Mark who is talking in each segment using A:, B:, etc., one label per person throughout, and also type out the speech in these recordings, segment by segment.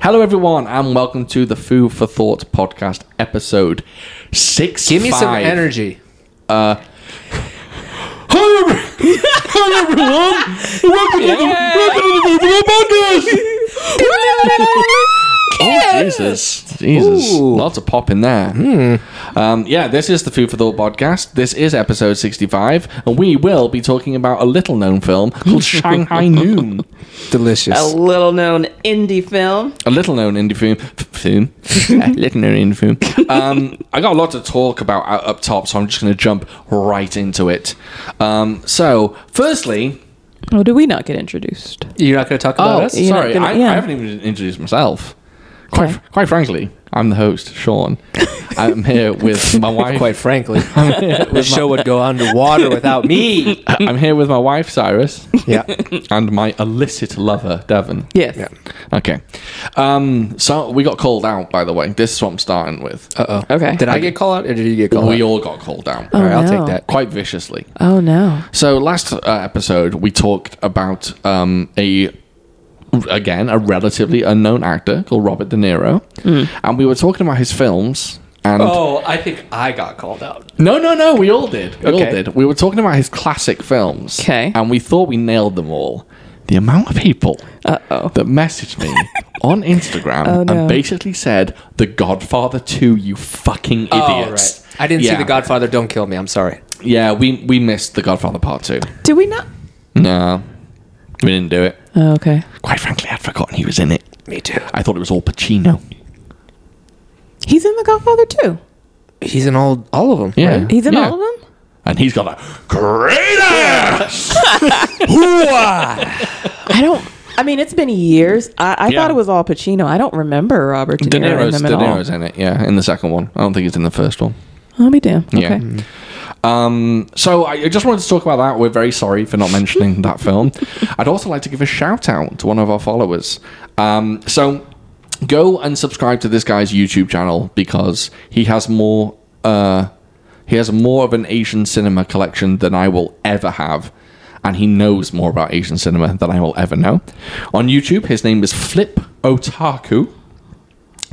A: Hello, everyone, and welcome to the Food for Thought podcast, episode six.
B: Give me some energy. Uh,
A: Hello, every- Hello, everyone. Welcome to the welcome to the Food for Thought podcast. Oh Jesus! Jesus!
B: Ooh. Hmm.
A: Lots of pop in there. Um, yeah, this is the Food for Thought podcast. This is episode sixty-five, and we will be talking about a little-known film called Shanghai Noon.
B: Delicious.
C: a little known indie film.
A: a little known indie film, f- film, a little known indie film. Um, I got a lot to talk about out up top, so I'm just going to jump right into it. Um, so, firstly,
D: Oh, do we not get introduced?
B: You're not going to talk
A: oh,
B: about us?
D: you're not
A: sorry,
D: gonna-
A: I,
D: yeah.
A: I haven't even introduced myself. Quite,
D: Okay.
A: quite frankly, I'm the host, Sean. I'm here with my wife.
B: Quite frankly, the show would go underwater without me.
A: I'm here with my wife, Cyrus,
B: Yeah.
A: and my illicit lover, Devon.
D: Yes.
A: Okay. Um, so we got called out, by the way. This is what I'm starting with.
B: Uh oh.
D: Okay.
B: Did I get called out or did you get called
A: we
B: out?
A: all got called out.
D: Oh,
B: All right, I'll
D: no.
B: take that.
A: quite viciously.
D: Oh no.
A: So last uh, episode we talked about um, a again a relatively unknown actor called Robert De Niro,
D: Hmm.
A: and we were talking about his films. And
B: Oh, I think I got called out.
A: no, no, no, we all did. We all
B: Okay.
A: did. We were talking about his classic films.
D: 'Kay.
A: and we thought we nailed them all. The amount of people
D: Uh-oh.
A: that messaged me on Instagram
D: Oh, no.
A: and basically said, "The Godfather 2, you fucking
D: Oh,
A: idiots."
B: right. I didn't see
A: Yeah.
B: The Godfather. Don't kill me. I'm sorry.
A: Yeah, we we missed The Godfather Part 2.
D: Did we not?
A: No. We didn't do it.
D: Oh, okay.
A: Quite frankly, I'd forgotten he was in it.
B: Me too.
A: I thought it was all Pacino.
D: He's in The Godfather too.
B: He's in all all of them.
A: Yeah.
B: right?
D: He's in
A: Yeah.
D: all of them.
A: And he's got a great ass!
D: I don't. I mean, it's been years. I, I
A: Yeah.
D: thought it was all Pacino. I don't remember Robert De
A: De
D: Niro in
A: Niro's,
D: them
A: De
D: at all.
A: Niro's in it, yeah, in the second one. I don't think he's in the first one.
D: I'll be damned.
A: Yeah.
D: Oh, Okay.
A: Um, so I I just wanted to talk about that. We're very sorry for not mentioning that film. I'd also like to give a shout out to one of our followers. Um, so go and subscribe to this guy's YouTube channel because he has more. Uh, he has more of an Asian cinema collection than I will ever have. And he knows more about Asian cinema than I will ever know. On YouTube, his name is Flip Otaku.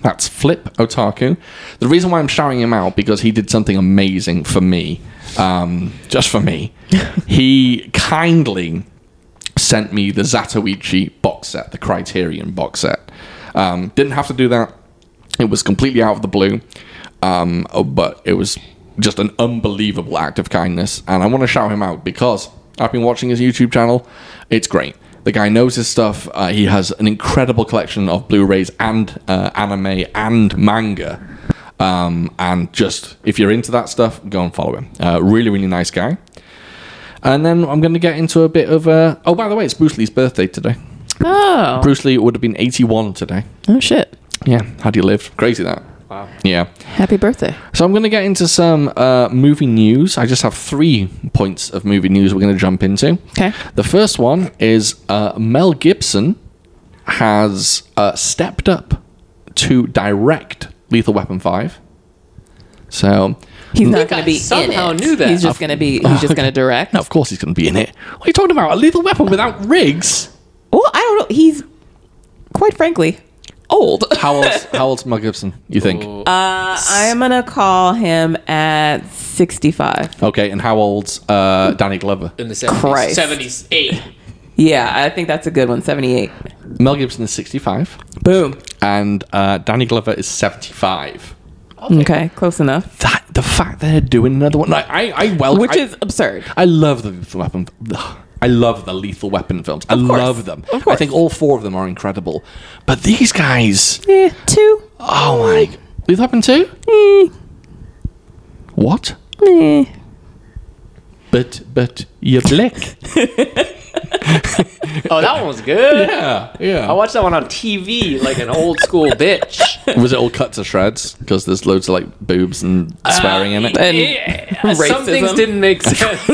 A: That's Flip Otaku. The reason why I'm shouting him out because he did something amazing for me, um, just for me. he kindly sent me the Zatoichi box set, the Criterion box set. Um, didn't have to do that. It was completely out of the blue, um, oh, but it was just an unbelievable act of kindness. And I want to shout him out because I've been watching his YouTube channel. It's great. The guy knows his stuff. Uh, he has an incredible collection of Blu-rays and uh, anime and manga. Um, and just if you're into that stuff, go and follow him. Uh, really, really nice guy. And then I'm going to get into a bit of a. Oh, by the way, it's Bruce Lee's birthday today.
D: Oh.
A: Bruce Lee would have been 81 today.
D: Oh shit.
A: Yeah, how do you live? Crazy that.
B: Wow.
A: Yeah.
D: Happy birthday.
A: So I'm going to get into some uh, movie news. I just have three points of movie news we're going to jump into.
D: Okay.
A: The first one is uh, Mel Gibson has uh, stepped up to direct Lethal Weapon 5. So,
D: He's not going to be
B: somehow
D: in it.
B: knew that.
D: He's just going to be. He's just going to direct.
A: no, of course he's going to be in it. What are you talking about? A Lethal Weapon without Riggs?
D: Well, I don't know. He's quite frankly old.
A: How old's, how old's Mel Gibson, you think?
D: Oh. I'm gonna call him at 65.
A: Okay, and how old's uh, Danny Glover?
B: In the 70s.
D: Christ.
B: 78.
D: Yeah, I think that's a good one. 78.
A: Mel Gibson is 65,
D: Boom.
A: and uh, Danny Glover is 75.
D: Okay, close enough.
A: That the fact that they're doing another one, like, I, I welcome.
D: Which
A: I,
D: is absurd.
A: I love the lethal weapon. I love the lethal weapon films. I
D: course.
A: love them.
D: Of
A: I
D: course.
A: think all four of them are incredible, but these guys,
D: Yeah, two.
A: oh my, lethal weapon two, what? But but you blick.
B: Oh, that one was good.
A: yeah, yeah.
B: I watched that one on TV like an old school bitch.
A: Was it all cut to shreds? Because there's loads of like boobs and swearing in it.
D: And
B: Some things
D: racism.
B: didn't make sense.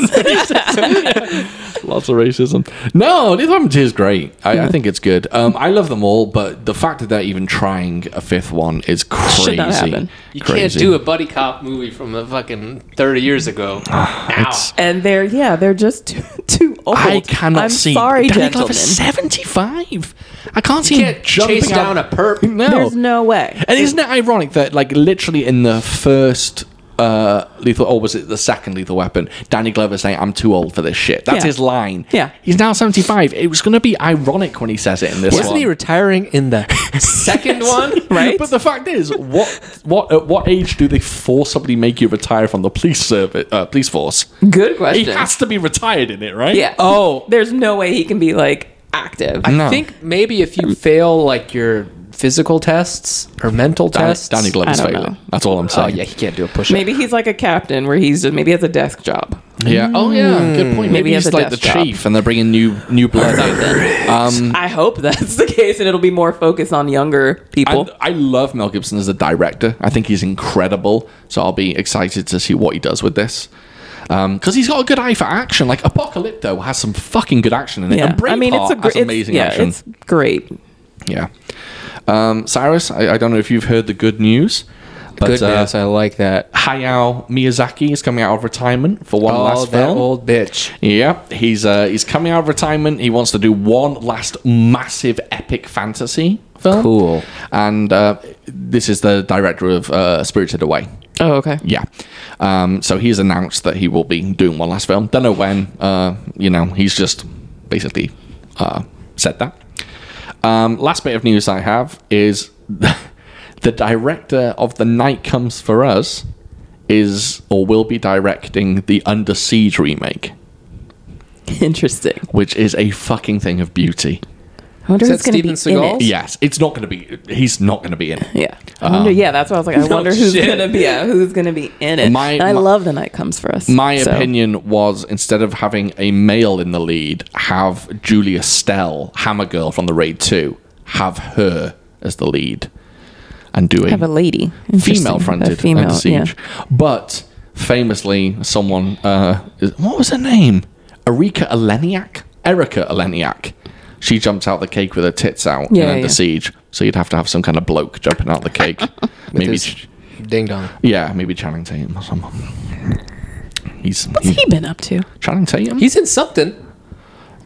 A: Lots of racism. No, Lethal Weapon 2 is great. I,
B: Hmm.
A: I think it's good. Um, I love them all, but the fact that they're even trying a fifth one is crazy.
D: Should not happen.
B: you can't do a buddy cop movie from the fucking 30 years ago. now. Oh,
A: It's-
D: And they're yeah, they're just too, too old.
A: I cannot
D: I'm
A: see.
D: Sorry,
A: Danny Glover's
D: gentlemen.
A: 75. I can't see him
B: can't chase
A: jumping out-
B: down a perp.
A: No.
D: There's no way.
A: And isn't it ironic that, like, literally in the first uh, Lethal, or was it the second Lethal Weapon, Danny Glover saying, "I'm too old for this shit." That's
D: Yeah.
A: his line.
D: Yeah.
A: he's now seventy-five. It was going to be ironic when he says it in this
B: Wasn't
A: one.
B: he retiring in the second one?
D: Right?
A: But the fact is, what what at what age do they forcibly make you retire from the police service, uh, police force?
D: Good
A: He
D: question.
A: has to be retired in it, right?
D: yeah.
B: Oh.
D: There's no way he can be like active.
A: I
B: I think maybe if you fail like your physical tests or mental
A: Danny,
B: tests.
A: Danny Glover's
D: I don't
A: failing.
D: know.
A: That's all I'm
B: Oh
A: saying.
B: yeah, he can't do a push-up.
D: Maybe he's like a captain where he's just maybe he has a desk job.
A: Yeah. Oh yeah. Good point. Maybe,
D: Maybe he has
A: he's
D: a
A: like the
D: desk job.
A: chief, and they're bringing new new blood. in. um,
D: I hope that's the case and it'll be more focused on younger people.
A: I, I love Mel Gibson as a director. I think he's incredible. So I'll be excited to see what he does with this. Because he's got a good eye for action. Like Apocalypto has some fucking good action in it.
D: yeah.
A: And Braveheart
D: I mean, it's a
A: has
D: great
A: amazing
D: yeah,
A: action.
D: it's great.
A: Yeah. Um, Cyrus, I, I don't know if you've heard the good news, but
B: Goodness,
A: uh,
B: I like that.
A: Hayao Miyazaki is coming out of retirement for one
B: Oh,
A: last
B: that
A: film.
B: old bitch.
A: Yeah, he's uh, he's coming out of retirement. He wants to do one last massive epic fantasy film.
B: Cool.
A: And uh, this is the director of uh, Spirited Away.
D: Oh, okay.
A: Yeah. Um, so he's announced that he will be doing one last film. Don't know when. Uh, you know, he's just basically uh, said that. Um, last bit of news I have is the director of The Night Comes for Us is or will be directing the Under Siege remake
D: Interesting.
A: which is a fucking thing of beauty.
D: I wonder
B: Is
D: who's
B: that
D: going to be
B: Steven
D: in
B: Seagal?
D: it.
A: Yes, it's not going to be. He's not going to be in it.
D: Yeah. I wonder, yeah, that's what I was like. I wonder who's
B: shit.
D: gonna be yeah, who's gonna be in it.
A: My-
D: and I
A: my-
D: love the night comes for us.
A: My
D: so.
A: opinion was instead of having a male in the lead, have Julia Stell, Hammer Girl from the Raid Two, have her as the lead, and do
D: Have a lady, Interesting.
A: female
D: A
A: fronted
D: female,
A: under siege.
D: yeah.
A: But famously, someone uh, is- what was her name? Erika Eleniak. Erica Eleniak. She jumped out the cake with her tits out
D: Yeah,
A: in under
D: yeah.
A: siege. So you'd have to have some kind of bloke jumping out the cake. maybe, Ah,
B: This
A: Ch-
B: ding dong.
A: yeah, maybe Channing Tatum or someone. He's
D: What's he been up to?
A: Channing Tatum.
B: He's in something.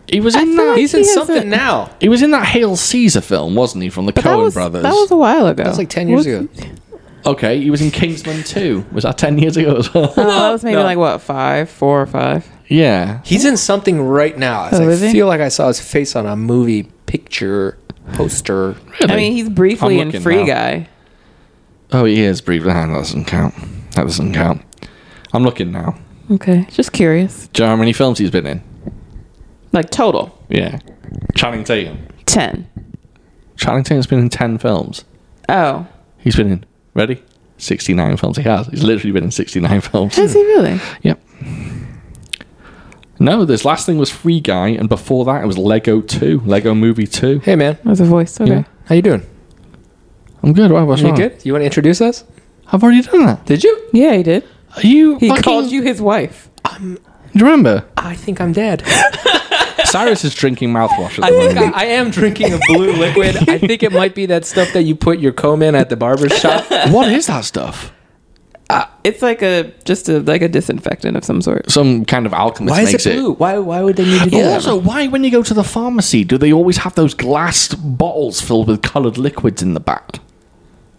A: he was in
D: thought-
A: that.
B: He's
D: He
B: in
D: has
B: something
D: a-
B: now.
A: he was in that Hail Caesar film, wasn't he, from the
D: But
A: Cohen
D: that was,
A: brothers?
D: That was a while ago. That
B: That's like ten years ago.
A: okay, he was in Kingsman 2. Was that 10 years ago as well?
D: No, Uh, that was maybe
B: No.
D: like what five, four or five.
A: yeah.
B: He's in something right now. I, was
D: Oh,
B: like,
D: is he?
B: feel like I saw his face on a movie picture poster.
A: Really?
D: I mean, he's briefly
A: I'm
D: in
A: looking
D: Free
A: now.
D: Guy.
A: Oh, he is brief. Nah, that doesn't count. That doesn't count. I'm looking now.
D: Okay, just curious.
A: Do you know how many films he's been in?
D: Like total
A: Yeah. Channing Tatum.
D: ten.
A: Channing Tatum's been in 10 films.
D: Oh,
A: He's been in, ready? 69 films. He has. He's literally been in 69 films.
D: has he really?
A: Yep. No, this last thing was Free Guy, and before that it was Lego 2, Lego Movie 2.
B: Hey man,
D: As a voice, okay.
A: Yeah.
B: how you doing?
A: I'm good. Wow, what's
B: You
A: wrong?
B: good? You want to introduce us?
A: I've already done that.
B: Did you?
D: Yeah, he did.
A: Are you
D: He
A: fucking-
D: called you his wife.
A: Do you remember?
B: I think I'm dead.
A: Cyrus is drinking mouthwash at
B: I
A: the
B: think
A: moment.
B: I, I am drinking a blue liquid. I think it might be that stuff that you put your comb in at the barber shop.
A: what is that stuff?
D: It's like a just a like a disinfectant of some sort.
A: Some kind of alchemist
B: Why is
A: makes
B: it blue? Why why would they need to do that?
A: Also, why, when you go to the pharmacy, do they always have those glass bottles filled with coloured liquids in the back?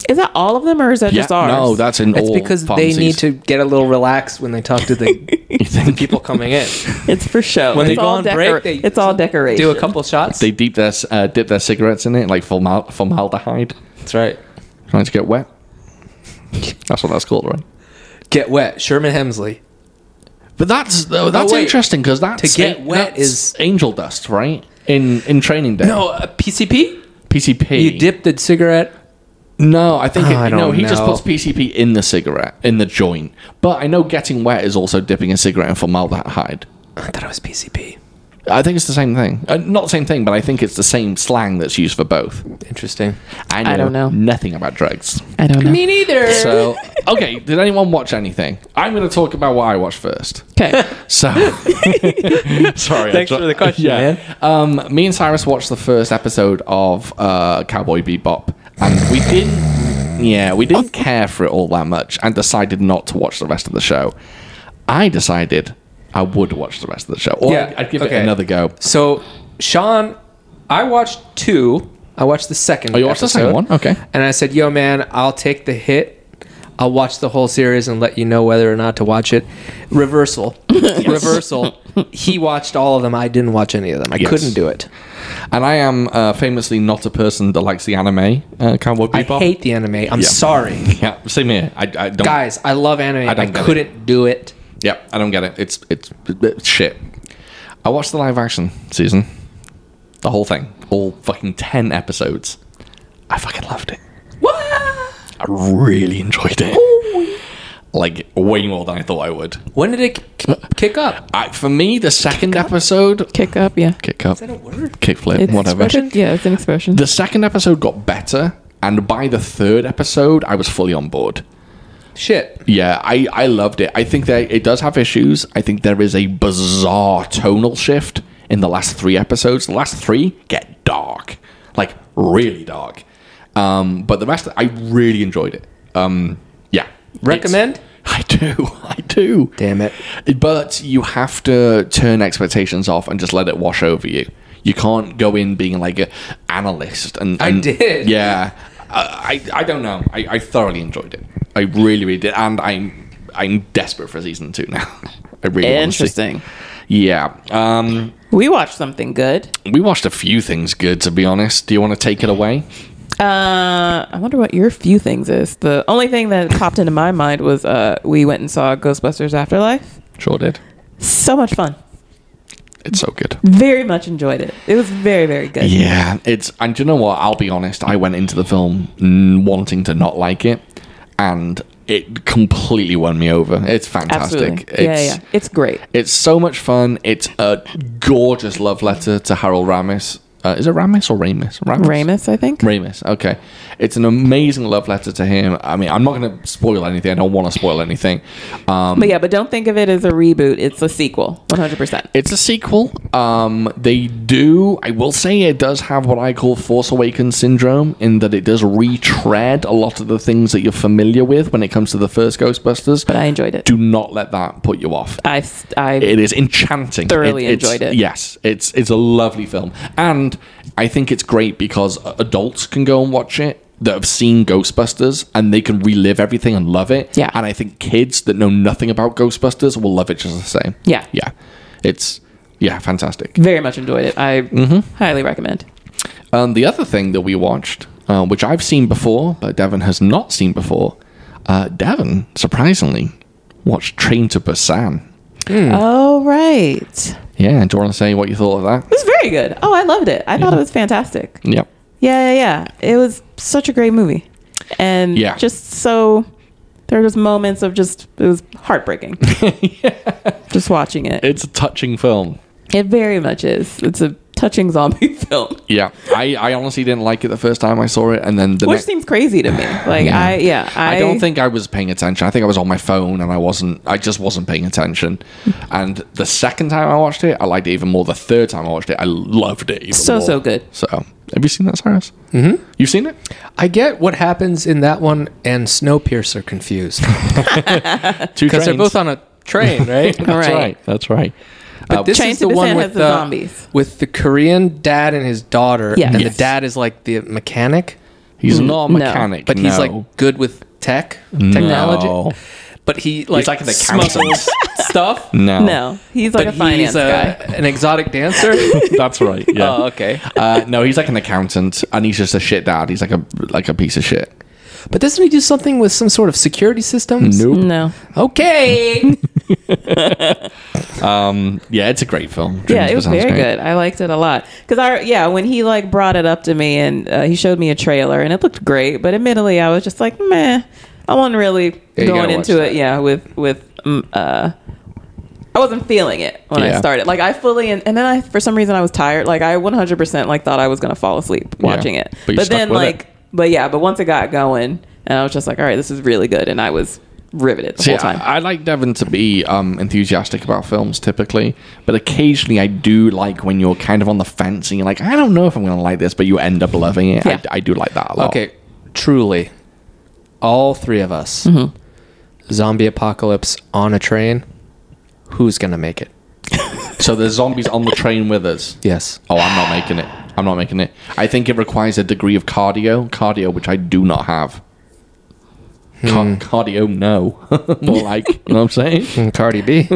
D: Is that all of them, or is that just ours?
A: no, that's in
B: It's
A: all
B: because they
A: pharmacies.
B: need to get a little relaxed when they talk to the
A: You think
B: people coming in.
D: It's for show.
B: When they
D: it's
B: go
D: all
B: on break,
D: decor-
B: they
D: it's all decoration.
B: Do a couple shots.
A: They deep their, c- uh, dip their cigarettes in it, like formal- formaldehyde,
B: That's right.
A: trying to get wet. That's what that's called, right?
B: Get wet, Sherman Hemsley.
A: But that's oh, that's
B: wait.
A: interesting because that's
B: To get
A: a-
B: wet
A: that's
B: is-
A: angel dust, right? In in training day,
B: No, uh, a PCP.
A: PCP.
B: You dip the cigarette.
A: No, I think
B: Oh,
A: it,
B: I
A: no.
B: don't
A: He just
B: know.
A: puts PCP in the cigarette in the joint. But I know getting wet is also dipping a cigarette in formaldehyde.
B: I thought it was PCP.
A: I think it's the same thing. Uh, not the same thing, but I think it's the same slang that's used for both.
B: Interesting.
A: I, know
D: don't know.
A: nothing about drugs.
D: I don't know.
B: Me neither.
A: So, okay, did anyone watch anything? I'm going to talk about what I watched first.
D: Okay.
A: So, sorry. I
B: Thanks
A: dro-
B: for the question, man.
A: Um, me and Cyrus watched the first episode of uh, Cowboy Bebop, and we didn't. Yeah, we didn't care for it all that much, and decided not to watch the rest of the show. I decided I would watch the rest of the show. Or
B: Yeah,
A: I'd, I'd give
B: okay.
A: it another go.
B: So, Sean, I watched two. I watched the second.
A: Oh, you watched the second one? Okay.
B: And I said, "Yo, man, I'll take the hit. I'll watch the whole series and let you know whether or not to watch it." Reversal, reversal. He watched all of them. I didn't watch any of them. I
A: Yes.
B: couldn't do it.
A: And I am uh, famously not a person that likes the anime uh, Cowboy Bebop.
B: I hate the anime.
A: Yeah.
B: I'm sorry,
A: Yeah, same here. I, I don't.
B: guys. I love anime.
A: I
B: I,
A: don't get it.
B: couldn't do it.
A: Yeah, I don't get it. It's, it's it's shit. I watched the live action season, the whole thing, all fucking ten episodes. I fucking loved it. I really enjoyed it. Like way more than I thought I would.
B: When did it
A: Uh.
B: k- kick up?
A: I, for me, the second episode,
D: Kick up, yeah.
A: kick up, kick flip,
D: It's
A: whatever.
D: expression. Yeah, it's an expression.
A: The second episode got better, and by the third episode, I was fully on board.
B: Shit.
A: Yeah, I, I loved it. I think that it does have issues. I think there is a bizarre tonal shift in the last three episodes. The last three get dark, like really dark. Um, but the rest, I really enjoyed it. Um, yeah, It's-
B: Recommend?
A: I do, I do.
B: Damn it.
A: But you have to turn expectations off and just let it wash over you. You can't go in being like a analyst. And,
B: I
A: and-
B: did.
A: Yeah, I, I I don't know. I, I thoroughly enjoyed it. I really really did, and I'm I'm desperate for season two now. I really wanna see-
D: Interesting.
A: Yeah, um,
D: We watched something good.
A: we watched a few things good to be honest. Do you want to take it away?
D: Uh, I wonder what your few things is. The only thing that popped into my mind was uh, we went and saw Ghostbusters Afterlife.
A: Sure did.
D: So much fun.
A: It's so good.
D: Very much enjoyed it. It was very, very good.
A: Yeah, it's and do you know what? I'll be honest. I went into the film mm, wanting to not like it, and it completely won me over. It's
D: Absolutely.
A: fantastic.
D: Yeah,
A: It's,
D: yeah, yeah. It's great.
A: It's so much fun. It's a gorgeous love letter to Harold Ramis. Uh, is it Ramis or Ramis? Ramis.
D: Ramus, I think.
A: Ramis. Okay, it's an amazing love letter to him. I mean, I'm not going to spoil anything. I don't want to spoil anything. Um,
D: But yeah, but don't think of it as a reboot. It's a sequel, 100%.
A: It's a sequel. Um, they do. I will say it does have what I call Force Awakens syndrome, in that it does retread a lot of the things that you're familiar with when it comes to the first Ghostbusters.
D: But I enjoyed it.
A: do not let that put you off.
D: I, I
A: It is enchanting.
D: Thoroughly
A: it's-
D: enjoyed it.
A: Yes, it's it's a lovely film, and I think it's great because adults can go and watch it that have seen Ghostbusters and they can relive everything and love it.
D: Yeah.
A: and I think kids that know nothing about Ghostbusters will love it just the same.
D: Yeah.
A: yeah, it's yeah, fantastic.
D: very much enjoyed it. I
A: Mm-hmm.
D: highly recommend.
A: Um, the other thing that we watched, uh, which I've seen before, but Devon has not seen before, uh, Devon surprisingly watched Train to Busan. Hmm.
D: All right.
A: Yeah, do you want to say what you thought of that?
D: It was very good. Oh, I loved it. I thought it was fantastic.
A: Yep.
D: Yeah, yeah, yeah. It was such a great movie. And
A: Yeah.
D: just so there were just moments of just it was heartbreaking. Just watching it.
A: It's a touching film.
D: It very much is. It's a touching zombie film.
A: Yeah, I, I honestly didn't like it the first time I saw it, and then the
D: Which
A: next.
D: seems crazy to me. Like
A: Yeah.
D: I yeah, I,
A: I don't think I was paying attention. I think I was on my phone and I wasn't. I just wasn't paying attention. And the second time I watched it, I liked it even more. The third time I watched it, I loved it even
D: So,
A: more.
D: so good.
A: So, have you seen that, Cyrus? Mm-hmm. You've seen it?
B: I get what happens in that one and Snowpiercer confused
A: Two
B: because they're
A: trains.
B: both on a train, right?
A: That's
D: Right.
A: right. That's right. Uh,
B: But this
D: Train
B: is
D: to
B: the one
D: Busan
B: with
D: has the zombies.
B: with the Korean dad and his daughter,
D: Yes.
B: and
D: Yes.
B: the dad is like the mechanic,
A: He's not a
D: no.
A: mechanic,
B: Mm. but he's
A: no.
B: like good with tech technology.
A: No.
B: But he like,
A: like an accountant.
B: smuggles stuff.
A: no,
D: No. He's like
B: but
D: a finance
B: he's a,
D: guy.
B: an exotic dancer.
A: That's right. Yeah.
B: Oh, okay.
A: Uh, no, he's like an accountant, and he's just a shit dad. He's like a like a piece of shit.
B: But doesn't he do something with some sort of security systems?
D: No.
B: Okay.
A: Um, yeah, it's a great film.
D: yeah,
A: Dreams
D: it was
A: sounds
D: very
A: great.
D: good. I liked it a lot because I yeah when he like brought it up to me and uh, he showed me a trailer and it looked great, but admittedly I was just like meh. I wasn't really
A: Yeah, you
D: going
A: gotta
D: into
A: watch
D: it.
A: that.
D: Yeah, with with um, uh, I wasn't feeling it when I
A: Yeah.
D: started. Like I fully and, and then I for some reason I was tired. Like I 100 percent like thought I was gonna fall asleep watching it.
A: but you
D: But,
A: stuck
D: then
A: with it.
D: like but yeah, but once it got going and I was just like all right, this is really good, and I was riveted the
A: See,
D: whole time.
A: I, I like Devon to be um, enthusiastic about films typically, but occasionally I do like when you're kind of on the fence and you're like, I don't know if I'm going to like this, but you end up loving it.
D: Yeah.
A: I, I do like that a lot.
B: okay. Truly, all three of us. Zombie apocalypse on a train. who's gonna make it?
A: So there's zombies on the train with us.
B: Yes.
A: Oh, I'm not making it. I'm not making it. I think it requires a degree of cardio, cardio which I do not have. Car-
D: Hmm.
A: Cardio, no. More like, you know what I'm saying?
B: And Mm, Cardi B.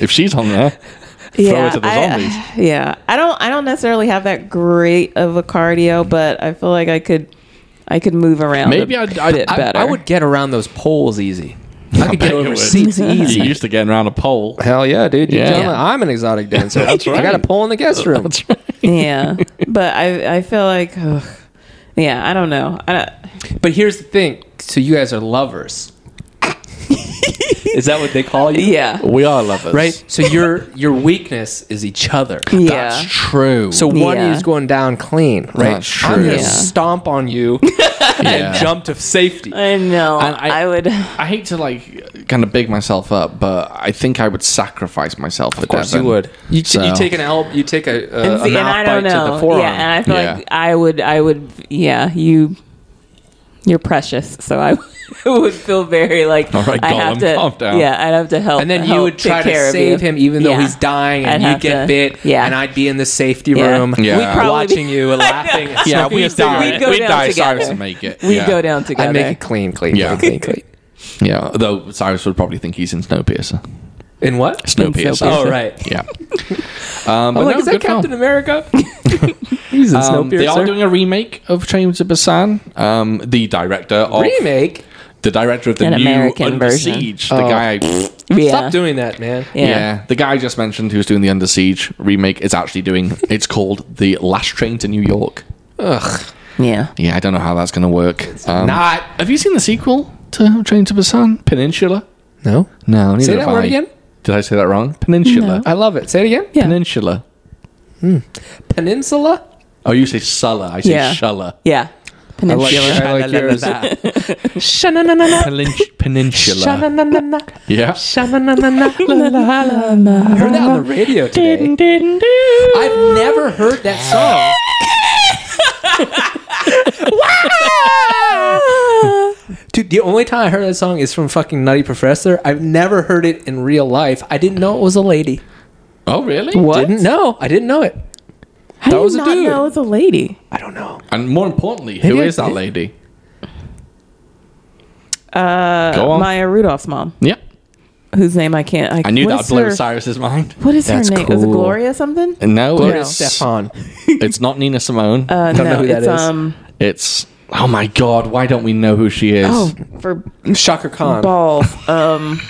A: If she's on there, throw it to the
D: I,
A: zombies.
D: Yeah, I don't. I don't necessarily have that great of a cardio, but I feel like I could. I could move around.
A: Maybe
D: a
A: I'd- I'd-
D: bit
A: I-
D: better.
B: I would get around those poles easy. I
A: bet
B: could get
A: you
B: over
A: would.
B: seats
A: You
B: easy.
A: used to getting around a pole.
B: Hell yeah, dude! You
A: Yeah.
B: tell me I'm an exotic dancer.
A: That's
B: I got a
A: right.
B: pole in the guest room.
D: yeah, but I. I feel like. ugh, yeah, I don't know. I don't,
B: But here's the thing: so you guys are lovers. Is that what they call you?
D: yeah.
A: We are lovers.
B: Right. So your your weakness is each other.
D: Yeah.
A: That's true.
B: So one
D: Yeah.
B: is going down clean, right?
A: That's
B: I'm gonna
A: true.
D: Yeah.
B: stomp on you and jump to safety.
D: I know.
A: And I-
D: I, would.
A: I hate to like kind of big myself up, but I think I would sacrifice myself for
B: Of course
A: Devin.
B: you would. You, t- you
A: So-
B: take an elbow. You take a, a,
D: And,
B: a
D: see, and
B: mouth
D: I don't
B: bite to the
D: know.
B: forearm.
D: Yeah, and I feel
A: Yeah.
D: like I would. I would. Yeah, you. You're precious, so I would feel very like
A: All right,
D: I
A: Gollum,
D: have to.
A: calm down.
D: Yeah, I'd have to help.
B: and then you
D: help
B: would try to
D: take care of
B: save
D: you.
B: him even though
D: Yeah.
B: he's dying and
D: I'd
B: you'd
D: have
B: get
D: to-
B: bit
D: yeah.
B: and I'd be in the safety
D: Yeah.
B: room
A: Yeah. We'd probably-
B: watching you laughing and
A: Yeah,
B: smoking
A: we
B: a cigarette.
A: die.
D: We'd go
A: We
D: down
A: die.
D: together.
A: Cyrus would make it.
D: We
A: yeah.
D: go down
B: I'd
D: together.
B: make it clean clean
A: Yeah.
B: clean clean clean
A: Yeah, though Cyrus would probably think he's in Snowpiercer.
B: in what
A: Snowpiercer.
B: oh right
A: Yeah. Um, but
D: Oh,
B: I'm like
A: no,
B: is that
A: good film.
B: Captain America he's in
A: Um, they are doing a remake of James Bassan, um, the director of
B: remake
A: the director of the
D: An
A: new
D: American
A: Under
D: version.
A: Siege.
B: Oh.
A: The guy,
D: Yeah.
B: stop doing that man
A: yeah.
D: Yeah.
A: the guy I just mentioned who's doing the Under Siege remake is actually doing. It's called the Last Train to New York.
B: ugh
D: Yeah.
A: Yeah, I don't know how that's going to work. Um,
B: not
A: Have you seen the sequel to Train to Busan? Peninsula?
B: no
A: No, neither
B: Say that
A: have
B: word
A: I.
B: again.
A: Did I say that wrong? Peninsula. Uh,
B: I love it say it again
D: Yeah.
A: Peninsula.
B: Peninsula
A: Oh, you say sulla. I say
D: Yeah.
A: shulla.
D: Yeah. Peninsula.
B: I like yours.
A: Pelin- peninsula. yeah.
B: I heard that on the radio today I've never heard that song Dude, the only time I heard that song is from fucking Nutty Professor. I've never heard it in real life. I didn't know it was a lady.
A: Oh, really?
B: Didn't know. I didn't know it. That
D: How do you
B: was a
D: not
B: dude.
D: know it's a lady?
B: I don't know.
A: And more importantly,
B: Maybe
A: who
B: I
A: is that
B: did.
A: lady?
D: Uh,
A: Go on.
D: Maya Rudolph's mom,
A: Yeah.
D: whose name I can't. I,
A: I knew
D: what
A: that
D: is
A: would blow
D: her-
A: Cyrus's mind.
D: What is
B: That's
D: her name? Is it
B: cool.
D: Gloria something?
A: No,
B: Gloria
A: it's,
B: Stefan.
A: it's not Nina Simone.
D: Uh,
B: Don't
D: no,
B: know who that
D: it's,
B: is.
D: Um,
A: it's, oh my God, why don't we know who she is?
D: oh, for
B: Shaka Khan.
D: balls. Um,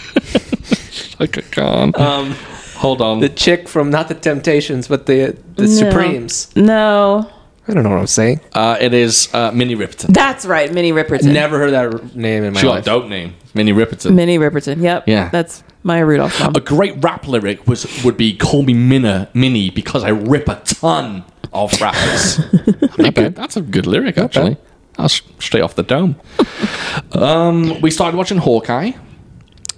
A: Okay, God.
B: Um,
A: Hold on.
B: the chick from not the Temptations, but the the
D: no.
B: Supremes.
D: No,
B: I don't know what I'm saying.
A: Uh, it is uh, Minnie Riperton.
D: that's right. Minnie Riperton.
B: Never heard that r- name in my
A: She got a
B: life.
A: dope name. Minnie Riperton.
D: Minnie Riperton. Yep.
A: Yeah.
D: That's Maya Rudolph's mom.
A: A great rap lyric was would be "Call me Minna, Minnie, because I rip a ton of rappers." That's a good- that's a good lyric, actually. That's straight off the dome. um, we started watching Hawkeye.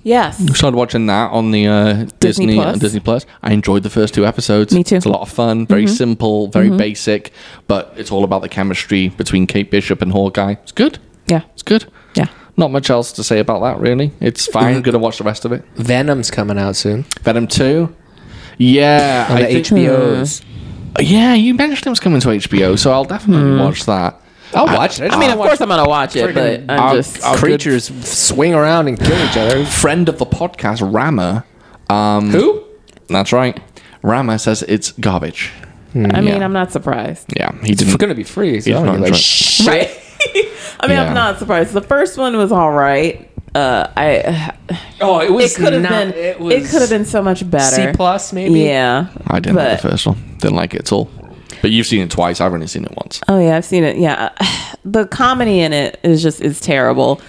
D: yes.
A: We started watching that on the uh, Disney Disney
D: Plus.
A: Plus. Disney Plus. I enjoyed the first two episodes.
D: Me too.
A: It's a lot of fun. Very simple, very basic, but it's all about the chemistry between Kate Bishop and Hawkeye. It's good.
D: Yeah.
A: It's good.
D: Yeah.
A: Not much else to say about that, really. It's fine. Gonna watch the rest of it.
B: Venom's coming out soon.
A: Venom Two. Yeah,
B: On
A: I
B: the
A: think. Hmm.
B: HBO's.
A: Yeah, you mentioned it was coming to HBO, so I'll definitely watch that.
B: I'll watch it.
D: I mean, of course I'm gonna watch it, but I'm
A: I'll-
D: just.
A: I'll-
B: creatures swing around and kill each other.
A: Friend of the podcast, Rama. Um,
B: Who?
A: That's right. Rama says it's garbage.
D: I mean,
A: yeah.
D: I'm not surprised.
A: Yeah, he
B: It's
A: didn't.
B: going to be free. So
A: He's
B: I don't
A: not
B: give a
A: drunk.
B: shit.
D: Right. I mean,
A: Yeah.
D: I'm not surprised. The first one was all right. Uh, I.
B: Oh, it
D: It
B: was
D: could have
B: not-
D: been.
B: It,
D: It,
B: was
D: could have been so much better.
B: C plus maybe.
D: Yeah.
A: I didn't like
D: but-
A: the first one. Didn't like it at all. But you've seen it twice. I've only seen it once.
D: Oh yeah, I've seen it. Yeah, the comedy in it is just is terrible.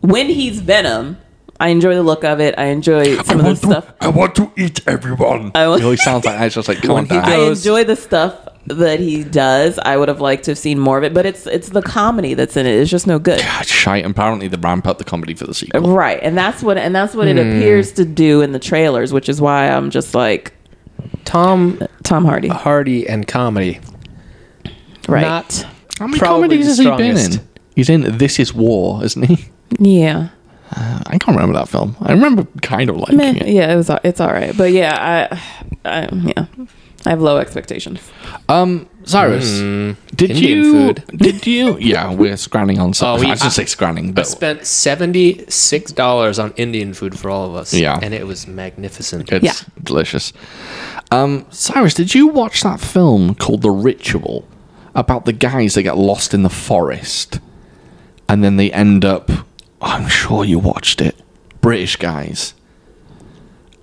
D: When he's Venom, I enjoy the look of it. I enjoy some of the stuff.
A: I want to eat everyone.
D: I will-
A: it really sounds like that. It's just like, come on,
B: he
A: Dad.
D: I
B: goes-
D: enjoy the stuff that he does. I would have liked to have seen more of it, but it's it's the comedy that's in it. It's just no good.
A: God, shite. Apparently, they ramp up the comedy for the sequel.
D: Right, and that's what and that's what it appears to do in the trailers, which is why I'm just like
B: Tom
D: Tom Hardy.
A: Uh,
B: Hardy and comedy.
D: Right.
B: Not
A: How many
B: Probably
A: comedies
B: the
A: has he been
B: strongest.
A: in? He's in This Is War, isn't he?
D: yeah.
A: Uh, I can't remember that film. I remember kind of liking
D: Meh.
A: it.
D: Yeah, it was. al- It's all right, but yeah, I, I yeah, I have low expectations.
A: Um, Cyrus, did
B: Indian
A: you?
B: food.
A: Did you? Yeah, we're scranning on
B: Oh,
A: something.
B: we-
A: I should say scranning,
B: I
A: but
B: spent seventy six dollars on Indian food for all of us.
A: Yeah.
B: and it was magnificent.
A: it's
D: Yeah.
A: delicious. Um, Cyrus, did you watch that film called The Ritual about the guys that get lost in the forest and then they end up? I'm sure you watched it. British guys.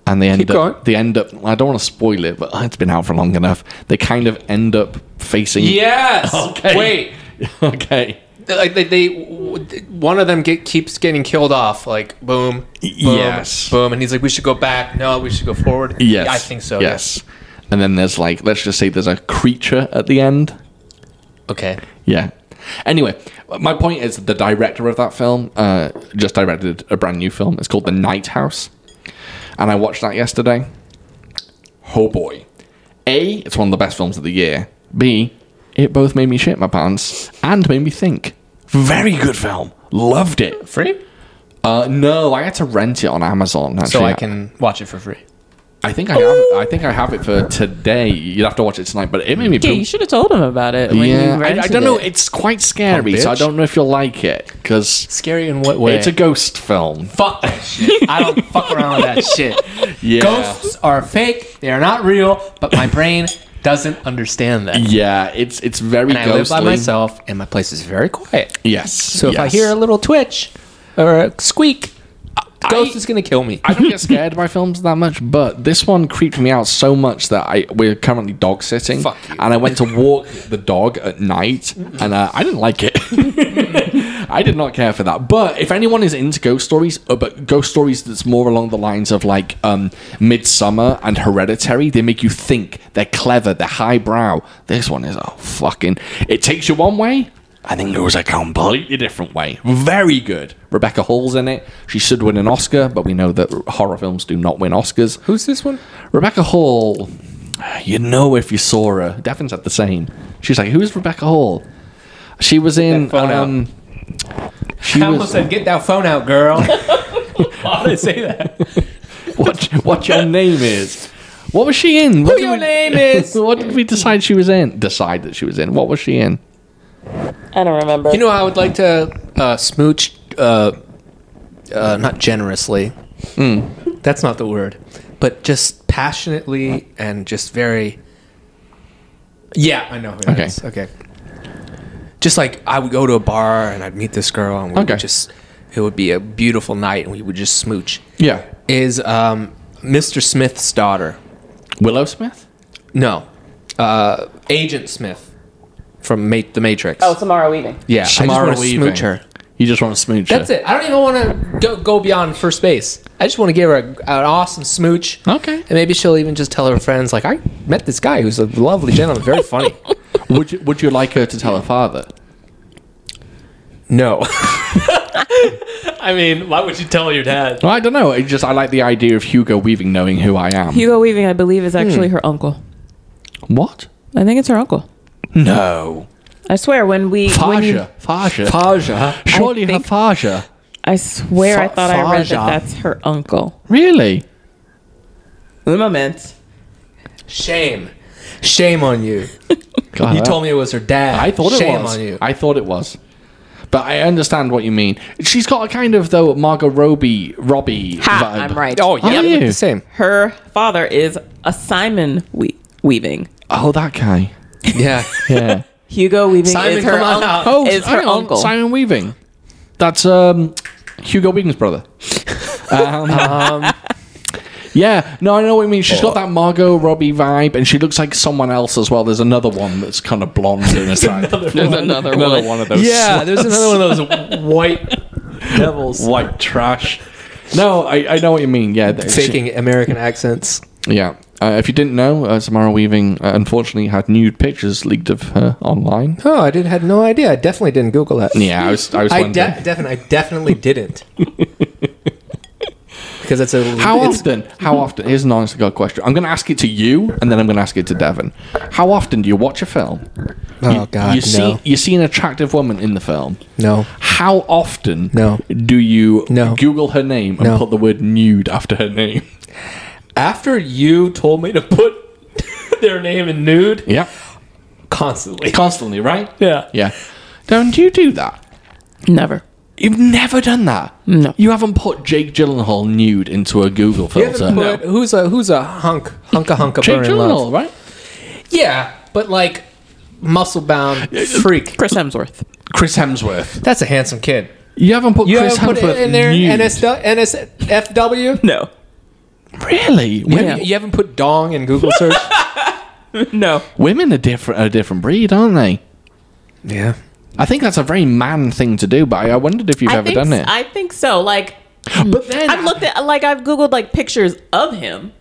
A: And they end
B: Keep
A: up.
B: going.
A: They end up. I don't want to spoil it, but it's been out for long enough. They kind of end up facing.
B: Yes.
A: Okay.
B: Wait.
A: okay.
B: Like they, they, one of them get, keeps getting killed off. Like boom, boom,
A: Yes.
B: boom, and he's like, "We should go back." No, we should go forward.
A: Yes.
B: I think so.
A: Yes. And then there's like, let's just say there's a creature at the end.
B: Okay.
A: Yeah. Anyway, my point is that the director of that film uh, just directed a brand new film. It's called The Night House. And I watched that yesterday. Oh boy. A, it's one of the best films of the year. B, it both made me shit my pants and made me think. Very good film. Loved it.
B: Free.
A: Uh, no, I had to rent it on Amazon. Actually.
B: So I can watch it for free.
A: I think I have. I think I have it for today. You'd have to watch it tonight, but it made me.
D: Yeah,
A: poop.
D: you should have told him about it. When
A: yeah,
D: you
A: I, I
D: rented
A: don't know.
D: it.
A: It's quite scary, so I
B: bitch.
A: don't know if you'll like it because
B: Scary in what way?
A: it's a ghost film.
B: fuck that shit. I don't fuck around with that shit.
A: Yeah.
B: Ghosts are fake. They are not real. But my brain doesn't understand that.
A: Yeah, it's it's very
B: And I live
A: ghostly.
B: by myself, and my place is very quiet.
A: Yes.
B: So if I hear a little twitch or a squeak, the ghost is gonna kill me.
A: I don't get scared by films that much, but this one creeped me out so much that I we're currently dog sitting,
B: Fuck you.
A: and I went to walk the dog at night, and uh, I didn't like it. I did not care for that. But if anyone is into ghost stories, uh, but ghost stories that's more along the lines of like um, Midsummer and Hereditary, they make you think. They're clever. They're highbrow. This one is oh fucking. It takes you one way. And then goes a completely different way. Very good. Rebecca Hall's in it. She should win an Oscar, but we know that horror films do not win Oscars.
B: Who's this one?
A: Rebecca Hall, you know if you saw her. Devin said the same. She's like, "Who's Rebecca Hall?" She was in.
B: Get that phone
A: um, She
B: I almost
A: was.
B: said, "Get that phone out, girl." Why did I say that?
A: What, what your name is? What was she in? What did
B: your
A: we-
B: name is?
A: what did we decide she was in? Decide that she was in. What was she in?
D: I don't remember.
B: You know, I would like to uh, smooch, uh, uh, not generously.
A: Hmm.
B: That's not the word, but just passionately and just very. Yeah, I know. Who that
A: Okay.
B: is. Okay. Just like I would go to a bar and I'd meet this girl and we
A: Okay.
B: would just, it would be a beautiful night and we would just smooch.
A: Yeah,
B: Is um, Mr. Smith's daughter?
A: Willow Smith.
B: No, uh, Agent Smith from Ma- The Matrix.
D: oh, Samara Weaving.
B: yeah, I
A: Samara
B: just want to
A: Weaving.
B: smooch her.
A: You just want to smooch
B: That's
A: her.
B: it. I don't even want to go, go beyond first base. I just want to give her a, an awesome smooch.
A: Okay.
B: And maybe she'll even just tell her friends, like, I met this guy who's a lovely gentleman, very funny.
A: Would you, Would you like her to tell her father?
B: No.
E: I mean, why would you tell your dad?
A: Well, I don't know. It just I like the idea of Hugo Weaving knowing who I am.
D: Hugo Weaving, I believe, is actually
A: Hmm.
D: her uncle.
A: what?
D: I think it's her uncle.
A: No.
D: I swear, when we, when you,
A: Faja. Faja.
B: Paja.
A: Surely her
D: think-
A: Faja.
D: I swear, I
B: Fa-
D: thought I read
B: Faja.
D: that that's her uncle.
A: Really?
D: The moment.
B: Shame. Shame on you. You told me Uh-huh. it was her dad.
A: I thought
B: Shame
A: it was.
B: on you.
A: I thought it was. But I understand what you mean. She's got a kind of though Margot Robbie Robbie
D: Ha,
A: vibe.
D: I'm right.
B: oh, yeah.
A: Are you?
B: The same.
D: Her father is a Simon we- Weaving.
A: Oh, that guy.
B: Yeah.
A: Yeah.
D: Hugo Weaving
B: Simon,
D: is her,
B: come on
D: uncle.
B: out.
A: oh,
D: Is her
A: hang on,
D: uncle.
A: Simon Weaving. That's um Hugo Weaving's brother. Um, Oh. yeah, no, I know what I mean. She's got that Margot Robbie vibe, and she looks like someone else as well. There's another one that's kind of blonde and attractive. There's another, one. of those.
B: yeah. There's another one of those white devils
A: white trash. No, I, I know what you mean. Yeah, that- she-
B: faking American accents.
A: Yeah. Uh, if you didn't know, uh, Samara Weaving uh, unfortunately had nude pictures leaked of her online.
B: Oh, I didn't had no idea. I definitely didn't Google that.
A: Yeah, I was. I was
B: I
A: wondering.
B: de- definitely, I definitely didn't. Because it's a
A: how
B: it's-
A: often? How often? Here's an honest to God question. I'm going to ask it to you, and then I'm going to ask it to Devin. How often do you watch a film,
B: Oh God,
A: you
B: no.
A: see you see an attractive woman in the film.
B: No.
A: How often
B: No.
A: do you
B: No.
A: Google her name and
B: No.
A: put the word nude after her name?
E: After you told me to put their name in nude
A: Yeah.
E: constantly.
A: Constantly, right?
E: Yeah.
A: Yeah. Don't you do that?
D: Never.
A: You've never done that.
D: No.
A: You haven't put Jake Gyllenhaal nude into a Google
B: You haven't
A: filter.
B: put- Who's a who's a hunk hunka hunka
A: Jake
B: burn in love?
A: Gyllenhaal, right?
B: Yeah, but like muscle bound freak.
D: Chris Hemsworth.
A: Chris Hemsworth.
B: That's a handsome kid.
A: You haven't put
B: You
A: Chris
B: ever put
A: Hemsworth
B: it in there?
A: nude.
B: NSW, NSFW.
D: No.
A: really? Women,
D: Yeah.
B: You haven't put dong in Google search.
D: No.
A: women are different. Are a different breed, aren't they?
B: yeah.
A: I think that's a very man thing to do, but I wondered if you've
D: I
A: ever
D: think,
A: done
D: s-
A: it.
D: I think so. Like
A: but then,
D: I've looked at like I've googled like pictures of him,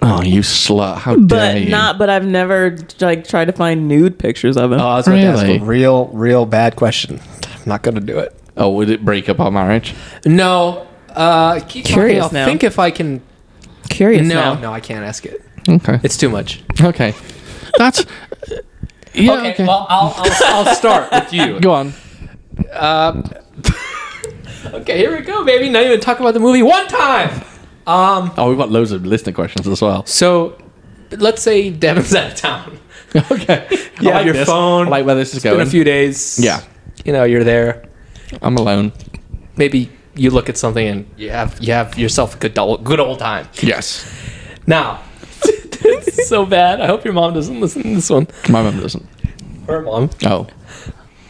A: oh, you slut! How dare
D: but
A: you?
D: not. But I've never like tried to find nude pictures of him.
B: Oh, I was going to
A: Really?
B: ask a real, real bad question. I'm not going to do it.
A: oh, would it break up our marriage?
B: No. Uh, keep
D: Curious
B: talking.
D: now.
B: I'll think if I can.
D: Curious
B: no,
D: now.
B: no, I can't ask it.
A: Okay,
B: It's too much.
A: okay. That's yeah. Okay,
B: I'll, I'll, I'll start with you. Uh,
A: go on.
B: Okay, here we go, baby. Not even talk about the movie one time. Um,
A: Oh, we've got loads of listener questions as well.
B: So, let's say Devin's out of town.
A: okay,
B: You
A: I
B: have your
A: this.
B: phone.
A: I like where this is
B: It's
A: going.
B: been a few days.
A: Yeah.
B: You know, you're there.
A: I'm alone.
B: Maybe you look at something and you have you have yourself a good old, good old time.
A: Yes,
B: Now, this is so bad. I hope your mom doesn't listen to this one.
A: my mum doesn't.
B: Her mom.
A: Oh,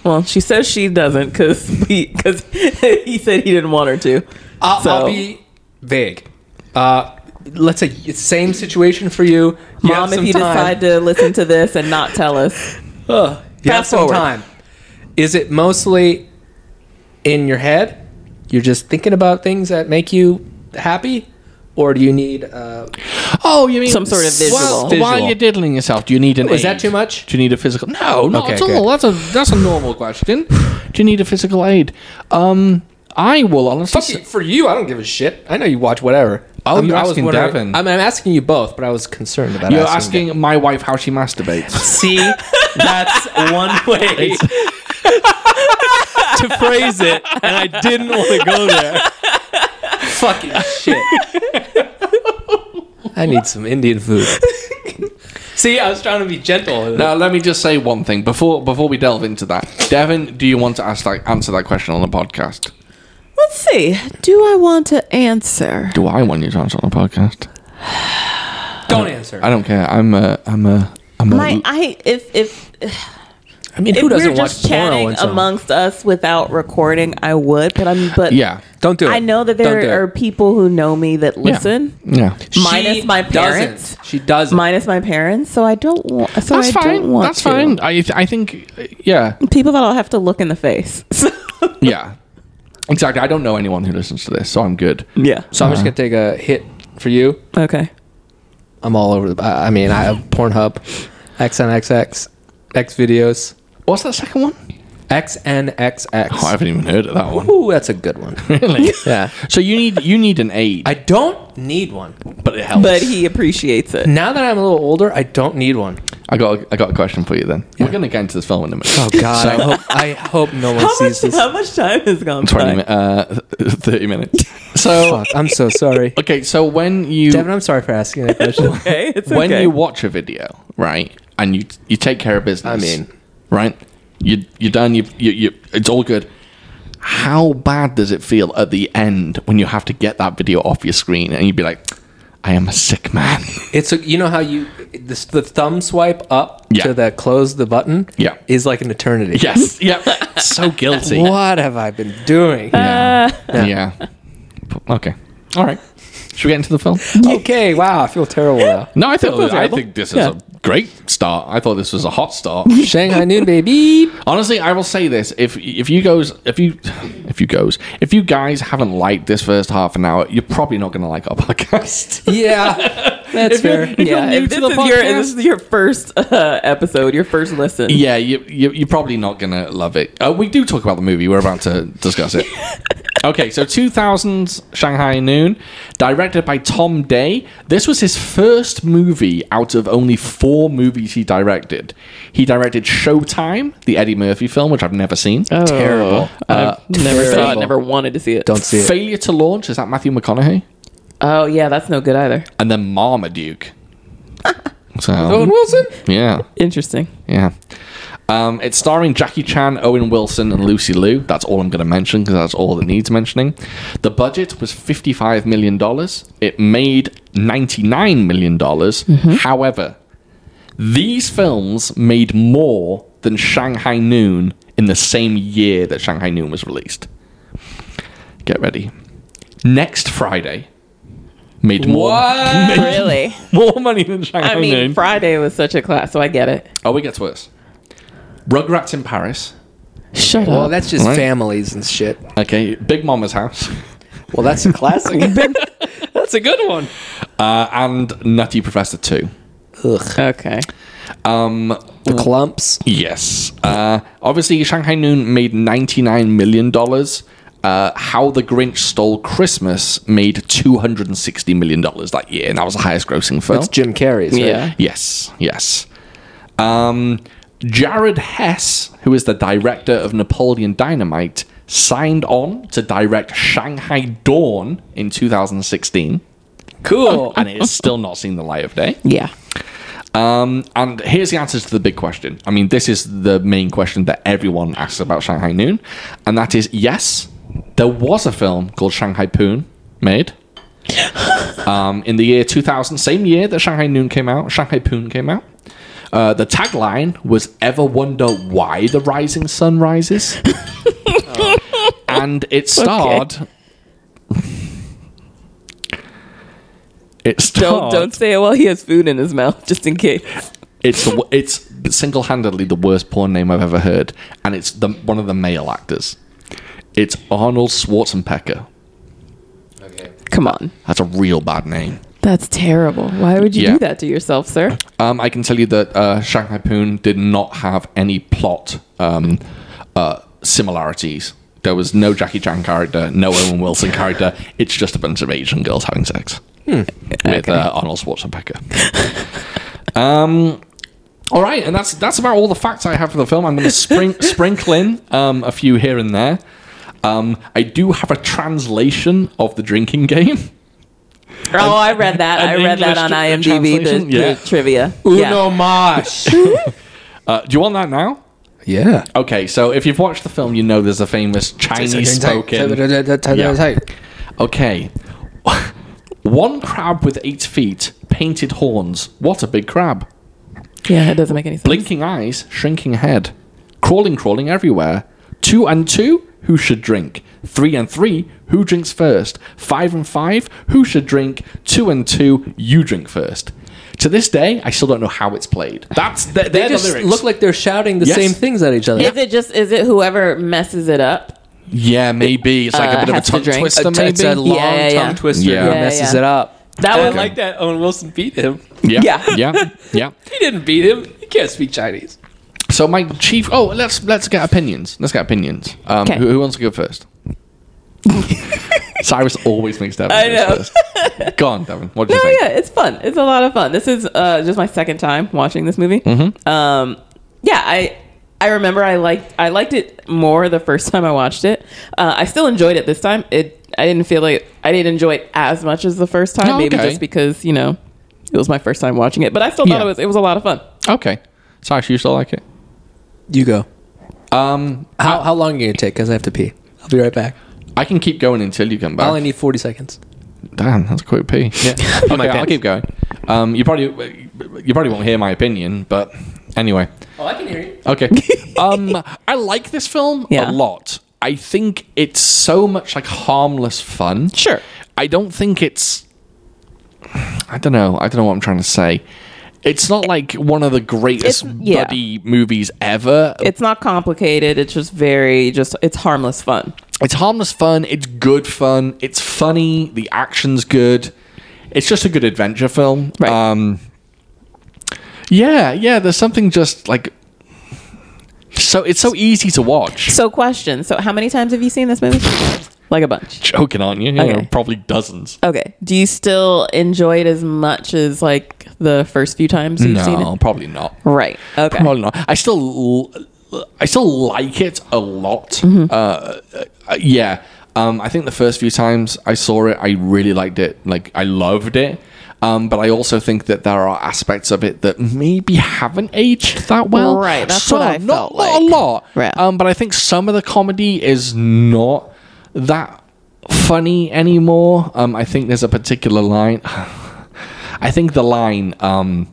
D: Well, she says she doesn't because because he said he didn't want her to.
B: I'll, I'll
D: So-
B: be vague. Uh, let's say it's same situation for you. you have
D: Mom, if
B: some
D: you
B: time.
D: decide to listen to this and not tell us,
B: Ugh, you have
D: Fast
B: some
D: forward.
B: time. Is it mostly in your head? You're just thinking about things that make you happy, or do you need? Uh,
A: oh, you mean
D: Some sort of visual.
A: While,
B: Visual.
A: while you're diddling yourself, do you need an?
B: Oh, Is that
A: aid?
B: too much?
A: Do you need a physical? No, not
B: Okay,
A: at all. That's a that's a normal question. Do you need a physical aid? Um, I will honestly.
B: fuck
A: say-
B: it, for you, I don't give a shit. I know you watch whatever.
A: Oh, you're
B: I was
A: asking
B: wondering-
A: Devin.
B: I mean, I'm asking you both, but I was concerned about.
A: You're asking my wife how she masturbates.
B: See,
E: That's one way to phrase it, and I didn't want to go there.
B: fucking shit. I need some Indian food. See, I was trying to be gentle.
A: now, let me just say one thing before before we delve into that. Devin, do you want to ask that answer that question on the podcast?
D: let's see. Do I want to answer?
A: Do I want you to answer on the podcast?
B: Don't answer.
A: I don't care. I'm a I'm a I'm a
D: My, I if if
B: I mean,
D: if we're just chatting amongst us without recording, I would. But I'm but
A: yeah
B: Don't do it.
D: I know that
B: Don't
D: there
B: do it.
D: are people who know me that listen,
A: yeah.
D: minus
B: She
D: my
B: doesn't.
D: parents.
B: She doesn't.
D: minus my parents. So I don't want. So
A: That's
D: I Don't
A: fine.
D: want
A: That's
D: to.
A: fine. I I think yeah
D: People that I'll have to look in the face.
A: yeah exactly. I don't know anyone who listens to this, so I'm good.
D: yeah.
B: so I'm just gonna take a hit for you.
D: Okay.
B: I'm all over the. I I mean, I have Pornhub, XNXX, X videos,
A: What's that second one?
B: XNXX.
A: Oh, I haven't even heard of that one.
B: Ooh, that's a good one.
A: really?
B: yeah.
A: So you need you need an aid,
B: I don't need one.
A: but it helps.
D: But he appreciates it.
B: Now that I'm a little older, I don't need one.
A: I got a, I got a question for you. Then we're going to get into this film in a minute.
B: Oh God, I hope I hope no one
D: How much,
B: sees this.
D: how much time has gone
A: twenty
D: by?
A: mi- uh, thirty minutes. So
B: Fuck, I'm so sorry,
A: okay, so when you
B: Devin. I'm sorry for asking that question.
D: Okay, it's
A: when
D: okay.
A: you watch a video, right, and you you take care of business.
B: I mean-
A: right, you you're done. You you, you it's all good. How bad does it feel at the end when you have to get that video off your screen and you'd be like, "I am a sick man."
B: It's a, you know how you this, the thumb swipe up
A: Yeah.
B: to the close the button
A: Yeah.
B: is like an eternity.
A: yes. Yep. so guilty.
B: What have I been doing?
A: Uh, Yeah. yeah. Okay. All right. Should we get into the film?
B: okay, wow, I feel terrible now.
A: No, I think
D: feels
A: I
D: terrible.
A: think this is
D: Yeah.
A: a great start. I thought this was a hot start.
B: Shanghai noon, baby.
A: Honestly, I will say this: if if you goes, if you if you goes, if you guys haven't liked this first half an hour, you're probably not going to like our podcast.
B: Yeah,
D: That's
E: if
D: fair.
E: You're, if
D: yeah,
E: you're new
D: if
E: to
D: this
E: the
D: is your
E: podcast-
D: this is your first uh, episode, your first listen.
A: Yeah, you, you, you're probably not going to love it. Uh, we do talk about the movie. We're about to discuss it. okay, so 2000's Shanghai Noon, directed by Tom Day. This was his first movie out of only four movies he directed. He directed Showtime, the Eddie Murphy film, which I've never seen.
B: Terrible.
A: Uh,
D: Oh. I've never saw it.
A: terrible.
D: Never wanted to see it.
B: Don't see it.
A: Failure to Launch, is that Matthew McConaughey?
D: Oh yeah, that's no good either.
A: And then Marmaduke.
E: Owen
A: So,
E: Wilson?
A: yeah.
D: Mm-hmm. Interesting.
A: Yeah. Um, it's starring Jackie Chan, Owen Wilson, and Lucy Liu. That's all I'm going to mention because that's all that needs mentioning. The budget was $55 million. It made $99 million. However, these films made more than Shanghai Noon in the same year that Shanghai Noon was released. Get ready. Next Friday made more, made
D: Really?
A: more money than Shanghai
D: I mean,
A: Noon.
D: Friday was such a class, so I get it.
A: Oh, it gets worse. Rugrats in Paris.
D: Shut
B: Well,
D: up.
B: that's just
A: Right.
B: families and shit.
A: Okay, Big Mama's House.
B: Well, that's a classic.
E: That's a good one.
A: Uh, and Nutty Professor 2.
B: Ugh.
D: Okay.
A: Um,
B: The clumps.
A: yes. Uh, obviously, Shanghai Noon made $99 million. Uh, How the Grinch Stole Christmas made $260 million that year, and that was the highest grossing film.
B: That's Jim Carrey's. Right?
D: Yeah.
A: Yes, yes. Um, Jared Hess, who is the director of Napoleon Dynamite, signed on to direct Shanghai Dawn in 2016,
E: Cool.
A: and it has still not seen the light of day.
D: Yeah.
A: Um, and here's the answers to the big question. I mean, this is the main question that everyone asks about Shanghai Noon, and that is yes, there was a film called Shanghai Poon made. um, in the year 2000, same year that Shanghai Noon came out, Shanghai Poon came out. Uh, the tagline was "Ever wonder why the rising sun rises?" and it starred. It
D: Don't
A: starred.
D: don't say it while he has food in his mouth, just in case.
A: It's the, wo- it's single-handedly the worst porn name I've ever heard, and it's the one of the male actors. It's Arnold Schwarzenegger.
D: Come on.
A: That's a real bad name.
D: That's terrible. Why would you
A: Yeah.
D: do that to yourself, sir?
A: Um, I can tell you that uh, Shanghai Poon did not have any plot um, uh, similarities. There was no Jackie Chan character, no Owen Wilson character. It's just a bunch of Asian girls having sex with uh, Arnold Schwarzenegger. um, all right, and that's that's about all the facts I have for the film. I'm going to spring, sprinkle in um, a few here and there. Um, I do have a translation of the drinking game.
D: Oh, I read that. I
A: an
D: read
A: English
D: that on
A: tr-
D: IMDb. The,
A: translation? Yeah.
D: the trivia.
E: Uno Mosh.
A: Uh, do you want that now?
B: Yeah.
A: Okay, so if you've watched the film, you know there's a famous Chinese spoken. Yeah. Okay. One crab with eight feet, painted horns. What a big crab.
D: Yeah, it doesn't make any sense.
A: Blinking eyes, shrinking head. Crawling, crawling everywhere. Two and two, who should drink? Three and three, who drinks first? Five and five, who should drink? Two and two, you drink first. To this day, I still don't know how it's played. That's they,
B: They
A: they're the
B: just
A: lyrics.
B: look like they're shouting the
A: Yes.
B: same things at each other.
D: Is it just is it whoever messes it up?
A: yeah, maybe it's like
D: Uh,
A: a bit of a
D: has to
A: tongue
D: drink.
A: twister.
B: It's a-
A: maybe
B: it's a long
D: Yeah, yeah,
B: tongue
D: yeah.
B: twister
A: Yeah.
B: that
D: Yeah,
B: messes
D: yeah.
B: it up.
D: That
E: I
D: was
E: like that Owen Wilson beat him.
A: Yeah.
D: Yeah.
A: Yeah. Yeah.
E: He didn't beat him. He can't speak Chinese.
A: So my chief. Oh, let's let's get opinions. Let's get opinions. Um,
D: 'Kay.
A: who, who wants to go first? Cyrus always makes Devin.
D: I
A: I
D: know.
A: First. Go on, Devin. What do you
D: No,
A: think?
D: yeah, it's fun. It's a lot of fun. This is uh, just my second time watching this movie. Um, yeah, I I remember I liked I liked it more the first time I watched it. Uh, I still enjoyed it this time. It I didn't feel like I didn't enjoy it as much as the first time.
A: Oh,
D: maybe
A: okay.
D: just because you know it was my first time watching it, but I still thought
A: Yeah.
D: it was it was a lot of fun.
A: Okay, Cyrus, you still like it?
B: You go.
A: Um,
B: How, how long are you going to take? Because I have to pee. I'll be right back.
A: I can keep going until you come
B: I
A: back.
B: only need 40 seconds.
A: Damn, that's a quick pee. Yeah.
B: My
A: okay, I'll
B: pants.
A: keep going. Um, you probably you probably won't hear my opinion, but anyway.
E: Oh, I can hear you.
A: Okay. um, I like this film
D: Yeah.
A: a lot. I think it's so much like harmless fun.
D: Sure.
A: I don't think it's. I don't know. I don't know what I'm trying to say. It's not like one of the greatest
D: It's- yeah.
A: buddy movies ever.
D: It's not complicated. It's just very just it's harmless fun.
A: It's harmless fun. It's good fun. It's funny. The action's good. it's just a good adventure film.
D: Right.
A: Um, yeah, yeah. There's something just like so. It's so easy to watch.
D: So, question. So, how many times have you seen this movie? like a bunch.
A: Joking, aren't you? You
D: Okay.
A: know, probably dozens.
D: Okay. Do you still enjoy it as much as like the first few times you've seen
A: No,
D: it?
A: probably not.
D: Right. Okay.
A: Probably not. I still, l- I still like it a lot.
D: Mm-hmm.
A: Uh, uh, yeah. Um, I think the first few times I saw it, I really liked it. Like I loved it. Um, but I also think that there are aspects of it that maybe haven't aged that well.
D: Right, that's
A: Some,
D: what I
A: not,
D: felt
A: not
D: like.
A: a lot.
D: Yeah.
A: Um, but I think some of the comedy is not that funny anymore. Um, I think there's a particular line. I think the line. Um,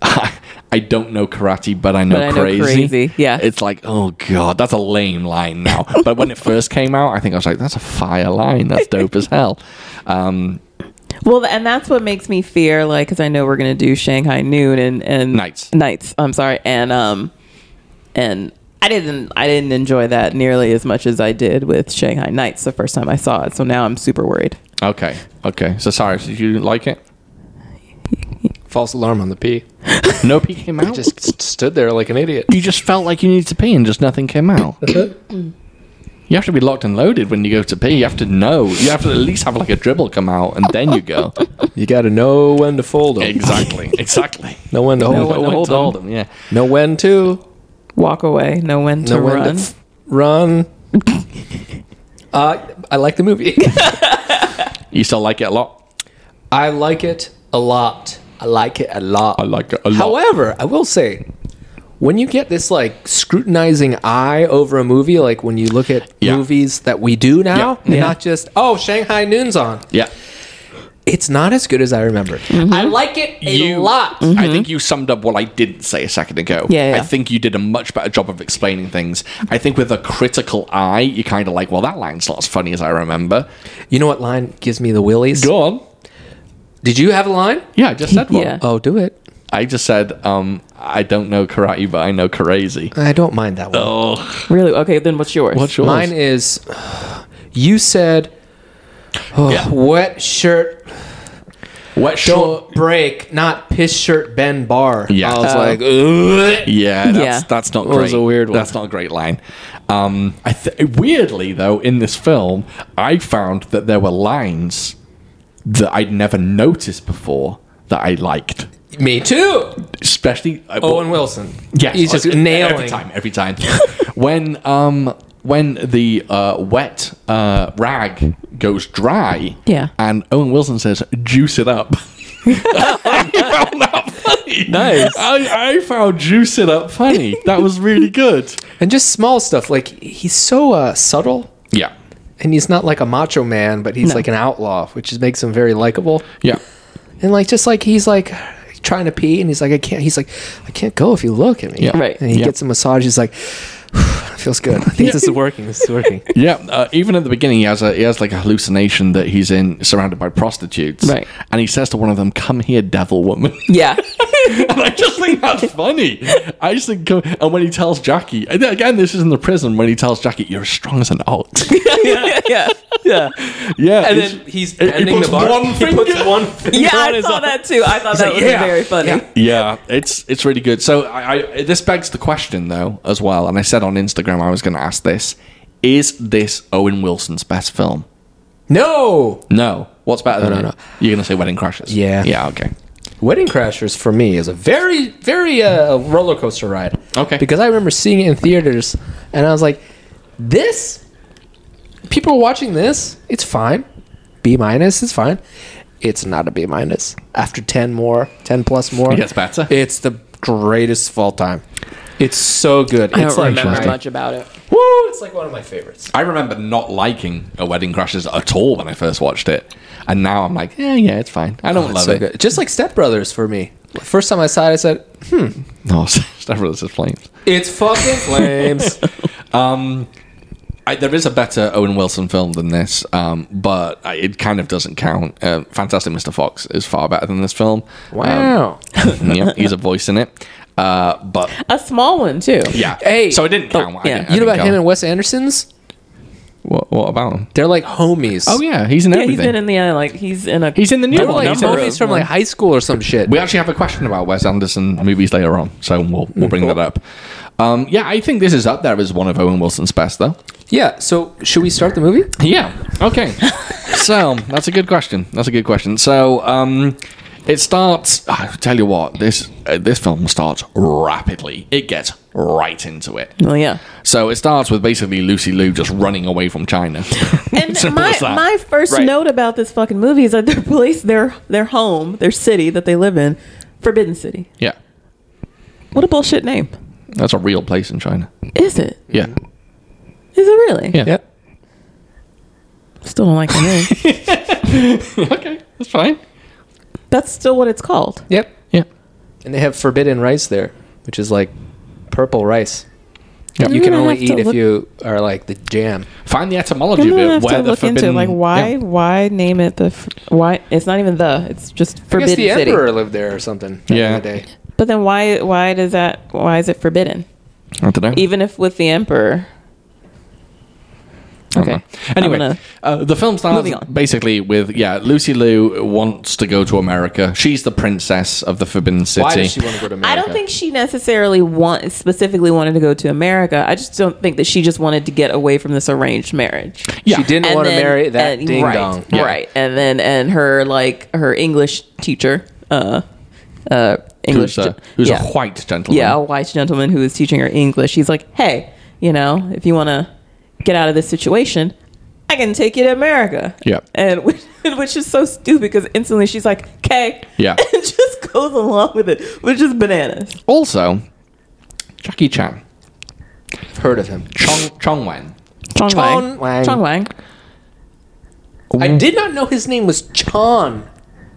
A: I don't know karate, but I know,
D: But I know
A: crazy.
D: crazy, yeah.
A: it's like, oh god, that's a lame line now. but when it first came out, I think I was like, that's a fire line. That's dope as hell. Um,
D: Well, and that's what makes me fear, like, because I know we're gonna do Shanghai Noon and and
A: Nights.
D: nights. I'm sorry, and um, and I didn't I didn't enjoy that nearly as much as I did with Shanghai Nights the first time I saw it. So now I'm super worried.
A: okay, okay. So sorry, did you like it?
B: False alarm on the pee.
A: No pee came
B: I
A: out.
B: just st- stood there like an idiot.
A: you just felt like you needed to pee and just nothing came out. You have to be locked and loaded when you go to pee. You have to know. You have to at least have like a dribble come out, and then you go.
B: You got to know when to fold them.
A: exactly. Exactly.
B: Know when to hold
A: Know
B: them.
A: when to
D: hold
A: hold them. Yeah.
B: Know when to.
D: Walk away, know when to
B: Know when
D: run.
B: to f- run. uh, I like the movie.
A: You still like it a lot.
B: I like it a lot. I like it a lot.
A: I like it a lot.
B: However, I will say, when you get this like scrutinizing eye over a movie, like when you look at
A: Yeah.
B: movies that we do now,
A: Yeah.
B: and
A: Yeah.
B: not just oh Shanghai Noon's on,
A: yeah.
B: it's not as good as I remembered.
D: Mm. Mm-hmm.
B: I like it a
A: You-
B: lot.
A: I think you summed up what I didn't say a second ago.
D: Yeah, yeah.
A: I think you did a much better job of explaining things. I think with a critical eye, you're kind of like, well, that line's not as funny as I remember.
B: You know what line gives me the willies?
A: Go on.
B: Did you have a line?
A: Yeah, I just said one.
D: Yeah.
B: Oh, do it.
A: I just said, um, I don't know karate, but I know crazy.
B: I don't mind that one.
A: Oh,
D: Really? Okay, then what's yours?
A: what's yours?
B: Mine is, you said, oh,
A: Yeah.
B: wet shirt
A: Wet
B: don't
A: short.
B: break, not piss shirt bend bar.
A: Yeah.
B: I was
D: Uh,
A: Oh.
B: like, Ugh.
A: Yeah, that's,
D: Yeah.
A: that's not
B: That
A: great.
B: was a weird one.
A: That's not a great line. Um, I th- weirdly though, in this film, I found that there were lines that I'd never noticed before that I liked.
B: me too.
A: especially uh,
B: Owen Wilson.
A: Yes,
B: he's just
A: uh,
B: nailing.
A: every time. Every time, when um when the uh, wet uh, rag goes dry,
D: Yeah.
A: and Owen Wilson says, "Juice it up." I found that funny. Nice. I, I found juice it up funny. That was really good.
B: And just small stuff like he's so uh, subtle,
A: Yeah.
B: and he's not like a macho man, but he's
D: No.
B: like an outlaw, which is, makes him very likable.
A: Yeah.
B: And like just like he's like trying to pee, and he's like, I can't. He's like, I can't go if you look at me.
A: Yeah.
D: Right.
B: And he
A: Yeah.
B: gets a massage. He's like, it feels good. I think this is working. This is working.
A: Yeah, uh, even at the beginning, he has a he has like a hallucination that he's in surrounded by prostitutes,
D: Right.
A: And he says to one of them, "Come here, devil woman."
D: Yeah.
A: and I just think that's funny. I just think, uh, and when he tells Jackie, and again, this is in the prison when he tells Jackie, "You're as strong as an ox."
D: yeah. Yeah. Yeah.
A: yeah,
B: And
A: it's-
B: then he's
A: he- he
B: bending
A: puts
B: the bar.
A: One
B: He
A: finger.
B: puts one finger on
D: I
B: his
D: saw
B: arm.
D: that too. I thought that
B: like,
D: was
B: "Yeah."
D: very funny.
B: Yeah.
A: yeah, it's it's really good. So I, I this begs the question though as well, and I said on Instagram I was going to ask this: Is this Owen Wilson's best film?
B: No.
A: No. What's better than
B: no,
A: it?
B: no.
A: You're going to say Wedding Crashes?
B: Yeah.
A: Yeah. Okay.
B: Wedding Crashers for me is a very, very uh, roller coaster ride.
A: Okay.
B: Because I remember seeing it in theaters, and I was like, "This, people are watching this. It's fine. B minus is fine. It's not a B minus. After ten more, ten plus more,
A: It gets better.
B: It's the greatest of all time. It's so good.
D: I
B: it's
D: don't remember
A: interesting.
D: much about it.
B: woo! It's like one of my favorites.
A: I remember not liking a Wedding Crashes at all when I first watched it, and now I'm like, yeah, yeah, it's fine. I don't
B: It's
A: love
B: so
A: it.
B: good. Just like Step Brothers for me. First time I saw it, I said,
A: No, Step Brothers is flames.
B: "It's fucking flames."
A: I, there is a better Owen Wilson film than this, um, but I, it kind of doesn't count. Uh, Fantastic Mr. Fox is far better than this film.
B: Wow.
A: Um, yeah, he's a voice in it. Uh, but
D: A small one too.
A: yeah,
B: Hey, oh,
A: so it didn't count. I didn't- I
D: yeah.
B: you know
A: didn't
B: about him
A: count.
B: and Wes Anderson's?
A: What, what about him?
B: They're like homies.
A: Oh yeah, he's in
D: Yeah,
A: everything.
D: he's been in the uh, like he's in a
A: He's in the new
B: They're
A: one.
B: like
A: He's in-
D: number
B: homies
D: of-
B: from like high school or some shit.
A: We actually have a question about Wes Anderson movies later on, so we'll we'll bring that up. Um, yeah, I think this is up there as one of Owen Wilson's best, though.
B: yeah. So should we start the movie?
A: Yeah. Okay. so that's a good question. That's a good question. So um, it starts. I tell you what, this uh, this film starts rapidly. It gets right into it.
D: well Oh, yeah
A: So it starts with basically Lucy Liu just running away from China.
D: and
A: Simple
D: my
A: as that.
D: my first
A: Right.
D: note about this fucking movie is that their place their their home their city that they live in Forbidden City
A: yeah,
D: what a bullshit name
A: that's a real place in China.
D: is it
A: Yeah.
D: is it really
A: Yeah.
B: Yep.
D: still don't like the name
A: okay, that's fine.
D: that's still what it's called
B: Yep.
A: Yeah.
B: And they have forbidden rice there, which is like purple rice.
A: Yeah.
B: You
D: I'm
B: can
D: gonna
B: only
D: have to
B: eat if
D: look-
B: you are like the jam.
A: Find the etymology
D: I'm
A: of
D: gonna
A: it.
D: have
A: Where
D: to
A: the
D: look
A: forbidden,
D: into like why
A: Yeah.
D: why name it the f- why it's not even the it's just
B: I guess
D: Forbidden
B: the
D: City
B: emperor lived there or something. back in
A: Yeah.
B: the day.
D: but then why why does that why is it forbidden
A: I don't know.
D: even if with the emperor
A: I don't
D: Okay.
A: know. Anyway,
D: I'm gonna-
A: uh, the film starts
D: Moving on.
A: basically with yeah, Lucy Liu wants to go to America. She's the princess of the Forbidden City.
B: Why does she want to go to America?
D: I don't think she necessarily want specifically wanted to go to America. I just don't think that she just wanted to get away from this arranged marriage.
A: yeah.
B: she didn't
D: And
B: want to
D: then-
B: marry that
D: and-
B: ding
D: right,
B: dong.
A: Yeah.
D: Right. And then and her like her English teacher, uh uh English
A: Who's, a, who's
D: yeah.
A: a white gentleman?
D: yeah, a white gentleman who is teaching her English. He's like, "Hey, you know, if you want to get out of this situation, I can take you to America."
A: Yeah.
D: and which, which is so stupid because instantly she's like, "Okay,"
A: Yeah.
D: and just goes along with it, which is bananas.
A: Also, Jackie Chan,
B: I've heard of him.
A: Chong Chong Wan.
D: Chong
B: Chong Wang.
D: Chong Wang. Oh.
B: I did not know his name was Chon.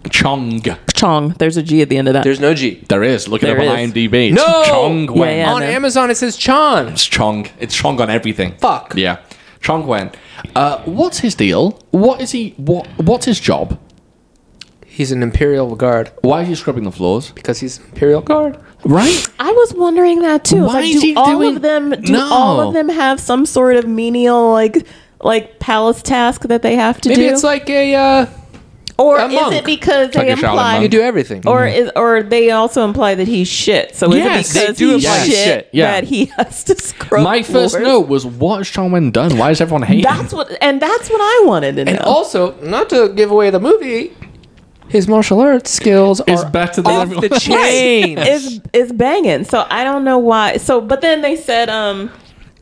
A: Chong.
D: Chong. There's a G at the end of that.
B: There's no G.
A: There is. Look it
D: There
A: up
D: is.
A: on IMDb. It's
B: No!
A: Chong
B: Yeah,
A: Wan.
D: yeah.
B: On
D: no.
B: Amazon, it says Chon.
A: It's Chong. It's Chong on everything.
B: Fuck.
A: Yeah. Chong Wan. Uh, what's his deal? What is he? What? What's his job?
B: He's an Imperial Guard
A: Why is he scrubbing the floors?
B: because he's Imperial Guard.
A: Right.
D: I was wondering that too. It's
A: Why
D: like,
A: is
D: do
A: he
D: all
A: doing-
D: of them? Do
A: No.
D: all of them have some sort of menial like? Like palace task that they have to
B: Maybe
D: do,
B: it's like a uh,
D: or
B: a
D: is
B: monk.
D: it because they
A: Like a Shaolin
D: imply
A: monk.
B: you do everything.
D: or is or they also imply that he's shit. So
A: Yes,
D: is it
A: they
D: because
A: do
D: he's
A: imply
D: shit,
A: he's shit, yeah.
D: that he has to scrub?
A: My first
D: floors?
A: note was, what has Chong Wan done? Why is everyone hating? him?
D: That's what, and that's what I wanted to know.
B: and also, not to give away the movie, his martial arts skills
A: It's
B: are
A: better than
B: off
A: everyone-
B: the chain.
D: is is banging. So I don't know why. So but then they said um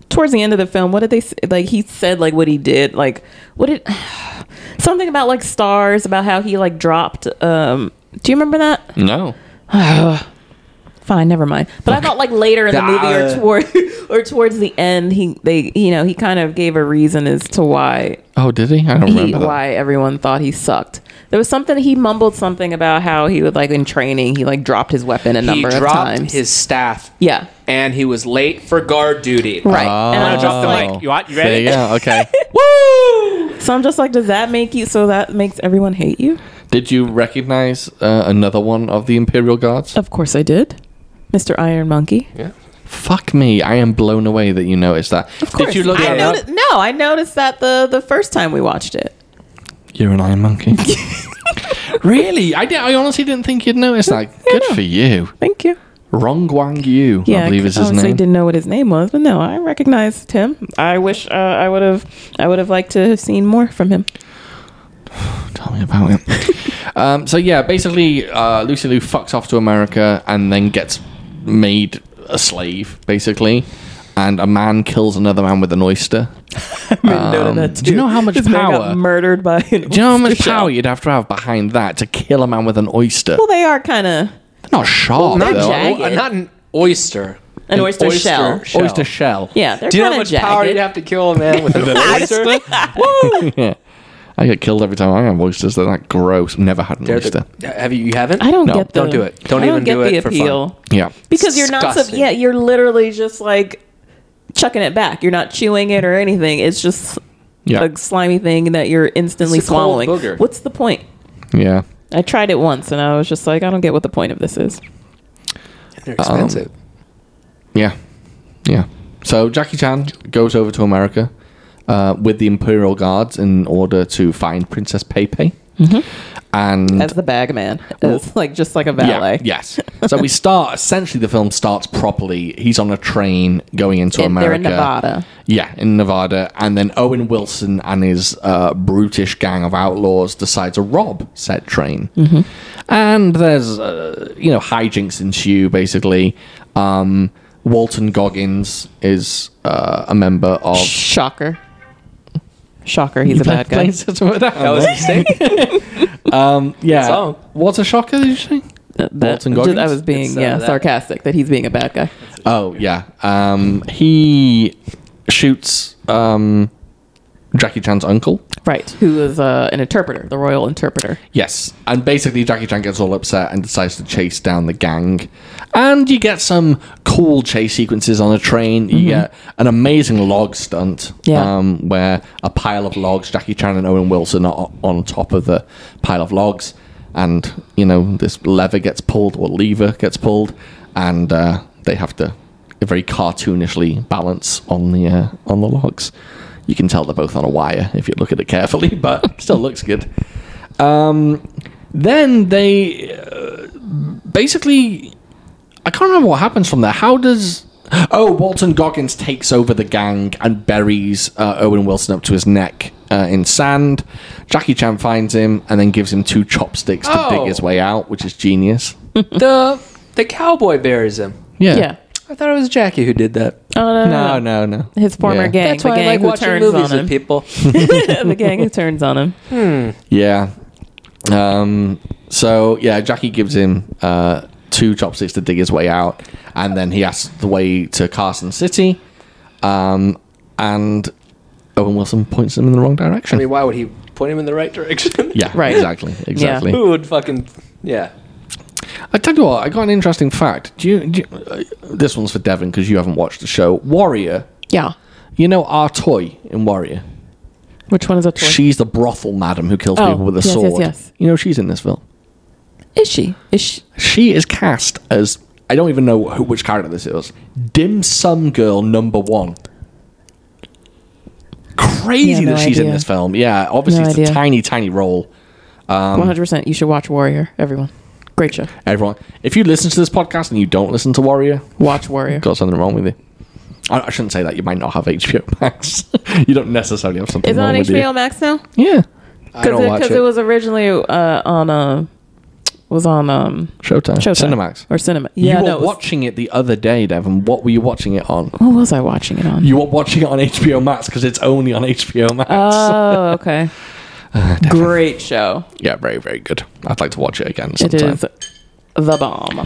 D: towards the end of the film, what did they say? like? He said like what he did, like what did something about like stars about how he like dropped. um Do you remember that?
A: No.
D: Fine, never mind. But I thought like later in the movie or
B: Duh.
D: toward or towards the end, he they you know he kind of gave a reason as to why
A: Oh, did he? I don't
D: he,
A: remember. that.
D: why everyone thought he sucked. There was something he mumbled something about how he would like in training he like dropped his weapon a
B: he
D: number of
B: dropped
D: times.
B: his staff.
D: yeah,
B: and he was late for guard duty.
D: right. and I'm just
A: Oh.
D: like,
E: You want? You
A: There
E: ready?
A: you go. Okay.
D: so I'm just like, does that make you? So that makes everyone hate you?
A: Did you recognize uh, another one of the Imperial Guards?
D: Of course I did, Mr. Iron Monkey.
A: Fuck me. I am blown away that you noticed that.
D: course.
A: Did you look
D: I
A: at
D: noti- no, I noticed that the the first time we watched it.
A: You're an iron monkey. really? I, did, I honestly didn't think you'd notice that. Good
D: no.
A: for you.
D: Thank you.
A: Rong Guang Yu,
D: Yeah,
A: I believe is his
D: honestly
A: name.
D: didn't know what his name was, but no, I recognized him. I wish uh, I would have. I would have liked to have seen more from him.
A: Tell me about it. um, so yeah, basically, uh, Lucy Liu fucks off to America and then gets made a slave, basically. And a man kills another man with an oyster. Um, do you know how much
D: This man got
A: power?
D: murdered by? An
A: Do you know how much
D: oyster shell.
A: power you'd have to have behind that to kill a man with an oyster?
D: Well, they are kind of
A: They're not sharp,
B: Not,
A: though.
D: jagged.
B: uh, not an oyster.
D: an, oyster, shell.
A: Oyster shell.
D: Yeah, they're
B: Do you know
D: kind
B: how
D: of
B: much power you'd
D: jagged.
B: have to kill a man with an oyster?
A: I get killed every time I have oysters. They're that gross. Never had an
B: They're the-
A: oyster.
B: have you? You haven't?
D: I don't
A: No,
D: get the.
B: don't do it. Don't
D: I
B: even
D: get
B: do
D: the
B: it for fun.
D: appeal
A: yeah.
D: because you're not. Sub-
B: Disgusting.
D: yeah, you're literally just like chucking it back. You're not chewing it or anything. It's just
A: Yeah.
D: a slimy thing that you're instantly
B: It's a cold
D: swallowing.
B: booger.
D: What's the point?
A: yeah.
D: I tried it once and I was just like, I don't get what the point of this is.
B: They're expensive.
A: Yeah. Yeah. So Jackie Chan goes over to America. uh, with the Imperial Guards in order to find Princess Pepe. And
D: as the bag man. It's like just like a valet.
A: yeah, yes. So we start essentially the film starts properly. He's on a train going into
D: And
A: America.
D: they're in Nevada.
A: Yeah, in Nevada, and then Owen Wilson and his uh, brutish gang of outlaws decide to rob said train.
D: Mm-hmm.
A: And there's uh, you know hijinks ensue. Basically, um, Walton Goggins is uh, a member of.
D: Shocker. Shocker, he's a bad guy.
A: That was a mistake. um, yeah.
B: Song.
A: What's a shocker? Did you say?
D: Uh, That-
A: Walton
D: just- I
A: Goggins?
D: was being
B: It's, uh,
D: yeah
B: that-
D: sarcastic that he's being a bad guy.
A: Oh yeah, um, he shoots um, Jackie Chan's uncle.
D: Right. Who is uh, an interpreter, the royal interpreter.
A: Yes, and basically Jackie Chan gets all upset and decides to chase down the gang. And you get some cool chase sequences on a train. You get an amazing log stunt,
D: Yeah.
A: um, where a pile of logs. Jackie Chan and Owen Wilson are on top of the pile of logs, and you know this lever gets pulled or lever gets pulled, and uh, they have to very cartoonishly balance on the uh, on the logs. You can tell they're both on a wire if you look at it carefully, but it still looks good. Um, then they uh, basically. I can't remember what happens from there. How does. Oh, Walton Goggins takes over the gang and buries uh, Owen Wilson up to his neck uh, in sand. Jackie Chan finds him and then gives him two chopsticks to dig
B: Oh.
A: his way out, which is genius.
B: the the cowboy buries him.
A: Yeah.
D: Yeah.
B: I thought it was Jackie who did that.
D: Oh no,
A: No, no, no.
D: His former
A: Yeah.
D: gang,
B: That's
D: the
B: why I
D: gang
B: like
D: who
B: watching
D: turns
B: movies
D: on
B: with
D: him.
B: people.
D: the gang who turns on him.
A: Yeah. Um, so yeah, Jackie gives him uh, two chopsticks to dig his way out, and then he asks the way to Carson City, um, and Owen Wilson points him in the wrong
B: I
A: direction.
B: mean, why would he point him in the right direction?
A: yeah,
D: Right.
A: Exactly. Exactly.
B: Who would fucking yeah?
A: I tell you what, I got an interesting fact. Do you? Do you uh, this one's for Devin because you haven't watched the show Warrior.
D: Yeah.
A: You know our toy in Warrior.
D: Which one is a toy?
A: She's the brothel madam who kills
D: Oh,
A: people with a
D: yes, yes,
A: sword.
D: yes.
A: You know she's in this film.
D: is she? Is she?
A: she is cast as I don't even know who, which character this is. Dim Sum Girl number one. Crazy
D: Yeah, no
A: that she's in
D: idea.
A: this film. Yeah, obviously
D: No
A: it's a
D: idea.
A: tiny, tiny role. Um,
D: One hundred percent. You should watch Warrior. Everyone. Great show.
A: Everyone, if you listen to this podcast and you don't listen to Warrior,
D: Watch Warrior.
A: got something wrong with you. I, I shouldn't say that. You might not have HBO Max. you don't necessarily have something
D: Is it
A: wrong
D: on
A: with
D: HBO Max now?
A: you. Yeah,
D: Because it, 'cause it was originally uh, on uh, was on um,
A: Showtime,
D: Showtime.
A: Cinemax.
D: or Cinema. Yeah,
A: you were
D: no. it was-
A: watching it the other day, Devin. What were you watching it on?
D: what was I watching it on?
A: You were watching it on HBO Max because it's only on HBO Max.
D: oh, okay.
A: Uh,
D: Great show.
A: Yeah, very, very good. I'd like to watch it again
D: It
A: sometime.
D: is the
A: Uh,
D: bomb.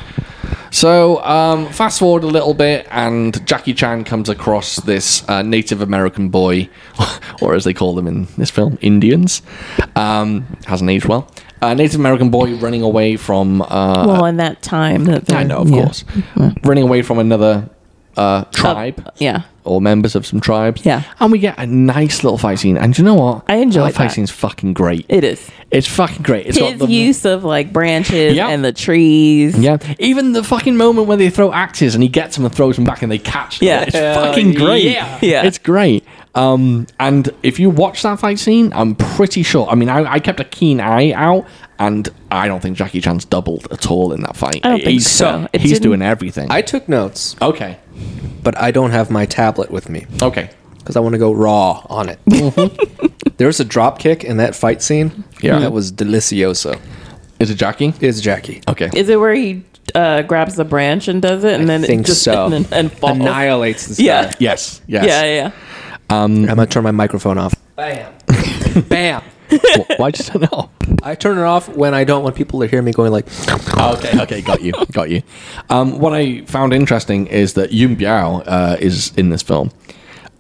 A: So, um, fast forward a little bit, and Jackie Chan comes across this uh, Native American boy, or as they call them in this film, Indians. Um, hasn't aged well. A Native American boy running away from. Uh,
D: well, in that time, that
A: I
D: they're-
A: know, of
D: yeah.
A: course. Running away from another uh, tribe.
D: Yeah.
A: Or members of some tribes.
D: Yeah.
A: And we get a nice little fight scene. And do you know what?
D: I enjoyed
A: That fight
D: that.
A: scene's fucking great.
D: It is.
A: it's fucking great. It's
D: His
A: got the
D: use of like branches
A: Yeah.
D: and the trees.
A: Yeah, even the fucking moment when they throw axes and he gets them and throws them back and they catch them.
D: Yeah.
A: it's
D: Hell
A: fucking great.
D: yeah. Yeah.
A: it's great. Um, and if you watch that fight scene, I'm pretty sure. I mean, I, I kept a keen eye out, and I don't think Jackie Chan's doubled at all in that fight.
D: I don't think
A: he's, uh,
D: so. It
A: He's
D: didn't-
A: doing everything.
B: I took notes,
A: okay,
B: but I don't have my tablet with me
A: okay,
B: because I want to go raw on it.
D: Mm-hmm.
B: there was a drop kick in that fight scene.
A: Yeah.
B: that was delicioso.
A: is it Jackie?
B: It's Jackie.
A: Okay,
D: Is it where he uh, grabs the branch and does it, and then
B: I think
D: it just
B: so.
D: and, then- and falls?
B: Annihilates this
D: Yeah.
B: guy.
A: yes, yes.
D: Yeah, yeah.
B: I'm gonna turn my microphone off. Bam, bam.
A: Wh- Why'd you turn it off?
B: I turn it off when I don't want people to hear me going like.
D: Oh,
A: okay, okay, got you, got you. Um, what I found interesting is that Yun Biao uh, is in this film.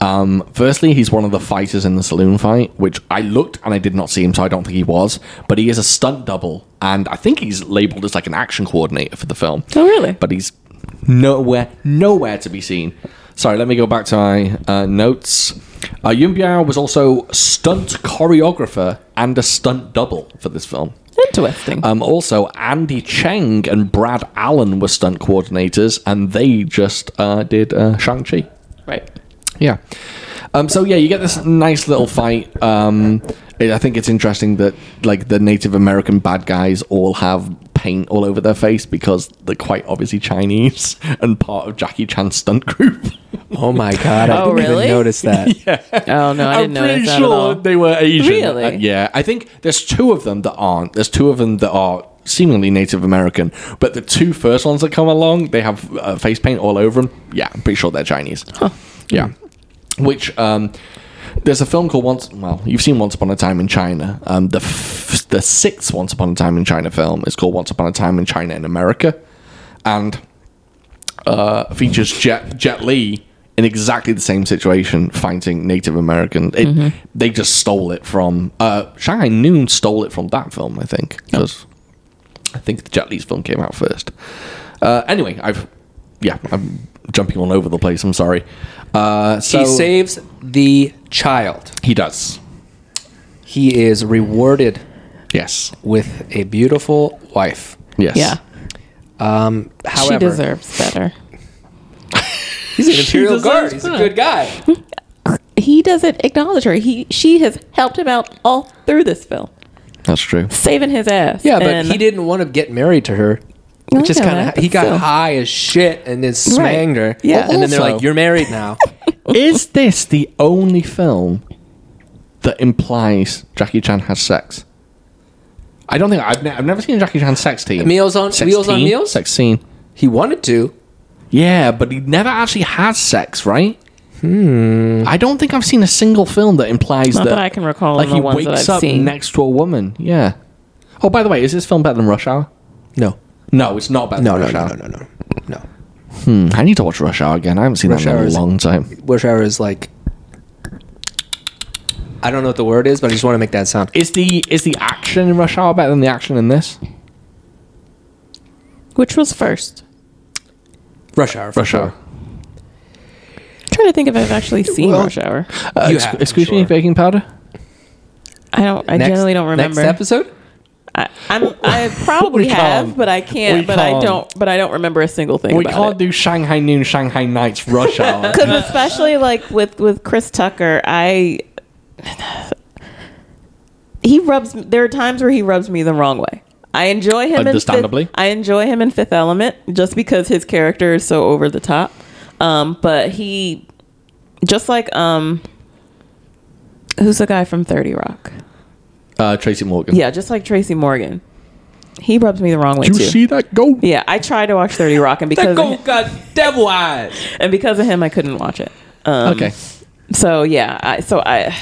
A: Um, firstly, he's one of the fighters in the saloon fight, which I looked and I did not see him, so I don't think he was. But he is a stunt double, and I think he's labeled as like an action coordinator for the film.
D: Oh, really?
A: But he's nowhere, nowhere to be seen. Sorry, let me go back to my uh, notes. Uh, Yun Biao was also stunt choreographer and a stunt double for this film.
D: Interesting.
A: Um, also, Andy Cheng and Brad Allen were stunt coordinators, and they just uh, did uh, Shang Chi.
D: right.
A: Yeah. Um, so yeah, you get this nice little fight. Um, I I think it's interesting that like the Native American bad guys all have paint all over their face because they're quite obviously Chinese and part of Jackie Chan's stunt group.
B: Oh my god! I didn't
D: Oh, really?
B: even notice that.
D: Oh no, I didn't
A: am pretty
D: notice that
A: sure
D: at all.
A: they were Asian.
D: Really?
A: Uh, yeah, I think there's two of them that aren't. There's two of them that are seemingly Native American, but the two first ones that come along, they have uh, face paint all over them. Yeah, I'm pretty sure they're Chinese. Yeah, which um, there's a film called Once. Well, you've seen Once Upon a Time in China. Um, the f- the sixth Once Upon a Time in China film is called Once Upon a Time in China in America, and uh, features Jet Jet Li in exactly the same situation, fighting Native American. It, They just stole it from uh, Shanghai Noon. Stole it from that film, I think, because I think the Jet Li's film came out first. Uh, anyway, I've yeah, I'm jumping all over the place. I'm sorry. Uh, so
B: he saves the child.
A: he does.
B: He is rewarded
A: Yes.
B: with a beautiful wife.
A: Yes.
D: Yeah,
B: Um, however,
D: she deserves better.
B: he's an imperial guard. He's a good guy.
D: He doesn't acknowledge her. He she has helped him out all through this film,
A: That's true.
D: saving his ass.
B: Yeah, but
D: And-
B: he didn't want to get married to her.
D: I
B: Which is
D: know
B: kind
D: that,
B: of he
D: but
B: got
D: still.
B: high as shit and then smanged her.
D: Yeah.
B: and then they're
A: Also-
B: like, "You're married now."
A: Is this the only film that implies Jackie Chan has sex? I don't think I've, ne- I've never seen a Jackie Chan sex team.
B: Meals on-
A: sex
B: Wheels on
A: teen?
B: Meals?
A: sex scene.
B: he wanted to.
A: Yeah, but he never actually has sex, right? Hmm. I don't think I've seen a single film that implies
D: Not
A: that,
D: that I can recall
A: Like
D: in the
A: he
D: ones
A: wakes
D: that I've
A: up
D: seen.
A: next to a woman. Yeah. Oh, by the way, is this film better than Rush Hour?
B: No,
A: No, it's not better
B: no,
A: than
B: no,
A: Rush
B: no,
A: Hour.
B: no, no, no, no.
A: Hmm, I need to watch Rush Hour again. I haven't seen
B: Rush
A: that
B: Hour
A: in a
B: is-
A: long time.
B: Rush Hour is like, I don't know what the word is, but I just want to make that sound.
A: Is the is the action in Rush Hour better than the action in this?
D: Which was first?
B: Rush Hour. for
A: Rush Hour.
B: sure.
D: I'm trying to think if I've actually seen
B: Well-
D: Rush Hour.
A: Uh,
B: You
A: exc-
B: have, I'm
A: excuse me,
B: sure.
A: baking powder.
D: I don't. I
B: Next-
D: generally don't remember.
B: Next episode.
D: I, I'm, I probably
A: We
D: have,
A: can't.
D: but I can't.
A: We
D: but
A: can't.
D: I don't. But I don't remember a single thing.
A: We
D: about
A: can't
D: it.
A: do Shanghai Noon, Shanghai Nights, Rush Hour.
D: because especially like with with Chris Tucker, I he rubs. There are times where he rubs me the wrong way. I enjoy him. In
A: Understandably.
D: Fifth, I enjoy him in Fifth Element just because his character is so over the top. Um, but he, just like um, who's the guy from Thirty Rock?
A: uh, Tracy Morgan.
D: Yeah, just like Tracy Morgan, he rubs me the wrong way
A: Do you
D: too.
A: see that goat?
D: yeah, I tried to watch Thirty Rock, and because of,
E: got devil eyes.
D: and because of him, I couldn't watch it. Um,
A: Okay.
D: So yeah, I, so I.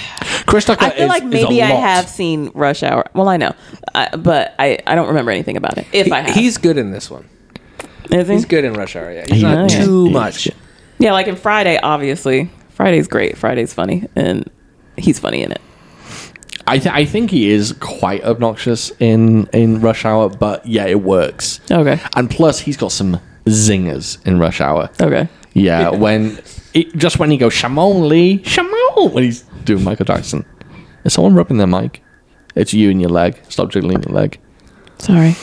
A: Chris Tucker
D: I feel
A: is-
D: like
A: is a
D: maybe I
A: lot.
D: have seen Rush Hour. Well, I know, I, but I, I don't remember anything about it. If I have,
B: He's good in this one.
D: Is he?
B: He's good in Rush Hour. Yeah, he's
A: He-
B: not
D: yeah.
B: too
A: He's
B: much.
A: good.
D: Yeah, like in Friday, obviously. Friday's great. Friday's funny, and he's funny in it.
A: I, th- I think he is quite obnoxious in in Rush Hour, but yeah, it works.
D: Okay.
A: And plus, he's got some zingers in Rush Hour.
D: Okay.
A: Yeah, when it, just when he goes Shamon Lee, Shamon, when he's doing Michael Jackson. Is someone rubbing their mic? It's you and your leg. Stop jiggling your leg.
D: Sorry.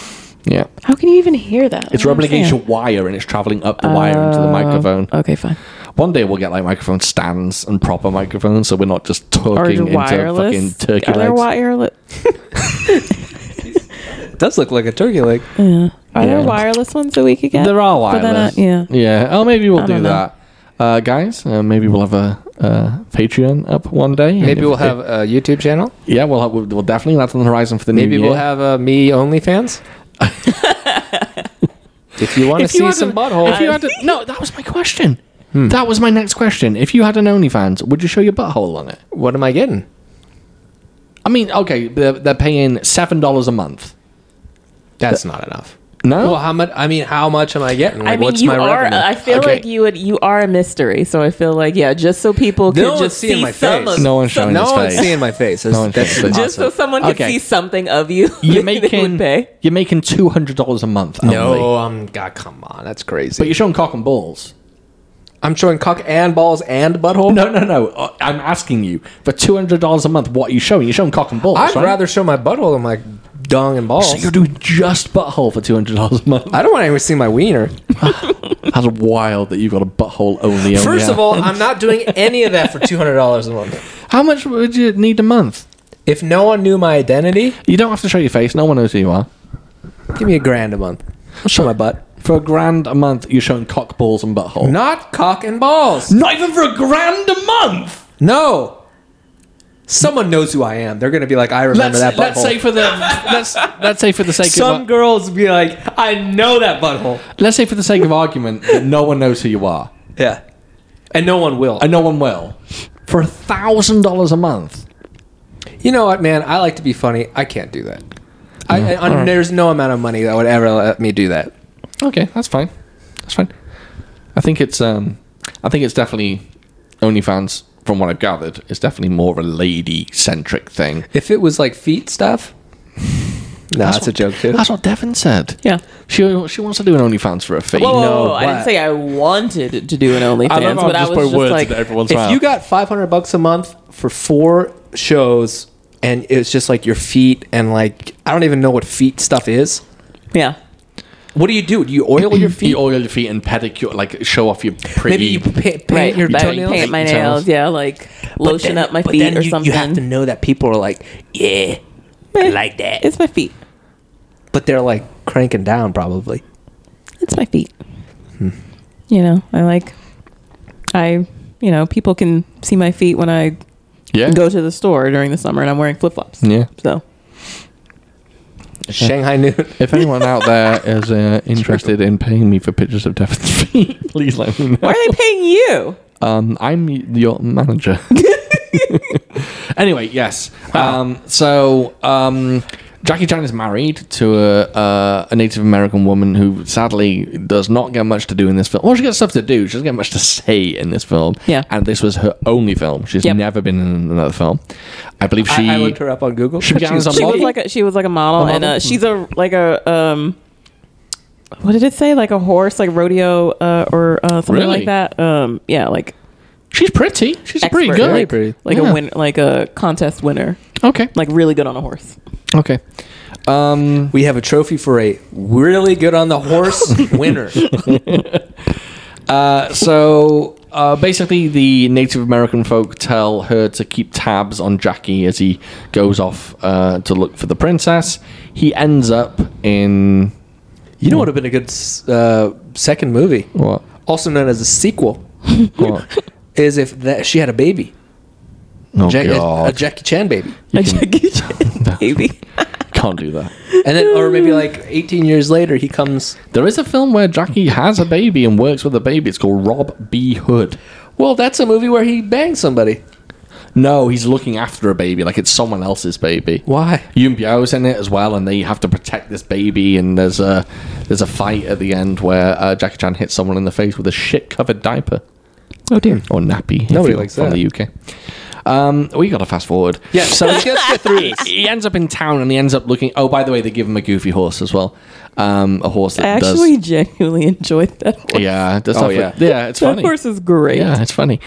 A: Yeah.
D: How can you even hear that?
A: It's rubbing against your wire and it's traveling up the wire into
D: Uh,
A: the microphone.
D: Okay, fine.
A: One day we'll get like microphone stands and proper microphones, so we're not just
D: Or
A: talking into fucking
D: wireless.
A: turkey
D: Are there
A: legs.
D: wireless?
B: It does look like a turkey leg.
D: Are there
A: Yeah.
D: wireless ones that we could get?
A: There are
D: But then I-
A: wireless.
D: yeah.
A: Yeah. Oh, maybe we'll
D: I
A: do
D: don't know.
A: that, uh, guys. Uh, maybe we'll have a uh, Patreon up one day. And
B: Maybe
A: if-
B: we'll have a YouTube channel.
A: Yeah, we'll have, we'll we'll definitely that's on the horizon for the
B: Maybe
A: new year.
B: we'll have a me OnlyFans. if you want to
A: If you
B: see
A: had
B: some
A: an-
B: butthole, Hmm.
A: If you had a- no, that was my question. That was my next question. If you had an OnlyFans, would you show your butthole on it?
B: what am I getting?
A: I mean, okay, they're, they're paying seven dollars a month.
B: That's not enough.
A: No,
B: Well, how much? I mean, how much am I getting? Like,
D: I mean,
B: what's
D: you
B: my
D: are.
B: revenue?
D: I feel
A: Okay.
D: like you would. You are a mystery. So I feel like yeah. Just so
B: No
D: people could
B: one's
D: just
B: seeing
D: see
B: my
D: some
B: face.
D: of
A: no one's showing
B: no
A: his
B: one's
A: face.
B: seeing my face. That's,
A: No one's
B: that's
A: seeing my
D: just so
B: awesome.
D: someone could
A: Okay.
D: see something of you.
A: you're
D: they
A: making
D: would pay.
A: you're making two hundred dollars a month.
B: No,
A: only.
B: I'm. God, come on, that's crazy.
A: but you're showing cock and balls.
B: I'm showing cock and balls and butthole.
A: No, no, no. Uh, I'm asking you for two hundred dollars a month. What are you showing? You're showing cock and balls.
B: I'd
A: right?
B: rather show my butthole than my dong and balls.
A: So you're doing just butthole for two hundred dollars a month.
B: I don't want anyone to see my wiener.
A: That's wild that you've got a butthole only.
B: First of all, I'm not doing any of that for two hundred dollars a month.
A: how much would you need a month?
B: If no one knew my identity,
A: You don't have to show your face. No one knows who you are.
B: give me a grand a month. I'll show my butt.
A: For a grand a month, you're showing cock balls and butthole.
B: Not cock and balls.
A: Not even for a grand a month.
B: No. Someone knows who I am. They're gonna be like, I remember
A: Let's,
B: that butthole.
A: let's say for the let's let's say for the sake
B: Some
A: of
B: girls be like, I know that butthole.
A: let's say for the sake of argument that no one knows who you are
B: Yeah. And no one will.
A: and no one will for a thousand dollars a month.
B: You know what, man? I like to be funny. I can't do that. I, I- I- There's no amount of money that would ever let me do that.
A: Okay, that's fine. That's fine. I think it's um I think it's definitely OnlyFans from what I've gathered is definitely more of a lady centric thing.
B: If it was like feet stuff, no, that's, a joke too.
A: That's what Devin said.
D: Yeah.
A: She she wants to do an OnlyFans for a fee.
D: Whoa, whoa, whoa, I
B: what?
D: didn't say I wanted to do an OnlyFans,
A: I love how
D: but I
A: just
D: was
A: put
D: just
A: words
D: like,
A: into everyone's
B: if
A: mouth.
B: you got 500 bucks a month for four shows, and it's just like your feet and like I don't even know what feet stuff is.
D: yeah,
B: What do you do? Do you oil your feet?
A: You oil your feet and pedicure, like show off your pretty.
B: Maybe you pa- paint
D: right.
B: your
D: Like,
B: toenails.
D: paint my
A: Toenails.
D: nails, yeah, like
B: But
D: lotion
B: then-
D: up my
B: but
D: feet
B: then
D: or
B: you,
D: something.
B: You have to know that people are like, yeah, I
D: Eh,
B: like that.
D: It's my feet.
B: But they're like cranking down probably.
D: It's my feet. You know, I like, I, you know, people can see my feet when I
A: yeah. Hmm.
D: go to the store during the summer and I'm wearing flip flops.
A: Yeah.
D: So
B: Shanghai Noon.
A: If anyone out there is uh, interested in paying me for pictures of Devin's feet, please let me
D: why
A: know.
D: are they paying you?
A: Um, I'm y- your manager. anyway, yes. Um, so um, Jackie Chan is married to a, uh, a Native American woman who sadly does not get much to do in this film. Well, she gets stuff to do. She doesn't get much to say in this film.
D: Yeah.
A: And this was her only film. She's
D: Yep.
A: never been in another film. I believe she.
B: I, I looked her up on Google.
A: she began
B: She's
A: as a
D: She was
A: model?
D: like a, she was like a model,
A: A
D: and
A: model?
D: uh, she's a like a um, what did it say? Like a horse, like rodeo uh, or uh, something
A: Really?
D: like that. Um, yeah, like
A: she's pretty. She's
D: expert,
A: pretty good.
D: like,
B: pretty.
D: like
A: Yeah.
D: a win, like a contest winner,
A: Okay.
D: like really good on a horse.
A: Okay. Um,
B: We have a trophy for a really good on the horse winner.
A: Uh, so uh, basically, the Native American folk tell her to keep tabs on Jackie as he goes off uh, to look for the princess. He ends up in
B: You know what would have been a good s- uh, second movie,
A: what?
B: also known as a sequel,
A: What?
B: is if that she had a baby,
A: Oh
B: Jack- a, a
A: God!
B: Jackie Chan baby,
A: You
D: Like
A: can-
D: Jackie Chan, baby.
A: can't do that.
B: and then or maybe like 18 years later he comes.
A: There is a film where Jackie has a baby and works with a baby. It's called Rob B. Hood.
B: Well, that's a movie where he bangs somebody.
A: No, he's looking after a baby like it's someone else's baby.
B: Why?
A: Yun Biao's in it as well, and they have to protect this baby. And there's a there's a fight at the end where uh, Jackie Chan hits someone in the face with a shit covered diaper
D: Oh dear.
A: or nappy. if
B: Nobody
A: you're
B: likes
A: from
B: that.
A: the UK. Um, we got to fast forward.
B: Yeah. So let's get, let's get through this.
A: He ends up in town, and he ends up looking. Oh, by the way, they give him a goofy horse as well. Um, a horse
D: I
A: that
D: actually genuinely enjoyed that. Horse.
A: does. Yeah, does
B: Oh,
A: stuff with-
B: yeah.
A: yeah, it's
D: that
A: funny.
D: horse is great.
A: Yeah, it's funny.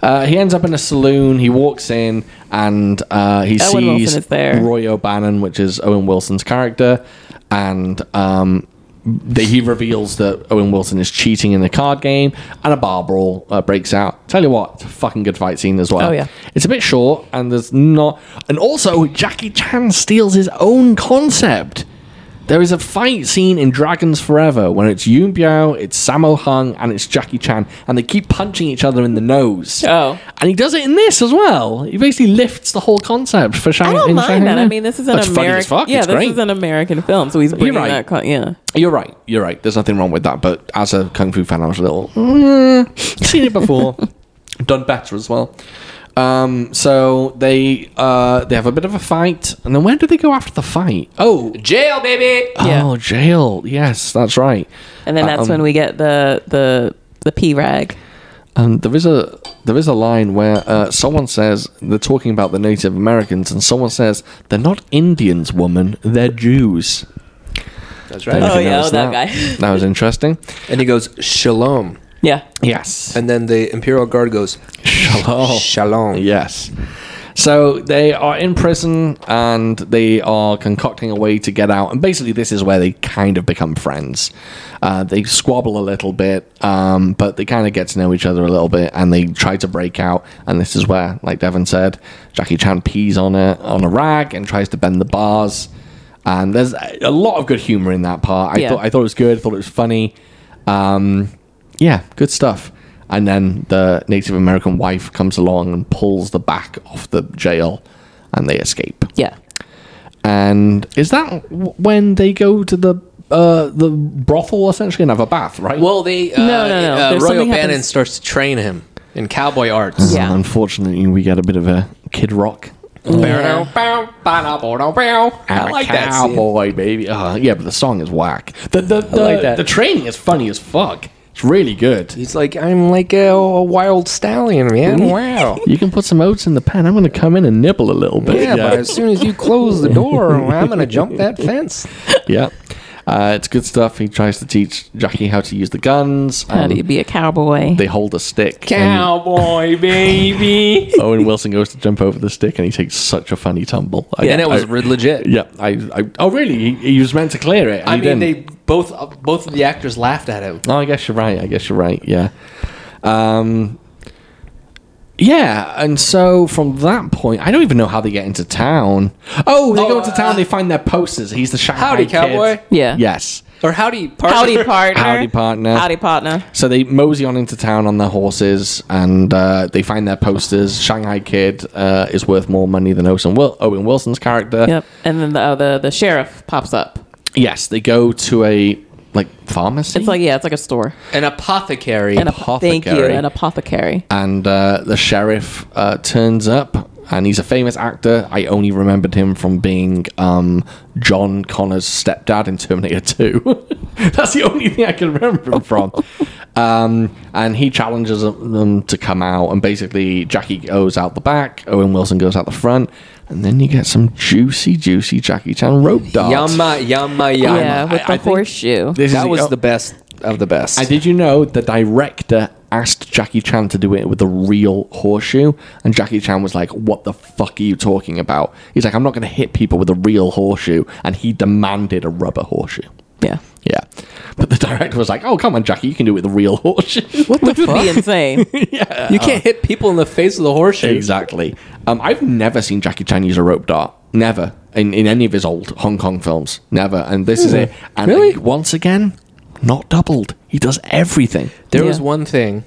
A: Uh, he ends up in a saloon. He walks in and uh, he
D: Owen Wilson
A: sees
D: is there.
A: Roy O'Bannon, which is Owen Wilson's character, and um, the, he reveals that Owen Wilson is cheating in a card game, and a bar brawl uh, breaks out. Tell you what, it's a fucking good fight scene as well.
D: Oh, yeah.
A: it's a bit short, and there's not, and also Jackie Chan steals his own concept. There is a fight scene in Dragons Forever when it's Yun Biao, it's Sammo Hung, and it's Jackie Chan, and they keep punching each other in the nose.
D: Oh.
A: And he does it in this as well. He basically lifts the whole concept for Shanghai.
D: I don't mind that. I mean, this is an
A: That's funny as
D: American.
A: fuck.
D: Yeah,
A: it's
D: this
A: great.
D: is an American film, so he's bringing
A: right.
D: that. Con- yeah.
A: You're right. You're right. There's nothing wrong with that. But as a kung fu fan, I was a little "Mm, seen it before, done better as well. Um, so they uh, they have a bit of a fight, and then where do they go after the fight? Oh,
B: Jail, baby.
D: Yeah.
A: oh, jail. Yes, that's right.
D: And then that's
A: Um,
D: when we get the the the p rag.
A: And there is a there is a line where uh, someone says they're talking about the Native Americans, and someone says they're not Indians, woman, they're Jews.
B: That's
A: I don't know
B: right.
A: if
D: Oh,
A: you
D: yeah,
A: noticed
D: that guy.
A: that was interesting.
B: And he goes shalom,
D: Yeah.
A: Yes.
B: and then the Imperial Guard goes
A: Oh. Shalom.
B: shalom.
A: Yes. So they are in prison and they are concocting a way to get out. And basically, this is where they kind of become friends. Uh, they squabble a little bit, um, but they kind of get to know each other a little bit, and they try to break out. And this is where, like Devon said, Jackie Chan pees on a on a rag and tries to bend the bars. And there's a lot of good humor in that part. I
D: Yeah.
A: thought I thought it was good. I thought it was funny. Um, yeah, good stuff. And then the Native American wife comes along and pulls the back off the jail, and they escape.
D: Yeah.
A: And is that w- when they go to the uh, the brothel essentially and have a bath, right?
B: Well, they uh,
D: No, no, no.
B: Uh,
D: There's
B: Roy
D: something
B: O'Bannon
D: happens-
B: starts to train him in cowboy arts.
D: Yeah.
A: unfortunately, we get a bit of a Kid Rock.
D: Yeah.
A: I'm
B: I
A: a
B: like that scene.
A: cowboy, baby. Uh, yeah, but the song is whack. The the the,
B: like that.
A: the training is funny as fuck. It's really good.
B: He's like, I'm like a, a wild stallion, man. Wow.
A: You can put some oats in the pan. I'm going to come in and nibble a little bit.
B: Yeah, but as soon as you close the door, I'm gonna jump that fence.
A: yeah. Uh, it's good stuff. He tries to teach Jackie how to use the guns.
D: How
A: Um,
D: do you be a cowboy?
A: they hold a stick. and
E: Cowboy baby.
A: Owen Wilson goes to jump over the stick, and he takes such a funny tumble. I-
B: and it was
A: I-
B: re- legit.
A: yeah. I, I. Oh, really? He, he was meant to clear it. and
B: I
A: he
B: mean,
A: didn't.
B: they both uh, both of the actors laughed at him.
A: Oh, I guess you're right. I guess you're right. Yeah. Um, yeah, and so from that point, I don't even know how they get into town. Oh, they go into town. they find their posters. He's the Shanghai
B: uh, Howdy,
A: Kid.
B: cowboy.
D: yeah.
A: Yes.
B: Or howdy, partner.
D: Howdy partner.
A: Howdy, partner.
D: Howdy partner.
A: So they mosey on into town on their horses, and uh, they find their posters. Shanghai Kid uh, is worth more money than Owen, Wil- Owen Wilson's character.
D: Yep. And then the, oh, the the sheriff pops up.
A: Yes, they go to a like pharmacy.
D: It's like yeah, it's like a store.
B: An apothecary.
D: An apo- thank you,
A: Apothecary.
D: an apothecary.
A: and uh, the sheriff uh, turns up and he's a famous actor i only remembered him from being um, john connor's stepdad in terminator 2 that's the only thing i can remember him from um, and he challenges them to come out and basically jackie goes out the back owen wilson goes out the front and then you get some juicy juicy jackie chan rope darts
B: Yama, yama, yama.
D: uh, yeah, with
A: I-
D: the
A: I think-
D: horseshoe.
A: This is
B: Oh. That was
A: oh,
B: the best of the best.
A: and did you know the director asked Jackie Chan to do it with a real horseshoe? And Jackie Chan was like, What the fuck are you talking about? He's like, I'm not going to hit people with a real horseshoe. And he demanded a rubber horseshoe.
D: yeah.
A: Yeah. But the director was like, Oh, come on, Jackie, you can do it with a real horseshoe.
D: What the Which would be insane.
B: you can't hit people in the face with a horseshoe.
A: exactly. Um, I've never seen Jackie Chan use a rope dart. Never. In, in any of his old Hong Kong films. Never. And this is it. And
B: Really?
A: once again, not doubled. He does everything.
B: There
D: Yeah.
B: was one thing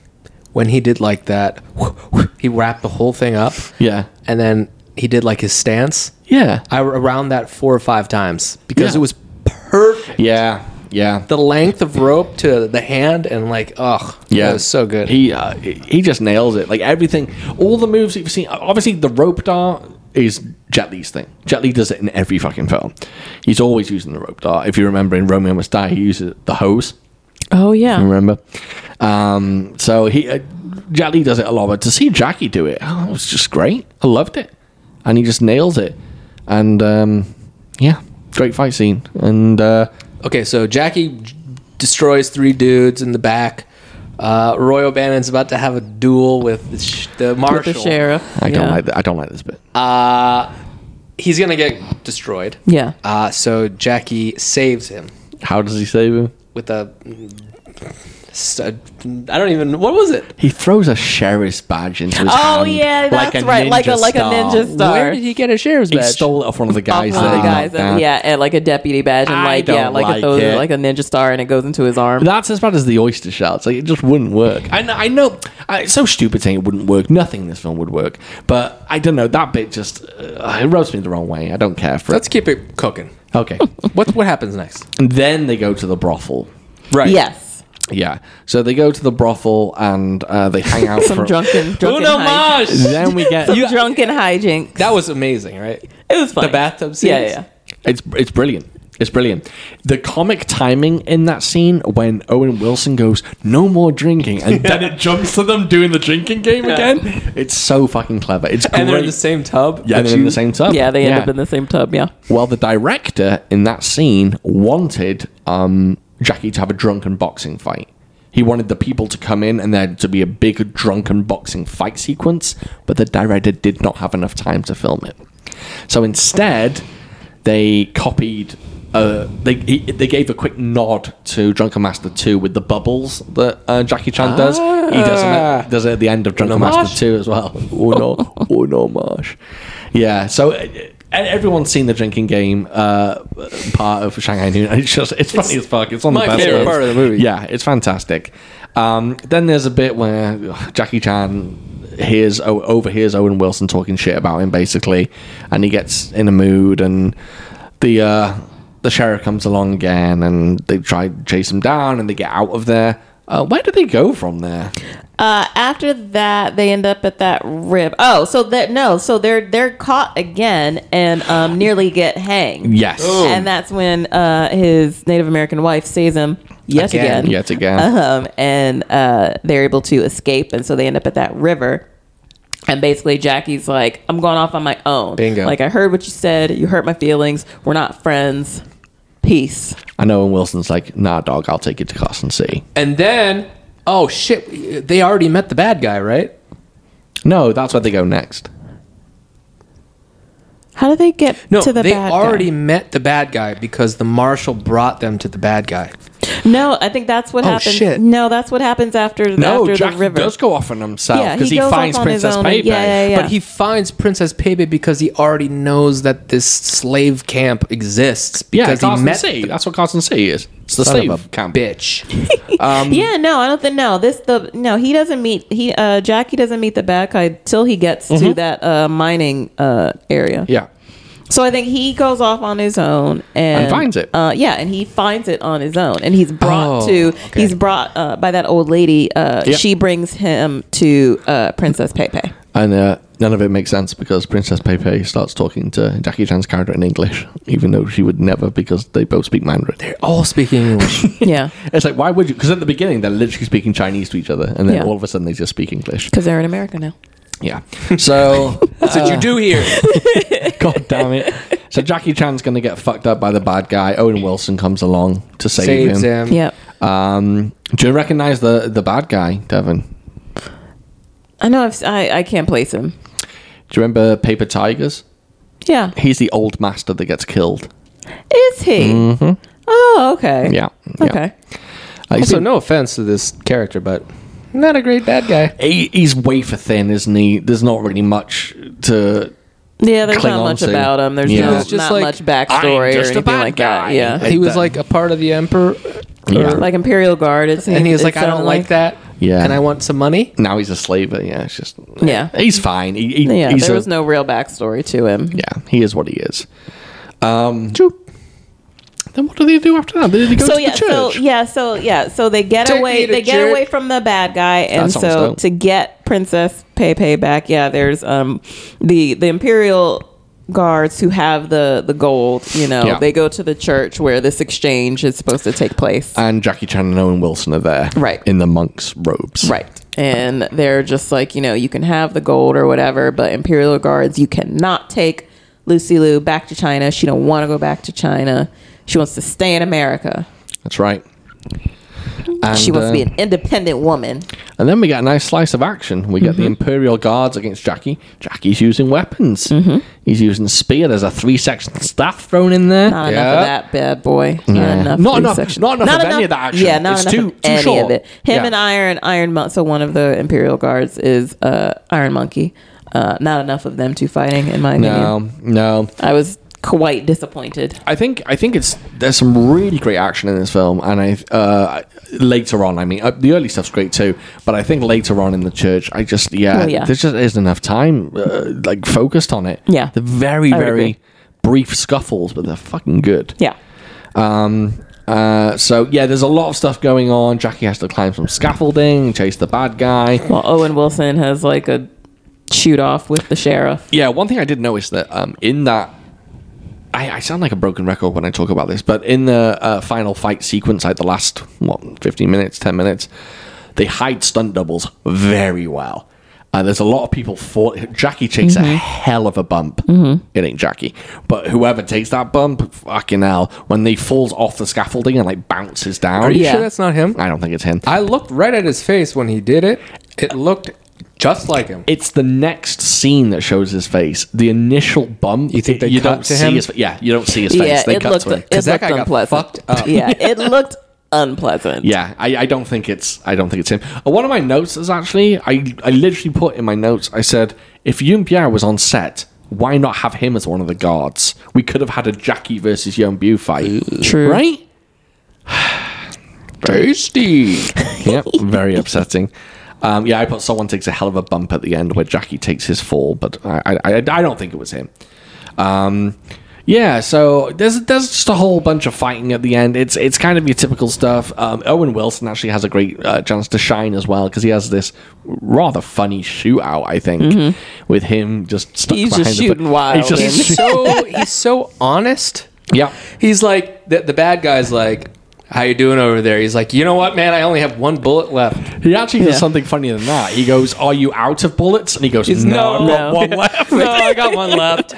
B: when he did like that. He wrapped the whole thing up,
A: Yeah.
B: and then he did like his stance.
A: Yeah.
B: I around that four or five times because
A: Yeah.
B: it was perfect.
A: Yeah. Yeah.
B: The length of rope to the hand and like, ugh, yeah,
A: Yeah,
B: it was so good.
A: He uh, he just nails it. Like everything, all the moves that you've seen. Obviously, the rope dart is Jet Li's thing. Jet Li does it in every fucking film. He's always using the rope dart. If you remember in Romeo Must Die, he uses the hose.
D: oh yeah.
A: Remember? Um, so he uh, Jet Li does it a lot, but to see Jackie do it, oh, it was just great. I loved it, and he just nails it. And um, yeah, great fight scene. And uh,
B: okay, so Jackie j- destroys three dudes in the back. Uh, Roy O'Bannon's about to have a duel with the, sh- the marshal.
D: With the sheriff.
A: I
D: yeah.
A: don't like th- I don't like this bit.
B: Uh, he's gonna get destroyed.
D: Yeah.
B: Uh, so Jackie saves him
A: How does he save him?
B: with a. s- a- I don't even. What was it?
A: He throws a sheriff's badge into his
D: Oh
A: hand,
D: yeah, that's
A: like a
D: right. Like a
A: ninja
D: like a
A: star.
D: ninja star.
B: he get a sheriff's
A: He stole it off one of the guys.
D: Off one of
A: that
D: the
A: he
D: guys,
A: knocked down.
D: and, yeah, and like a deputy badge, and
A: I
D: like yeah,
A: don't
D: like,
A: like
D: a throws,
A: it.
D: like a ninja star, and it goes into his arm.
A: That's as bad as the oyster shells. Like it just wouldn't work. I know. I know. I, it's so stupid saying it wouldn't work. Nothing in this film would work. But I don't know. That bit just uh, it rubs me the wrong way. I don't care for
B: Let's keep it cooking.
A: it. Okay.
B: What what happens next?
A: and then they go to the brothel.
B: Right.
D: yes,
A: Yeah. So they go to the brothel and uh, they hang out.
D: some
A: for,
D: drunken, drunken,
E: Uno
D: hij-
E: mas.
A: Then we get.
D: some drunken hijinks.
B: That was amazing, right?
D: It was funny.
B: bathtub
D: Yeah, yeah,
B: scenes?
D: yeah.
A: It's it's brilliant. It's brilliant. The comic timing in that scene when Owen Wilson goes, "No more drinking," and then it jumps to them doing the drinking game again. It's so fucking clever. It's great.
B: And they're in the same tub.
A: yeah, they're in the same tub.
D: Yeah, they end up in the same tub. Yeah.
A: Well, the director in that scene wanted um, Jackie to have a drunken boxing fight. He wanted the people to come in and there to be a big drunken boxing fight sequence, but the director did not have enough time to film it. So instead, they copied. Uh, they he, they gave a quick nod to Drunken Master Two with the bubbles that uh, Jackie Chan does. He doesn't does it at the end of Drunken Master Two as well. Oh no, oh no, Marsh. Yeah. So. uh, e- Everyone's seen the drinking game uh, part of Shanghai Noon, and it's just it's funny as fuck. It's on the
B: my
A: best
B: favorite
A: list.
B: part of the movie.
A: Yeah, it's fantastic. Um, then there's a bit where ugh, Jackie Chan hears o- overhears Owen Wilson talking shit about him, basically, and he gets in a mood, and the uh, the sheriff comes along again, and they try to chase him down, and they get out of there. Uh, where do they go from there?
D: Uh, after that, they end up at that rib. Oh, so that no, so they're they're caught again and um, nearly get hanged.
A: Yes,
D: And that's when uh, his Native American wife sees him yet
B: Again.
D: again.
A: yet again.
D: Um, and uh, they're able to escape, and so they end up at that river. And basically, Jackie's like, "I'm going off on my own.
B: Bingo.
D: Like I heard what you said. You hurt my feelings. We're not friends. Peace."
A: And Owen Wilson's like, "Nah, dog, I'll take you to Carson City."
B: And then, oh shit, they already met the bad guy, right?
A: No, that's where they go next.
D: How do they get
B: No,
D: to the
B: they
D: bad guy?
B: already met the bad guy because the marshal brought them to the bad guy.
D: No, I think that's what
B: Oh,
D: happens.
B: shit.
D: No, that's what happens after
A: No,
D: after
A: Jackie
D: the river.
A: does go off on himself
D: Yeah, he
A: because he,
D: goes off
A: finds
D: on his
A: Princess
D: own and-
A: Pepe.
D: yeah, yeah, yeah.
B: But he finds Princess Pepe because he already knows that this slave camp exists because
A: yeah,
B: he
A: Carson
B: met
A: City.
B: the
A: That's what Carson City is. It's the
B: son
A: slave
B: of a
A: camp.
B: bitch.
D: yeah, no, I don't think no. This the no, he doesn't meet he uh Jackie doesn't meet the bad guy till he gets to that uh mining uh area.
A: Mm-hmm. Yeah.
D: So I think he goes off on his own and,
A: And finds it.
D: Uh yeah, and he finds it on his own and he's brought
B: Oh,
D: to
B: okay.
D: he's brought uh by that old lady uh
A: Yeah.
D: she brings him to uh Princess Pepe.
A: And uh, none of it makes sense because Princess Pepe starts talking to Jackie Chan's character in English, even though she would never because they both speak Mandarin.
B: They're all speaking English.
D: Yeah.
A: It's like, why would you? Because at the beginning, they're literally speaking Chinese to each other, and then
D: Yeah.
A: all of a sudden, they just speak English.
D: Cuz they're in America now.
A: Yeah. So,
B: That's what you do here.
A: God damn it. So, Jackie Chan's going to get fucked up by the bad guy. Owen Wilson comes along to save
B: Saves
A: him.
B: him.
D: Yep.
A: Um, do you recognize the, the bad guy, Devin?
D: I know I've, s- I I can't place him.
A: Do you remember Paper Tigers?
D: Yeah.
A: He's the old master that gets killed.
D: Is he? Oh, okay.
A: Mm-hmm. Yeah. yeah.
D: Okay.
A: Uh, he's
B: Also,
A: been-
B: no offense to this character, but not a great bad guy.
A: he, he's wafer thin, isn't he? There's not really much to.
D: Yeah, there's
A: Cling
D: not
A: on
D: much
A: to.
D: about him. There's
A: Yeah.
D: no,
A: It's
B: just
D: not
B: like,
D: much backstory
A: "I'm
D: or
A: just a
D: anything
A: bad
D: like that.
A: guy.
D: Yeah.
B: He was
A: that-
B: like a part of the emperor,
A: Yeah.
B: or-
D: Like Imperial Guard. It's,
B: and he was
D: it
B: like, "I
D: sounded
B: don't like that."
A: Yeah.
B: and I want some money.
A: Now he's a slaver. Yeah, it's just.
D: Yeah.
A: he's fine. He, he,
D: Yeah,
A: he's
D: there
A: a-
D: was no real backstory to him.
A: Yeah, he is what he is. Um, Then what do they do after that? They, they go
D: So
A: to
D: yeah,
A: the church.
D: so yeah, so yeah, so they get
B: Take me
D: away.
B: to
D: They get
B: church.
D: away from the bad guy, and
A: sounds
D: so
A: dope.
D: to get Princess Pepe back, yeah, there's um the the Imperial guards who have the the gold. You know,
A: Yeah.
D: they go to the church where this exchange is supposed to take place.
A: And Jackie Chan and Owen Wilson are there,
D: Right.
A: in the monks' robes,
D: Right. And they're just like, you know, you can have the gold or whatever, but Imperial Guards, you cannot take Lucy Liu back to China. She don't want to go back to China. She wants to stay in America.
A: That's right. And,
D: she wants to
A: uh,
D: be an independent woman.
A: And then we get a nice slice of action. We get
D: Mm-hmm.
A: the Imperial Guards against Jackie. Jackie's using weapons.
D: Mm-hmm.
A: He's using spear. There's a three-section staff thrown in there.
D: Not
B: Yeah.
D: enough of that bad boy. Not enough.
A: Not
D: for
A: enough-
D: section-
A: not enough of any of that action.
D: Yeah, not
A: It's
D: enough
A: too-
D: of
A: too
D: any
A: short.
D: of it. Him
A: Yeah.
D: and Iron Iron Mon- So one of the Imperial Guards is uh, Iron Monkey. Uh, not enough of them two fighting, in my opinion.
A: no, no.
D: I was quite disappointed.
A: I think I think it's there's some really great action in this film, and I uh, later on, I mean, uh, the early stuff's great too, but I think later on in the church, I just yeah,
D: Well, Oh, yeah.
A: there just isn't enough time uh, like focused on it.
D: Yeah.
A: they're very
D: I would
A: very
D: agree.
A: brief scuffles, but they're fucking good.
D: Yeah.
A: Um, uh, so yeah, there's a lot of stuff going on. Jackie has to climb some scaffolding, chase the bad guy.
D: Well, Owen Wilson has like a shoot off with the sheriff.
A: Yeah, one thing I did notice that um, in that, I, I sound like a broken record when I talk about this, but in the uh, final fight sequence, like the last what fifteen minutes, ten minutes, they hide stunt doubles very well. Uh, there's a lot of people fall. Jackie takes
B: Mm-hmm.
A: a hell of a bump. It ain't Jackie, but whoever takes that bump, fucking hell, when they falls off the scaffolding and like bounces down.
B: you
C: Yeah.
B: sure that's not him?
A: I don't think it's him.
B: I looked right at his face when he did it. It looked just like him.
A: it's the next scene that shows his face. The initial bump. You
B: think they
A: you
B: cut
A: don't
B: to
A: see
B: him?
A: His, yeah, you don't see his face.
C: yeah,
A: They
C: it
A: cut
C: looked
A: to him.
C: it looked
B: that guy got
C: unpleasant.
B: fucked up.
C: Yeah, it looked unpleasant.
A: Yeah, I, I don't think it's I don't think it's him. Uh, One of my notes is actually I, I literally put in my notes I said if Yun Pierre was on set, why not have him as one of the guards? We could have had a Jackie versus Yun Bu fight.
C: True.
A: Right?
B: Tasty.
A: yep, very upsetting. Um, yeah, I put someone takes a hell of a bump at the end where Jackie takes his fall, but I I, I, I don't think it was him. Um, yeah, so there's there's just a whole bunch of fighting at the end. It's it's kind of your typical stuff. Um, Owen Wilson actually has a great uh, chance to shine as well because he has this rather funny shootout, I think, with him just stuck
C: Mm-hmm. He's
A: behind
C: just
A: the
C: shooting wild,
A: He's just
B: He's so he's so honest.
A: yeah.
B: He's like the, the bad guy's like, "How you doing over there?" He's like, "You know what, man? I only have one bullet left."
A: He actually does
C: Yeah.
A: something funnier than that. He goes, "Are you out of bullets?" And he goes, "No, I've got
C: No.
A: one left."
B: no, I got one left.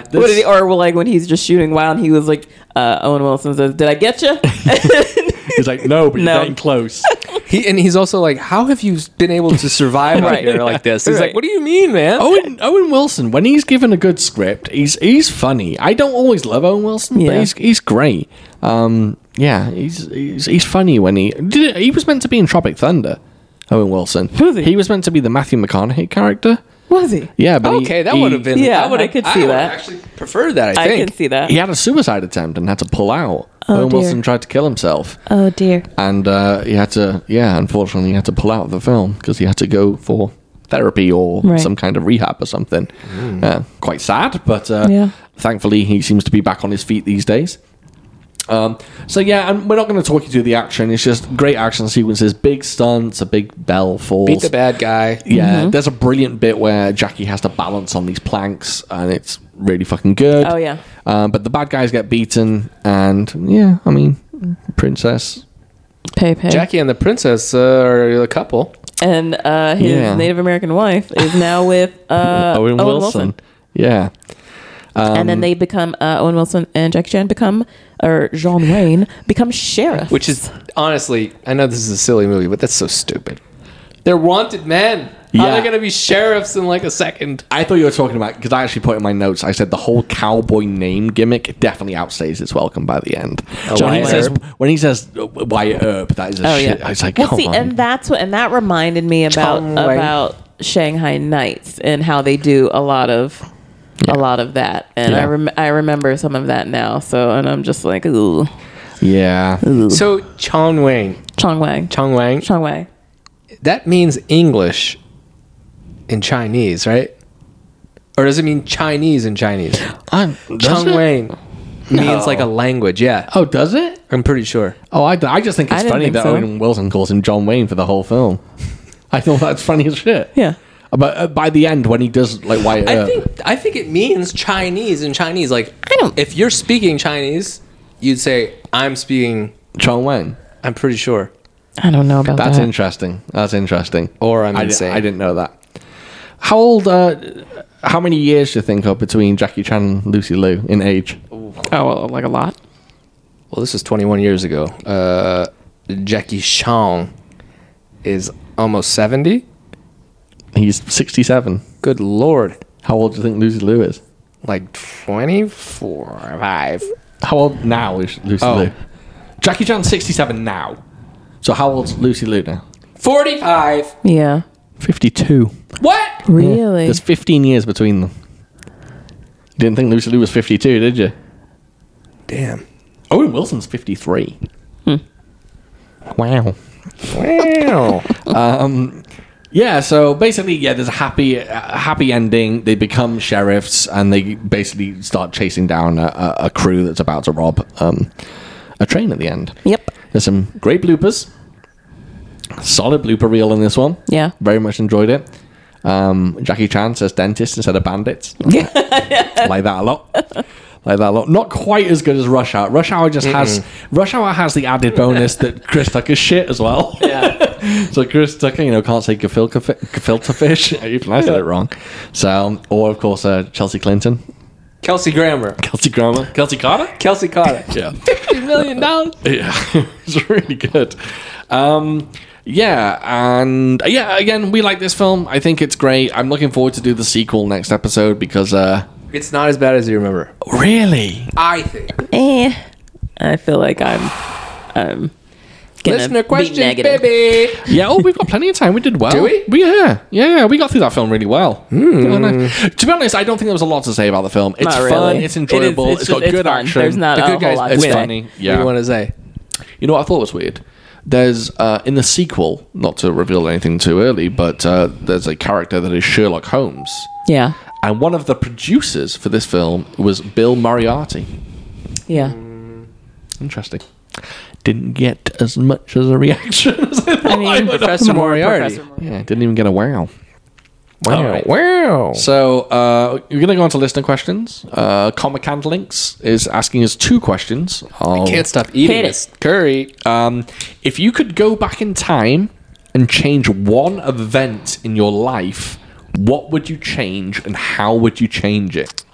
C: What
A: this-
C: did he, or like when he's just shooting wild, and he was like, uh, Owen Wilson says, "Did I get you?"
A: He's like, no, but
C: No.
A: you're getting close.
B: He and he's also like, "How have you been able to survive out
C: Right.
B: here like this?" He's like,
C: Right.
B: "What do you mean, man?"
A: Owen Owen Wilson, when he's given a good script, he's he's funny. I don't always love Owen Wilson, but
C: Yeah.
A: he's he's great. Um, yeah, he's, he's he's funny when he did, he was meant to be in Tropic Thunder. Owen Wilson.
C: Was he?
A: He was meant to be the Matthew McConaughey character.
C: was he?
A: Yeah, but he-
B: okay, that
A: he-
B: would have been.
C: Yeah,
B: that would've-
C: I could see
B: would've
C: that.
B: Actually, preferred that. I
C: I
B: think.
C: can see that. Oh,
A: He had a suicide attempt and had to pull out. Owen
C: dear.
A: Wilson tried to kill himself,
C: Oh dear.
A: and uh, he had to. Yeah, unfortunately, he had to pull out of the film because he had to go for therapy or
C: Right.
A: some kind of rehab or something.
B: Mm.
A: Uh, quite sad, but uh,
C: Yeah.
A: thankfully, he seems to be back on his feet these days. Um, so yeah, and we're not going to talk you through the action. It's just great action sequences, big stunts, a big bell falls.
B: Beat the bad guy.
A: Yeah,
C: Mm-hmm.
A: there's a brilliant bit where Jackie has to balance on these planks, and it's really fucking good.
C: Oh, yeah.
A: Um, but the bad guys get beaten, and yeah, I mean, Princess.
C: Pay pay.
B: Jackie and the princess uh, are a couple.
C: and uh, his
A: Yeah.
C: Native American wife is now with uh, Owen, Wilson.
A: Yeah.
C: and then they become uh, Owen Wilson and Jackie Chan become or John Wayne become sheriff.
B: Which is honestly, I know this is a silly movie, but that's so stupid. They're wanted men. How are
A: Yeah.
B: they gonna be sheriffs in like a second?
A: I thought you were talking about because I actually put in my notes. I said the whole cowboy name gimmick definitely outstays its welcome by the end. when he
B: Wyatt
A: says
B: Earp.
A: when he says uh, Wyatt Earp, that is a
C: oh
A: shit. I
C: yeah,
A: was like,
C: well,
A: come
C: see,
A: on.
C: and that's what and that reminded me about
B: John Wayne.
C: about Shanghai Nights and how they do a lot of. A lot of that, and I
A: Yeah.
C: rem- I remember some of that now. So, and I'm just like, ooh,
A: yeah,
B: So Chong Wang,
C: Chong Wang,
B: Chong Wang,
C: Chong Wang.
B: that means English in Chinese, right? Or does it mean Chinese in Chinese?
A: I'm, does
B: Chong
A: it?
B: Wang means like a language. Yeah,
A: Oh, does it?
B: I'm pretty sure.
A: Oh, I, I just think
C: I
A: it's
C: didn't
A: funny
C: think
A: that
C: so.
A: Owen Wilson calls him John Wayne for the whole film. I thought that's funny as shit.
C: Yeah.
A: But uh, by the end, when he does like Wyatt
B: I
A: Earp,
B: think I think it means Chinese in Chinese. Like I
C: don't-
B: If you're speaking Chinese, you'd say I'm speaking.
A: John Wayne.
B: I'm pretty sure.
C: I don't know about
A: That's
C: that.
A: interesting. That's interesting.
B: Or I'm
A: I, di-
B: insane.
A: I didn't know that. How old? Uh, how many years do you think are between Jackie Chan and Lucy Liu in age?
C: oh, well, like a lot.
B: Well, this is 21 years ago. Uh, Jackie Chan is almost 70.
A: He's sixty-seven.
B: Good lord,
A: How old do you think Lucy Liu is?
B: like 24, five.
A: How old now is Lucy
B: Oh.
A: Liu? Jackie Chan's sixty-seven now. So how old's Lucy Liu now?
B: 45.
C: Yeah.
A: Fifty-two.
B: What?
C: Really?
A: There's fifteen years between them. You didn't think Lucy Liu was fifty-two, did you?
B: Damn.
A: Owen Wilson's fifty-three. Wow.
B: Wow.
A: Yeah, so basically, yeah, there's a happy, a happy ending. They become sheriffs, and they basically start chasing down a, a, a crew that's about to rob um, a train at the end.
C: Yep.
A: There's some great bloopers, solid blooper reel in this one.
C: Yeah.
A: very much enjoyed it. Um, Jackie Chan says dentist instead of bandits. like that a lot. like that. Look, not quite as good as Rush Hour. Rush Hour just has Rush Hour has the added bonus that Chris Tucker's shit as well. Yeah. so Chris Tucker, you know, can't say gefilte, fi- gefilte fish. Even I said it wrong. So, or of course, uh, Chelsea Clinton,
B: Kelsey Grammer.
A: Kelsey Grammer, Kelsey Carter.
B: Kelsey Carter.
A: Yeah.
B: Million dollars.
A: Yeah, it's really good. Um, yeah, and uh, yeah, again, we like this film. I think it's great. I'm looking forward to do the sequel next episode because uh,
B: It's not as bad as you remember.
A: really,
B: I think.
D: Eh, I feel like I'm. I'm gonna
B: Listener
D: be
B: question,
D: negative.
B: baby.
A: yeah. Oh, we've got plenty of time. We Hmm. did well.
B: Do we?
A: Yeah, yeah. We got through that film really well. Yeah, nice. To be honest, I don't think there was a lot to say about the film. It's
D: Not
A: fun.
D: really.
A: It's enjoyable.
D: It is- it's
A: it's got
D: just- it's
A: good
D: fun.
A: action.
D: There's not
B: The
D: a
B: good
D: whole
B: guys-
D: lot.
A: it's
D: to
B: win.
D: say.
A: funny. Yeah.
B: What do you want to say?
A: You know what I thought was weird? There's uh, in the sequel, not to reveal anything too early, but uh, there's a character that is Sherlock Holmes.
D: Yeah,
A: And one of the producers for this film was Bill Moriarty.
D: yeah.
A: Interesting. Didn't get as much as a reaction as I thought. I would.
B: Professor Moriarty.
A: yeah, didn't even get a wow.
B: Wow. Wow.
A: So uh, we're going to go on to listener questions. Uh, Comic Hand Links is asking us two questions. Oh.
B: Can't stop eating
D: Hit it.
B: this curry.
A: Um, if you could go back in time and change one event in your life, what would you change and how would you change it?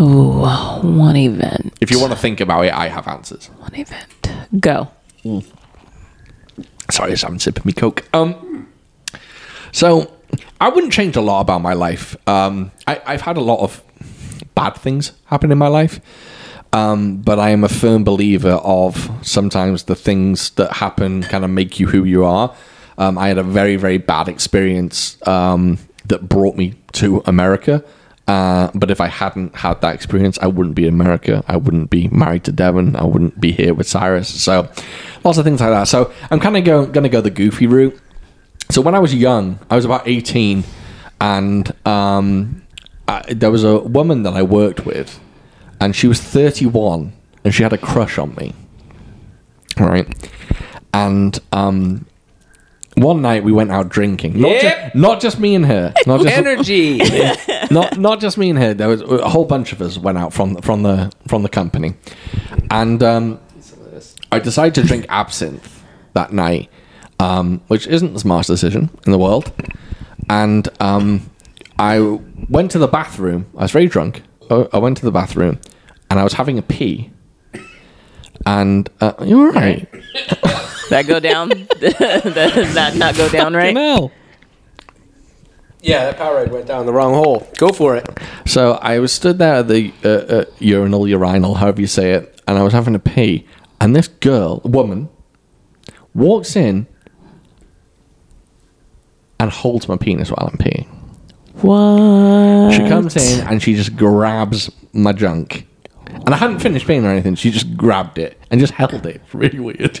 D: Ooh, one event.
A: If you want to think about it, I have answers.
D: One event. Go.
A: Sorry, so I'm sipping me coke. Um, so I wouldn't change a lot about my life. Um, I, I've had a lot of bad things happen in my life, um, but I am a firm believer of sometimes the things that happen kind of make you who you are. Um, I had a very very bad experience um, that brought me to America. Uh, but if I hadn't had that experience, I wouldn't be in America. I wouldn't be married to Devon. I wouldn't be here with Cyrus. So, lots of things like that. So, I'm kind of go, going to go the goofy route. So, when I was young, I was about 18, and um, I, there was a woman that I worked with, and she was 31, and she had a crush on me. All right. And um, one night we went out drinking. Not, ju-
B: Yep.
A: not just me and her. Not just
B: Energy.
A: not not just me and her. There was a whole bunch of us went out from from the from the company, and um, I decided to drink absinthe that night, um, which isn't the smartest decision in the world. And um, I went to the bathroom. I was very drunk. I I went to the bathroom, and I was having a pee. And uh, you're all right.
D: That go down. that not, not go down right.
A: No.
B: yeah, that Powerade went down the wrong hole. Go for it.
A: So I was stood there at the uh, uh, urinal, urinal, however you say it, and I was having a pee, and this girl, woman, walks in and holds my penis while I'm peeing.
D: What?
A: She comes in and she just grabs my junk. And I hadn't finished peeing or anything. She just grabbed it and just held it. It's really weird.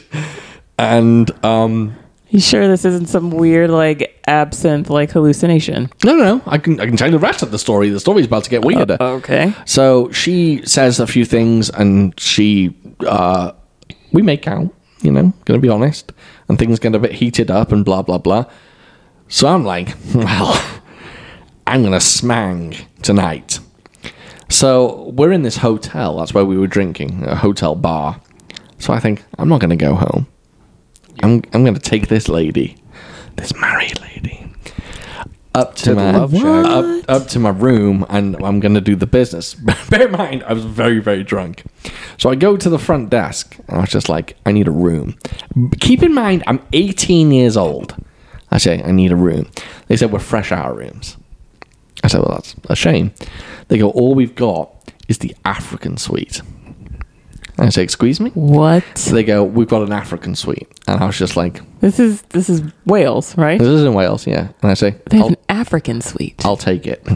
A: And um,
D: You sure this isn't some weird like absinthe like hallucination?
A: no, no, no, I can I can tell you the rest of the story. The story's about to get weirder.
D: Uh, Okay.
A: So she says a few things, and she, uh, we make out. You know, gonna be honest, and things get a bit heated up, and blah blah blah. So I'm like, well, I'm gonna smang tonight. So we're in this hotel. That's where we were drinking, a hotel bar. So I think I'm not gonna go home. I'm I'm gonna take this lady, this married lady, up to, my
B: love shack.
A: up, up to my room, and I'm gonna do the business. Bear in mind, I was very very drunk, so I go to the front desk, and I was just like, I need a room. B- Keep in mind, I'm 18 years old. I say I need a room. They said we're fresh out of rooms. I said, well, that's a shame. They go, all we've got is the African suite. I say, excuse me.
D: What?
A: So they go, we've got an African suite, and I was just like,
D: This is this is Wales, right?
A: this is in Wales, yeah. And I say,
D: They have
A: I'll,
D: an African suite.
A: I'll take it.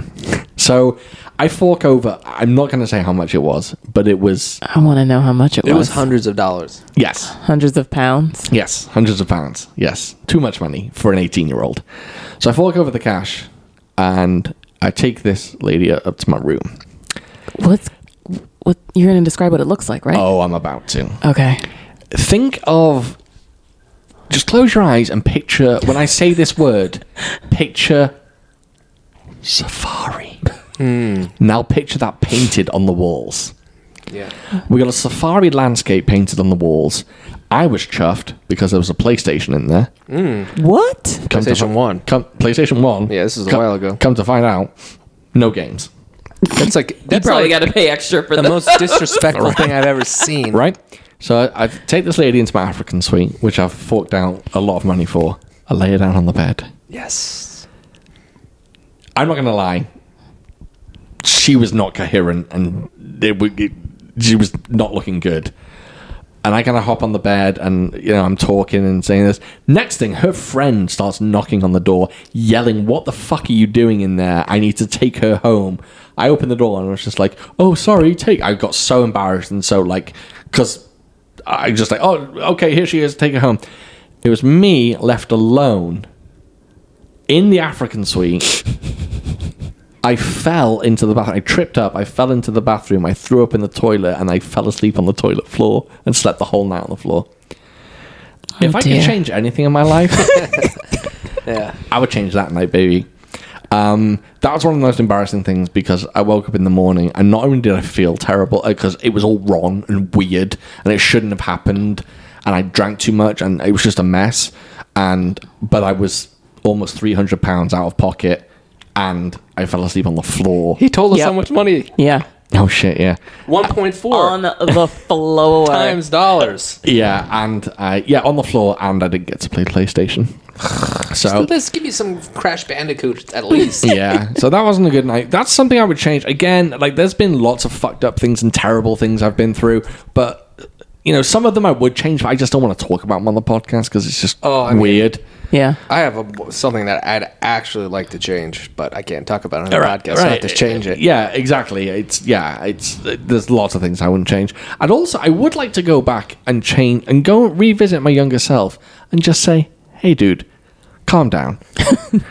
A: So I fork over. I'm not going to say how much it was, but it was
D: I want to know how much it,
B: It was
D: was.
B: hundreds of dollars.
A: yes,
D: Hundreds of pounds.
A: yes, hundreds of pounds. Yes, too much money for an 18 year old. So I fork over the cash, and I take this lady up to my room.
D: What's what? You're gonna describe what it looks like, right?
A: Oh, I'm about to.
D: Okay.
A: think of just close your eyes and picture when I say this word, picture safari. Now picture that painted on the walls.
B: Yeah.
A: We got a safari landscape painted on the walls. I was chuffed because there was a PlayStation in there.
C: What?
A: Come to
B: PlayStation
A: fi-
B: One.
A: Come, PlayStation One.
B: Yeah, this is a
A: Come-
B: while ago.
A: Come to find out, no games.
B: That's like
D: You
B: that's
D: probably
B: like
D: got to pay extra for
B: the
D: the
B: most disrespectful thing I've ever seen.
A: Right. So I, I take this lady into my African suite, which I've forked out a lot of money for. I lay her down on the bed.
B: Yes.
A: I'm not going to lie. She was not coherent and it, wa- it, she was not looking good. And I kind of hop on the bed and, you know, I'm talking and saying this. Next thing, her friend starts knocking on the door, yelling, What the fuck are you doing in there? I need to take her home. I open the door and I was just like, Oh, sorry, take. I got so embarrassed and so, like, because I just like, Oh, okay, here she is, take her home. It was me left alone in the African suite. I fell into the bathroom. I tripped up. I fell into the bathroom. I threw up in the toilet and I fell asleep on the toilet floor and slept the whole night on the floor. if I
C: dear.
A: could change anything in my life,
B: Yeah.
A: I would change that night, baby. Um, that was one of the most embarrassing things because I woke up in the morning and not only did I feel terrible because it was all wrong and weird and it shouldn't have happened and I drank too much and it was just a mess and but I was almost 300 pounds out of pocket and I fell asleep on the floor.
B: He told us
C: Yep.
B: how much money.
C: Yeah.
A: Oh shit, yeah.
B: One point four
D: on the floor.
B: times dollars.
A: Yeah, and I yeah, on the floor and I didn't get to play PlayStation. so
B: Let's give you some Crash Bandicoot at least.
A: yeah. So that wasn't a good night. That's something I would change. Again, like there's been lots of fucked up things and terrible things I've been through, but you know, some of them I would change, but I just don't want to talk about them on the podcast because it's just
B: Oh, I mean-
A: weird.
C: Yeah.
B: I have a, something that I'd actually like to change, but I can't talk about it on the podcast. So I have to change it.
A: Yeah, exactly. It's yeah, it's there's lots of things I wouldn't change. And also I would like to go back and change and go revisit my younger self and just say, "Hey dude, calm down."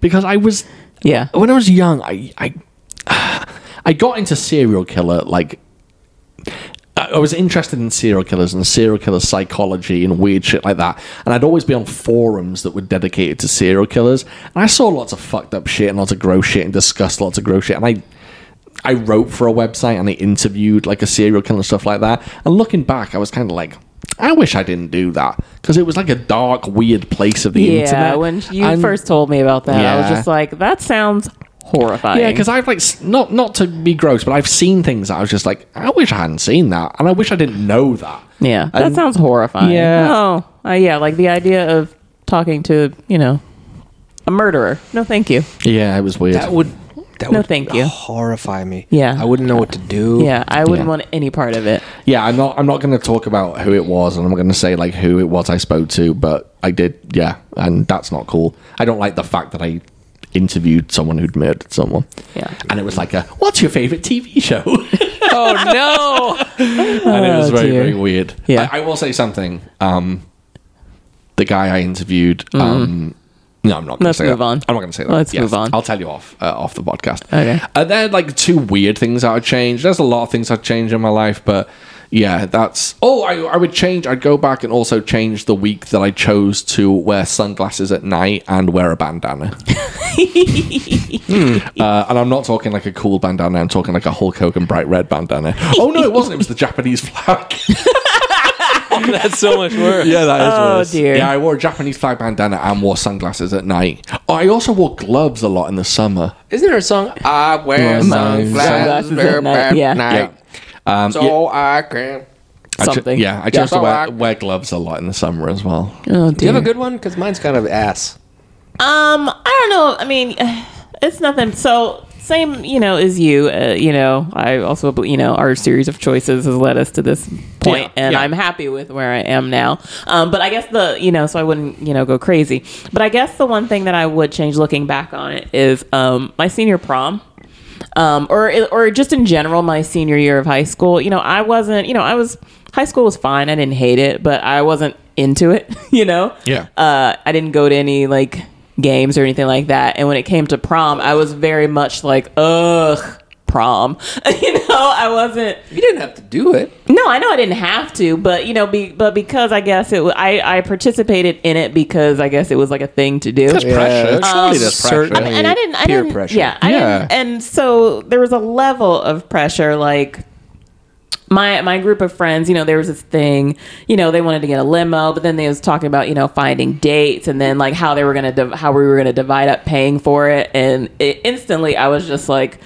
A: because I was
C: Yeah.
A: when I was young, I I I got into serial killer like I I was interested in serial killers and serial killer psychology and weird shit like that. And I'd always be on forums that were dedicated to serial killers. And I saw lots of fucked up shit and lots of gross shit and discussed lots of gross shit. And I I wrote for a website and I interviewed like a serial killer and stuff like that. And looking back, I was kind of like, I wish I didn't do that because it was like a dark, weird place of the
C: Yeah.
A: internet.
C: When you
A: And-
C: first told me about that, I was
A: Yeah.
C: just like, that sounds horrifying.
A: Yeah, because I've like s- not not to be gross, but I've seen things that I was just like, I wish I hadn't seen that, and I wish I didn't know that.
C: Yeah, that
A: And-
C: sounds horrifying.
A: Yeah.
C: Oh, uh, yeah. Like the idea of talking to you know a murderer. No, thank you.
A: Yeah, it was weird.
B: That would that
C: No,
B: would
C: thank you.
B: horrify me.
C: Yeah.
B: I wouldn't know what to do.
C: Yeah, I wouldn't
A: Yeah.
C: want any part of it.
A: yeah, I'm not I'm not going to talk about who it was, and I'm going to say like who it was I spoke to, but I did, yeah, and that's not cool. I don't like the fact that I interviewed someone who'd murdered someone.
C: Yeah.
A: and it was like a what's your favorite TV show?
C: Oh no.
A: and it was
C: Oh,
A: very
C: dear.
A: very weird.
C: Yeah.
A: I, I will say something. Um, the guy I interviewed. Um, no, I'm not. Gonna
C: Mm-hmm. Let's
A: say that.
C: move on.
A: I'm not going to say that.
C: Let's move on.
A: I'll tell you off uh, off the podcast.
C: Okay.
A: Uh, there are like two weird things that I changed. There's a lot of things I've changed in my life, but yeah, that's. Oh, I, I would change. I'd go back and also change the week that I chose to wear sunglasses at night and wear a bandana. Uh, and I'm not talking like a cool bandana. I'm talking like a Hulk Hogan bright red bandana. Oh no, it wasn't. It was the Japanese flag.
B: That's so much worse.
A: yeah, that is
C: Oh, worse. dear.
A: Yeah, I wore a Japanese flag bandana and wore sunglasses at night. Oh, I also wore gloves a lot in the summer.
B: Isn't there a song? I wear
A: Mm.
B: sunglasses
C: Sunglasses at
B: at
C: night, yeah.
A: Yeah.
B: night.
A: Um, yeah,
B: So I can.
A: I ju-
C: Something.
A: yeah, I chose
B: so
A: to wear,
B: I-
A: wear gloves a lot in the summer as well.
C: Oh
B: Do you
C: dear.
B: have a good one? Because mine's kind of ass.
D: Um, I don't know. I mean, it's nothing. So same, you know, as you. Uh, you know, I also, you know, our series of choices has led us to this point,
A: Yeah,
D: and
A: yeah.
D: I'm happy with where I am now. Um, but I guess the, you know, so I wouldn't, you know, go crazy. But I guess the one thing that I would change, looking back on it, is um, my senior prom. Um, or or just in general, my senior year of high school. You know, I wasn't. You know, I was high school was fine. I didn't hate it, but I wasn't into it. You know,
A: Yeah.
D: uh, I didn't go to any like games or anything like that. And when it came to prom, I was very much like, ugh, prom. you know, I wasn't.
B: You didn't have to do it.
D: No, I know I didn't have to, but you know, be, but because I guess it, wa- I I participated in it because I guess it was like a thing to do.
A: That's pressure. Surely that's pressure.
B: certainly.
D: and Um, I didn't. I
B: Peer
D: didn't,
B: pressure.
D: Yeah, I
A: Yeah.
D: Didn't, and so there was a level of pressure, like. My, my group of friends, you know, there was this thing, you know, they wanted to get a limo, but then they was talking about, you know, finding dates and then like how they were going to, div- how we were going to divide up paying for it. And it, instantly I was just like,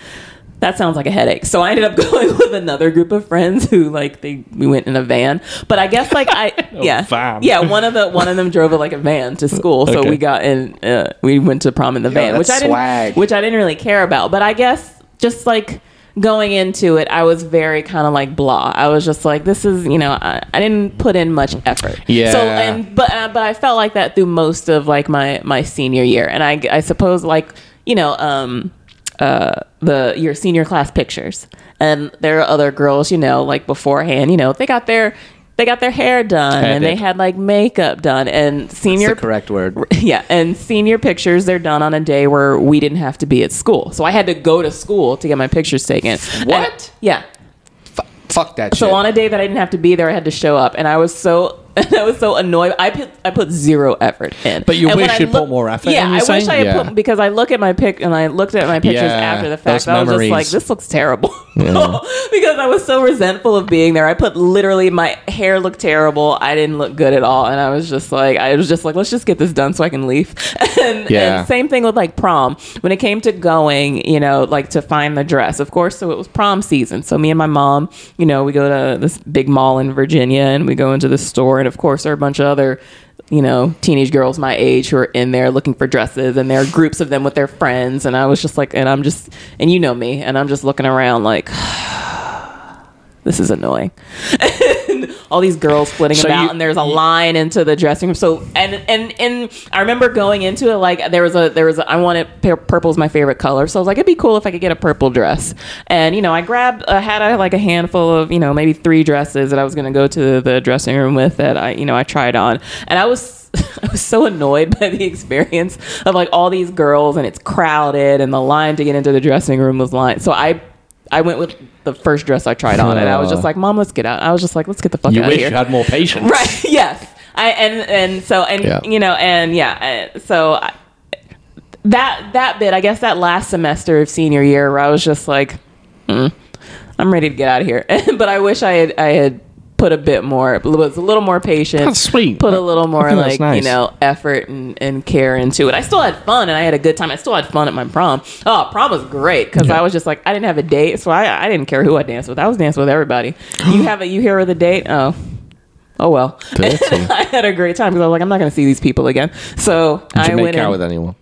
D: that sounds like a headache. So I ended up going with another group of friends who like they, we went in a van, but I guess like I, yeah,
E: van.
D: yeah, one of the, one of them drove like a van to school. So
E: Okay.
D: we got in, uh, we went to prom in the van
B: Yeah,
D: which
B: that's
D: I didn't,
B: swag.
D: which I didn't really care about. But I guess just like going into it, I was very kind of like blah. I was just like, this is you know, I, I didn't put in much effort.
A: Yeah.
D: So and but uh, but I felt like that through most of like my my senior year, and I I suppose like you know um uh the your senior class pictures, and there are other girls you know like beforehand you know they got their they got their hair done and they
A: Headed.
D: had like makeup done and
B: It's
D: senior
B: the correct word.
D: yeah, and senior pictures they're done on a day where we didn't have to be at school, so I had to go to school to get my pictures taken.
B: What?
D: And- yeah.
B: Fuck that
D: So
B: shit.
D: on a day that I didn't have to be there, I had to show up, and I was so I was so annoyed. I put I put zero effort in.
E: But you
D: And when
E: wish
D: I
E: you'd put
D: look-
E: more effort in,
D: Yeah, I
E: you're
D: wish
E: saying?
D: I had
A: Yeah.
D: put because I look at my pic and I looked at my pictures
A: Yeah,
D: after the
A: those
D: fact. I was just like,
A: memories.
D: this looks terrible because I was so resentful of being there. I put literally my hair looked terrible. I didn't look good at all, and I was just like, I was just like, let's just get this done so I can leave. and,
A: Yeah.
D: and same thing with like prom. When it came to going, you know, like to find the dress, of course. So it was prom season. So me and my mom, you know, we go to this big mall in Virginia, and we go into the store, and of course there are a bunch of other. You know, teenage girls my age who are in there looking for dresses, and there are groups of them with their friends. And I was just like, and I'm just, and you know me, and I'm just looking around like, this is annoying. and all these girls flitting
A: So
D: about,
A: you-
D: and there's a line into the dressing room. So and and and I remember going into it like there was a there was a, I wanted pur- purple's my favorite color, so I was like it'd be cool if I could get a purple dress. And you know I grabbed uh, had a, like a handful of you know maybe three dresses that I was gonna go to the dressing room with that I you know I tried on, and I was. I was so annoyed by the experience of like all these girls and it's crowded and the line to get into the dressing room was line. So I I went with the first dress I tried on, and I was just like, "Mom, let's get out." I was just like, "Let's get the fuck
E: You
D: out of
E: wish
D: here."
E: you had more patience.
D: right? Yes. I and and so and
A: Yeah.
D: you know and yeah, I- so I, that that bit, I guess that last semester of senior year, where I was just like, mm, "I'm ready to get out of here," but I wish I had I had put a bit more was a little more patient
A: That's sweet.
D: put a little more
A: think that's
D: like
A: nice.
D: you know effort and, and care into it i still had fun and i had a good time i still had fun at my prom oh prom was great because i was just like i didn't have a date so I, I didn't care who i danced with i was dancing with everybody you have a you here with a date oh oh well
A: Dirty.
D: i had a great time because i was like i'm not going to see these people again so
A: Did you
D: i
A: make
D: went
A: out
D: in-
A: with anyone?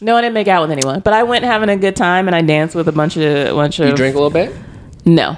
D: no i didn't make out with anyone but i went having a good time and i danced with a bunch of bunch of
B: you drink a little bit?
D: no.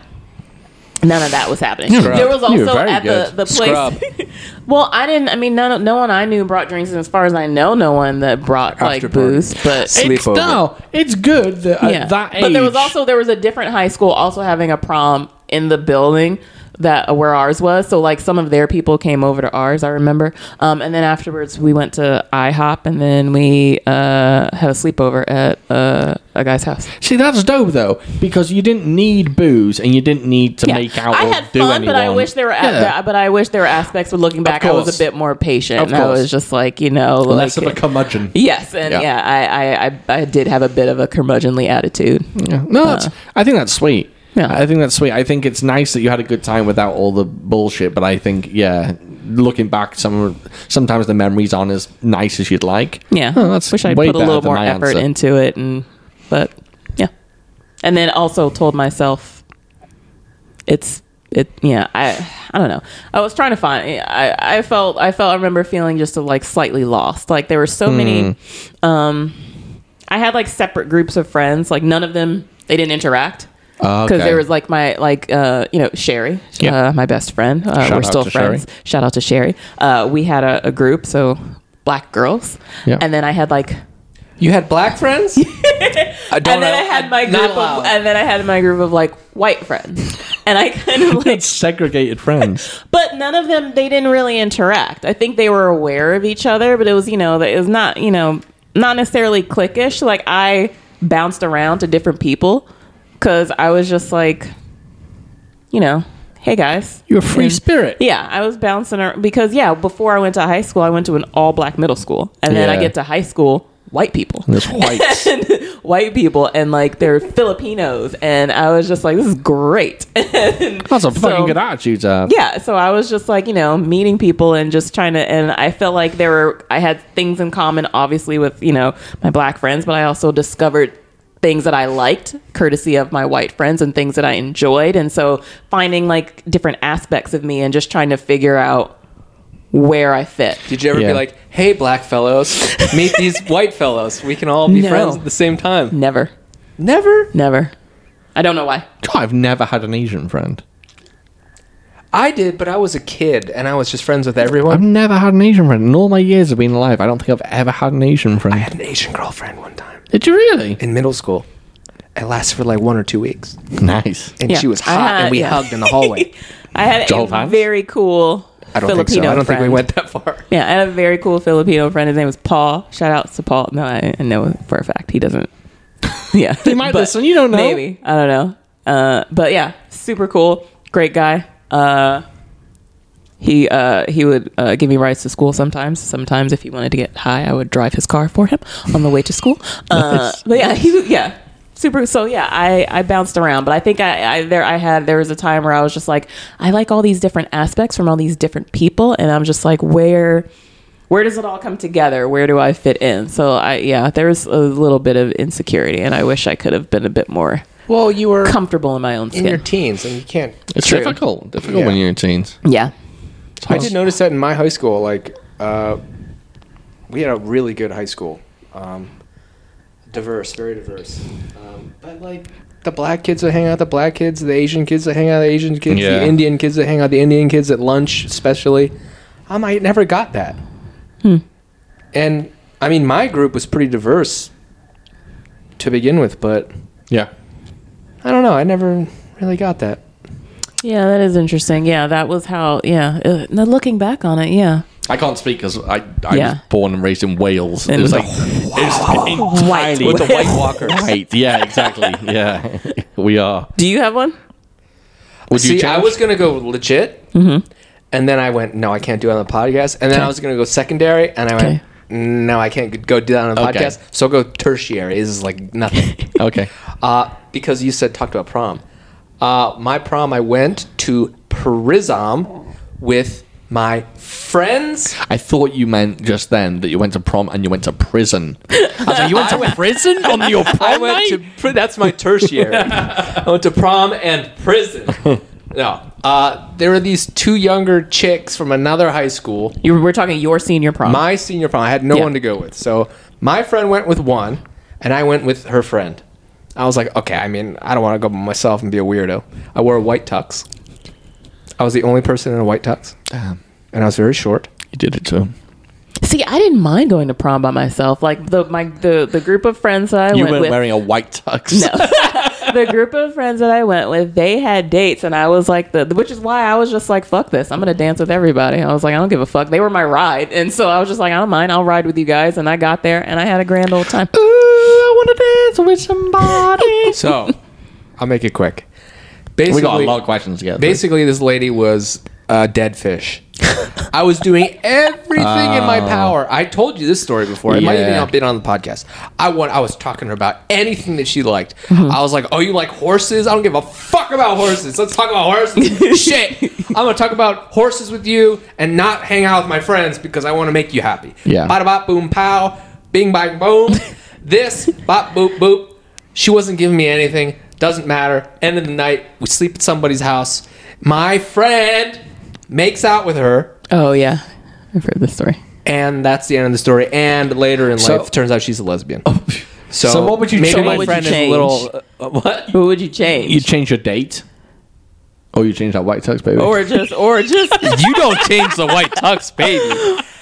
D: None of that was happening.
A: Scrub.
D: There was
A: You were
D: also
A: very
D: at the,
A: good.
D: the place. well, I didn't. I mean, none, of- no one I knew brought drinks, and as far as I know, no one that brought like
B: After party.
D: booze. But
E: It's,
B: Sleepover.
E: no, it's good that
D: yeah.
E: at that age.
D: But there was also there was a different high school also having a prom in the building that uh, where ours was. So like some of their people came over to ours. I remember. Um, and then afterwards we went to IHOP, and then we uh, had a sleepover at uh, a guy's house.
E: See, that's dope though, because you didn't need booze and you didn't need to
D: Yeah.
E: make out
D: I
E: or
D: had
E: do
D: fun,
E: anyone.
D: but I wish there were
E: Yeah.
D: but I wish there were aspects. But looking back, I was
E: course.
D: a bit more patient.
E: Of
D: and I
E: course.
D: was just like you know,
E: less
D: like,
E: of a curmudgeon.
D: yes, and
A: Yeah.
D: yeah, I, I, I I did have a bit of a curmudgeonly attitude.
A: Yeah. No, that's, I think that's sweet.
D: Uh, Yeah.
A: I think that's sweet. I think it's nice that you had a good time without all the bullshit. But I think, yeah, looking back, some sometimes the memories aren't as nice as you'd like.
D: Yeah,
A: Oh, that's
D: wish I
A: way
D: put a
A: better
D: little
A: than
D: more
A: my
D: effort
A: answer.
D: into it, and but yeah, and then also told myself it's it yeah I I don't know I was trying to find I I felt I felt I remember feeling just like slightly lost like there were
A: Hmm.
D: so many um I had like separate groups of friends like none of them they didn't interact because
A: Oh, Okay.
D: there was like my like uh you know Sherry
A: Yeah.
D: uh, my best friend uh,
A: Shout
D: we're
A: out
D: still
A: to Sherry.
D: friends shout out to Sherry uh we had a, a group so black girls
A: Yeah.
D: and then I had like
B: You had black friends? I don't
D: and then
B: know.
D: I had my
B: Not
D: group of,
B: allowed.
D: and then I had my group of like white friends and I kind of like
A: segregated friends.
D: But none of them, they didn't really interact. I think they were aware of each other, but it was, you know, that it was not, you know, not necessarily cliquish. Like I bounced around to different people because I was just like, you know, hey guys,
B: You're a free
D: And-
B: spirit.
D: Yeah, I was bouncing around because yeah, before I went to high school, I went to an all black middle school, and then
B: Yeah.
D: I get to high school, white people,
A: There's whites.
D: white people, and like they're Filipinos, and I was just like, this is great. And
A: That's a fucking
D: so-
A: good attitude uh, to have.
D: yeah so i was just like you know meeting people and just trying to and i felt like there were i had things in common obviously with you know my black friends but i also discovered things that i liked courtesy of my white friends and things that i enjoyed and so finding like different aspects of me and just trying to figure out where i fit
B: Did you ever
A: Yeah.
B: be like, hey, black fellows, meet these white fellows. We can all be
D: No.
B: friends at the same time?
D: never
B: Never.
D: never i don't know why
A: God, I've never had an Asian friend.
B: I did, but I was a kid and I was just friends with everyone.
A: I've never had an Asian friend. In all my years of being alive, I don't think I've ever had an Asian friend.
B: I had an Asian girlfriend one time
A: Did you really?
B: in middle school. It lasted for like one or two weeks.
A: Nice.
B: And
D: Yeah.
B: she was
D: I
B: hot
D: had-
B: and we
D: yeah.
B: hugged in the hallway.
D: i had
A: Joel
D: a
A: Hans?
D: very cool
B: I don't think
D: filipino
B: so. I don't think we
D: friend.
B: went that far.
D: Yeah, I had a very cool Filipino friend. His name was Paul. Shout out to Paul. No, I, I know for a fact he doesn't. Yeah,
A: He might listen, you don't know.
D: Maybe I don't know. Uh, but yeah, super cool, great guy. Uh, he uh, he would uh, give me rides to school sometimes. Sometimes if he wanted to get high, I would drive his car for him on the way to school. Uh, But yeah, he yeah. Super. So yeah, I, I bounced around, but I think I, I there I had there was a time where I was just like I like all these different aspects from all these different people, and I'm just like where where does it all come together? Where do I fit in? So I yeah, there was a little bit of insecurity, and I wish I could have been a bit more
B: Well, you were
D: comfortable in my own
B: in your
D: skin.
B: teens and you can't.
A: It's
D: True.
A: difficult. Difficult
B: Yeah.
A: when you're in teens.
D: yeah,
B: I did notice that in my high school. Like, uh, we had a really good high school. Um, diverse, very diverse. Um, but like the black kids that hang out, with the black kids, the Asian kids that hang out, with the Asian kids,
A: Yeah.
B: the Indian kids that hang out, with the Indian kids at lunch, especially. Um, I never got that. And I mean, my group was pretty diverse to begin with, but
A: Yeah.
B: I don't know. I never really got that.
D: yeah, that is interesting. Yeah, that was how. Yeah, uh, now looking back on it, yeah,
A: I can't speak because I, I
D: Yeah.
A: was born and raised in Wales.
D: And
A: it was
D: the
A: like it was entirely
D: With the
A: White Walkers. Yeah, exactly. Yeah, we are.
D: do you have one?
A: Would
B: See,
A: you
B: I
A: change?
B: was gonna go legit,
A: Mm-hmm.
B: and then I went, no, I can't do it on the podcast. And then I was gonna go secondary, and I
D: Okay.
B: went, no, I can't go do that on the
A: Okay.
B: podcast. So I'll go tertiary. This is like nothing,
A: okay.
B: uh, because you said talked about prom. Uh, my prom, I went to Prism with my friends.
A: I thought you meant just then that you went to prom and you went to prison. I was like, you went to prison on your prom
B: I went
A: night?
B: to pri- that's my tertiary. I went to prom and prison. No, uh, there were these two younger chicks from another high school.
D: You we're talking your senior
A: Um,
D: prom.
B: my senior prom. I had no
D: Yeah.
B: one to go with. So my friend went with one, and I went with her friend. I was like, okay, I mean, I don't want to go by myself and be a weirdo. I wore a white tux. I was the only person in a white tux,
A: Damn,
B: and I was very short.
A: you did it too.
D: See, I didn't mind going to prom by myself. Like the my the the group of friends that I
A: You
D: went
A: weren't
D: with.
A: wearing a white tux. No.
D: the group of friends that I went with, they had dates, and I was like the, which is why I was just like, fuck this, I'm gonna dance with everybody. I was like, I don't give a fuck. They were my ride, and so I was just like, I don't mind, I'll ride with you guys. And I got there, and I had a grand old time.
A: I want to dance with somebody.
B: So I'll make it quick.
A: we
B: Basically,
A: got a lot of questions together.
B: Basically, this lady was a dead fish. I was doing everything in my power. I told you this story before. It might even
A: Oh. Yeah.
B: have been on the podcast. I want. I was talking to her about anything that she liked. I was like, "Oh, you like horses? I don't give a fuck about horses. Let's talk about horses. Shit, I'm gonna talk about horses with you and not hang out with my friends because I want to make you happy.
A: Yeah.
B: Bada bop boom pow, bing bang boom. this bop boop boop. She wasn't giving me anything. Doesn't matter. End of the night, we sleep at somebody's house. My friend makes out with her.
D: Oh yeah, I've heard this story.
B: And that's the end of the story. And later in
A: So-
B: life, turns out she's a lesbian. Oh, So,
A: So what would you
B: maybe
A: change?
B: my
A: What would you
B: friend is a
D: change?
B: little. uh, uh, what?
D: What would you change?
A: you change your date, or Oh, you change that white tux, baby.
D: or just, or just,
B: You don't change the white tux, baby.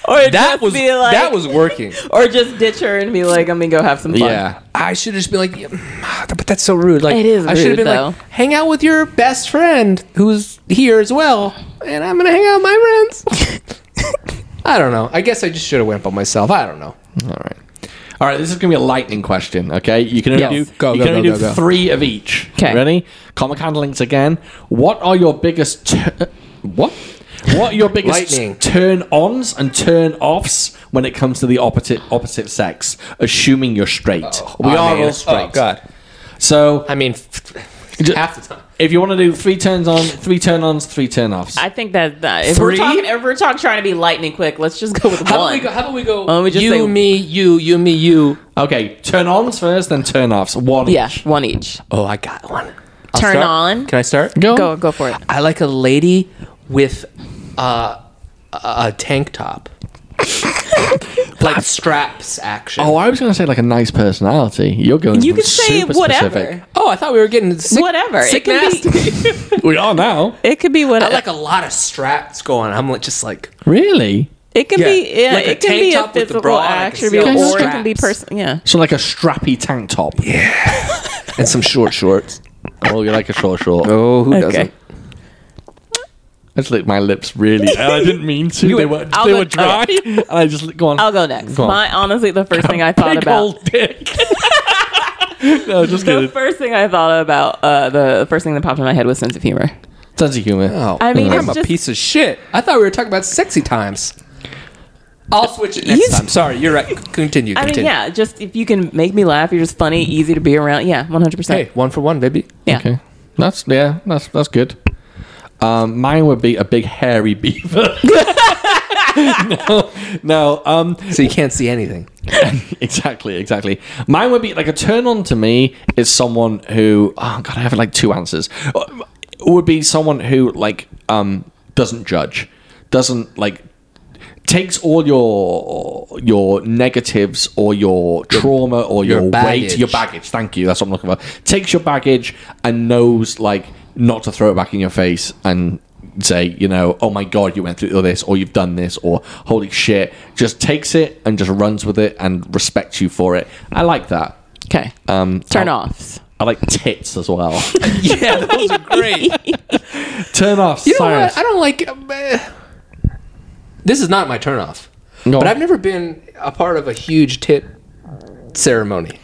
D: or
B: That
D: just
B: was
D: be like,
B: that was working.
D: or just ditch her and be like, I'm gonna go have some fun.
A: yeah.
B: I should have just been like, "Yeah, mm, but that's so rude. Like
D: It is
B: I should have
D: rude,
B: been
D: though.
B: like, hang out with your best friend who's here as well, and I'm gonna hang out with my friends. I don't know. I guess I just should have went by myself. I don't know.
A: All right. All right, this is going to be a lightning question, okay? You can only
B: Yes.
A: do,
B: Go,
A: you
B: go,
A: can only
B: go,
A: do
B: go, go.
A: three of each.
C: 'Kay.
A: Ready? Comic Con links again. What are your biggest... Ter- what? What are your
B: Lightning.
A: biggest turn-ons and turn-offs when it comes to the opposite opposite sex? Assuming you're straight, we
B: I
A: are
B: mean,
A: all straight.
B: Oh God.
A: So
B: I mean,
A: Ju-
B: half the time.
A: If you want to do three turns on, three turn ons, three turn offs.
D: I think that, that if
A: Three?
D: we're talking if we're talking trying to be lightning quick, let's just go with
E: How about
D: one.
E: we go? How about we go?
D: Why don't we just
B: you,
D: say
B: me, you, you, me, you.
A: Okay, turn ons first, then turn offs. One.
D: yeah,
A: each.
D: one each.
B: Oh, I got one. I'll
C: Turn
B: start.
C: on.
B: Can I start?
C: Go go for it.
B: I like a lady with uh, a a tank top, like straps action.
A: Oh, I was going to say like a nice personality. You're going.
D: You
A: can
D: could say whatever.
B: Oh, I thought we were getting sick,
D: Whatever.
B: Sick
D: it could
B: nasty.
D: be
A: We are now.
D: it could be
B: I
D: whatever.
B: like a lot of straps going. I'm like, just like
A: Really?
D: it could
B: Yeah.
D: be yeah,
B: Like a
D: it could
B: tank
D: be a
B: top with the
D: physical
B: bra, like a
D: attribute
B: silk
D: or it can be
B: straps.
D: person yeah.
A: So like a strappy tank top. Yeah.
B: and some short shorts.
A: Oh, you like a short short.
B: Oh, who
D: Okay.
A: I just licked my lips really. and I didn't mean to. they were
D: I'll
A: they
D: go-
A: were dry. And I just go on.
D: I'll go next.
A: Go on.
D: My honestly the first thing I thought
A: Big
D: about
A: old dick. no, just
D: the
A: kidding.
D: first thing I thought about uh, the first thing that popped in my head was sense of humor.
A: Sense of humor.
B: Oh,
D: I mean,
B: I'm
D: it's
B: a
D: just-
B: piece of shit. I thought we were talking about sexy times. I'll switch it next time. Sorry, you're right. Continue.
D: I mean,
B: continue. Mm-hmm.
D: yeah, just if you can make me laugh, you're just funny, easy to be around. Yeah, 100%.
B: Hey, one for one, baby.
D: yeah.
A: Okay, that's yeah, that's that's good. Um, mine would be a big hairy beaver. no, no, um,
B: So you can't see anything.
A: exactly, exactly. Mine would be like a turn on to me is someone who oh god, I have like two answers. Uh, Would be someone who like um doesn't judge, doesn't like takes all your your negatives or your trauma or your,
B: your
A: weight,
B: baggage.
A: your baggage. Thank you, that's what I'm looking for. Takes your baggage and knows like not to throw it back in your face and say you know oh my god you went through all this or you've done this or holy shit just takes it and just runs with it and respects you for it i like that
D: Okay.
B: Uh,
A: um
D: Turn
A: I-
D: offs.
A: i like tits as well
B: yeah, those are great.
A: turn off
B: You know
A: Cyrus.
B: what? I don't like. um, eh. this is not my turnoff.
A: No.
B: But I've never been a part of a huge tit ceremony.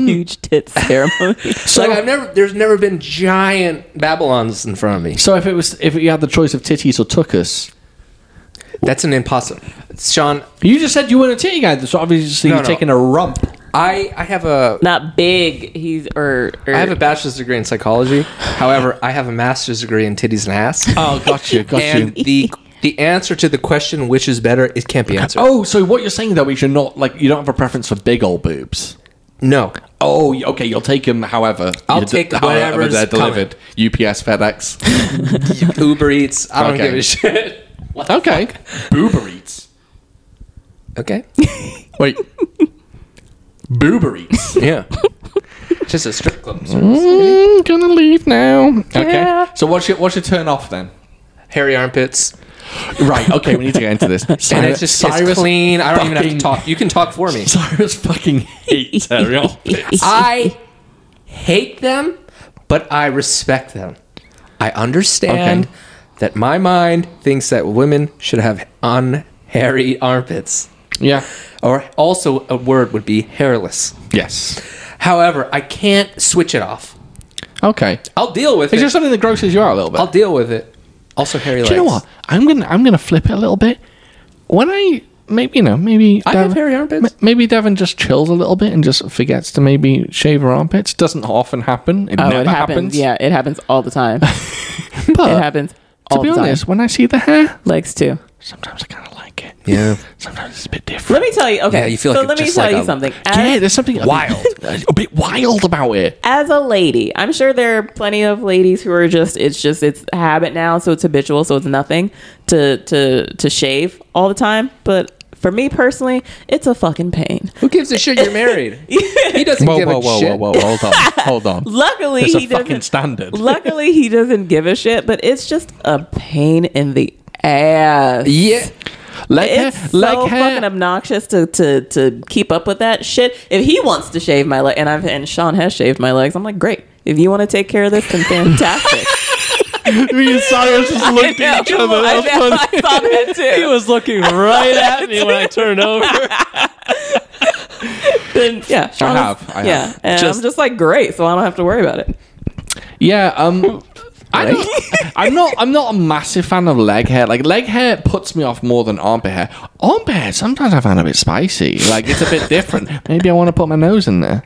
D: Huge tit
B: um,
D: ceremony.
B: So like I've never. There's never been giant Babylons in front of me.
A: so if it was if you had the choice of titties or tuckus
B: That's an impossible. Sean,
A: you just said you weren't a titty guy so obviously
B: No,
A: you're
B: no.
A: taking a rump
B: I I have a
D: Not big. He's, or, or
B: I have a bachelor's degree in psychology. However, I have a master's degree in titties and ass.
A: oh gotcha gotcha
B: and the the answer to the question which is better it can't be answered.
A: Oh, so what you're saying though is you're not like you don't have a preference for big old boobs.
B: no.
A: Oh, y- okay. You'll take them, however.
B: I'll
A: you
B: take whatever's
A: UPS, FedEx.
B: Uber Eats. I don't
A: Okay.
B: give a shit.
A: okay. Boober Eats.
B: Okay.
A: Wait. Boober Eats.
B: Yeah. Just a strip club. service.
A: I'm gonna leave now. Okay.
D: Yeah.
A: So what's your what's your turn off then?
B: Hairy armpits.
A: Right. Okay. We need to get into this. Cyrus,
B: and it's just it's clean. I don't even have to
A: fucking-
B: talk. You can talk for me.
A: Cyrus fucking hates Ariel.
B: I hate them, but I respect them. I understand
A: Okay.
B: that my mind thinks that women should have unhairy armpits.
A: yeah.
B: Or also a word would be hairless.
A: Yes.
B: However, I can't switch it off.
A: Okay.
B: I'll deal with
A: Is
B: it.
A: there something that grosses you out a little bit?
B: I'll deal with it. Also, hairy legs.
A: Do you know what? I'm gonna I'm gonna flip it a little bit. When I maybe you know maybe
B: I have hairy armpits.
A: ma- maybe Devon just chills a little bit and just forgets to maybe shave her armpits. Doesn't often happen. It
D: Oh,
A: never
D: it happens. Yeah, it happens all the time. it
A: but
D: happens all
A: to be
D: the time.
A: honest, when I see the hair,
D: Legs too.
A: sometimes I kind of like it.
B: Yeah.
A: Sometimes it's a bit different.
D: Let me tell you. Okay.
B: Yeah, you feel
D: so
B: like
D: let me
B: just
D: tell
B: like
D: you
B: a-
D: something.
A: yeah,
D: As,
A: there's something wild, a bit wild about it.
D: as a lady, I'm sure there are plenty of ladies who are just it's just it's habit now, so it's habitual, so it's nothing to to to shave all the time. But for me personally, it's a fucking pain.
B: Who gives a shit? You're married. He doesn't give a shit.
A: hold on, hold on.
D: Luckily,
A: It's a
D: he
A: fucking
D: doesn't.
A: standard.
D: Luckily, he doesn't give a shit. But it's just a pain in the ass.
B: Yeah.
A: Leg
D: It's
A: hair,
D: so
A: leg hair.
D: fucking obnoxious to, to to keep up with that shit. If he wants to shave my leg, and I've and Sean has shaved my legs, I'm like, great. If you want to take care of this, then fantastic.
A: Me and Cyrus just looked at each
D: I
A: other. That was
D: know, I thought that too.
E: He was looking right at me when I turned over.
D: then yeah,
A: I
D: I'll
A: have,
D: just-
A: I have.
D: yeah, and
B: Just-
D: I'm just like great, so I don't have to worry about it.
A: Yeah, um I don't, I'm not. I'm not a massive fan of leg hair. Like leg hair puts me off more than armpit hair. Armpit hair sometimes I find a bit spicy. Like it's a bit different. Maybe I want to put my nose in there.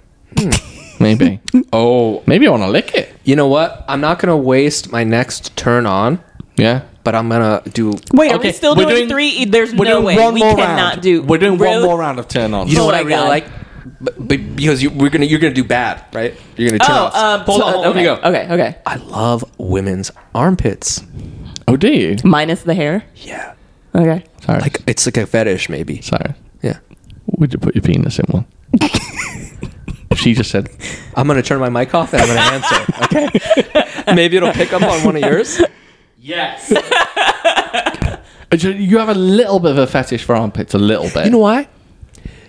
A: Maybe.
B: Oh,
A: Maybe I want to lick it.
B: you know what? I'm not gonna waste my next turn on,
A: Yeah.
B: but I'm gonna do.
D: Wait,
A: Okay,
D: are we still
A: we're
D: doing,
A: doing-
D: three? E? There's no way we cannot
A: round.
D: do.
A: We're doing
D: really-
A: one more round of turn on.
B: You know
D: Oh
B: what I
D: my
B: really
D: God.
B: like? But, but because you, we're gonna, you're gonna do bad, right? You're gonna
D: Oh,
B: turn off.
A: uh,
D: um,
E: Hold
D: so-
E: on, hold on,
D: okay,
E: here we go.
D: Okay, okay.
B: I love women's armpits.
A: oh, do you?
D: Minus the hair.
B: Yeah,
D: Okay.
A: Sorry.
B: like it's like a fetish, maybe.
A: Sorry.
B: Yeah,
A: Would you put your penis in one? she just said,
B: I'm gonna turn my mic off and I'm gonna answer. Okay, maybe it'll pick up on one of yours.
E: Yes.
A: "Uh, "You have a little bit of a fetish for armpits, a little bit."
B: You know why?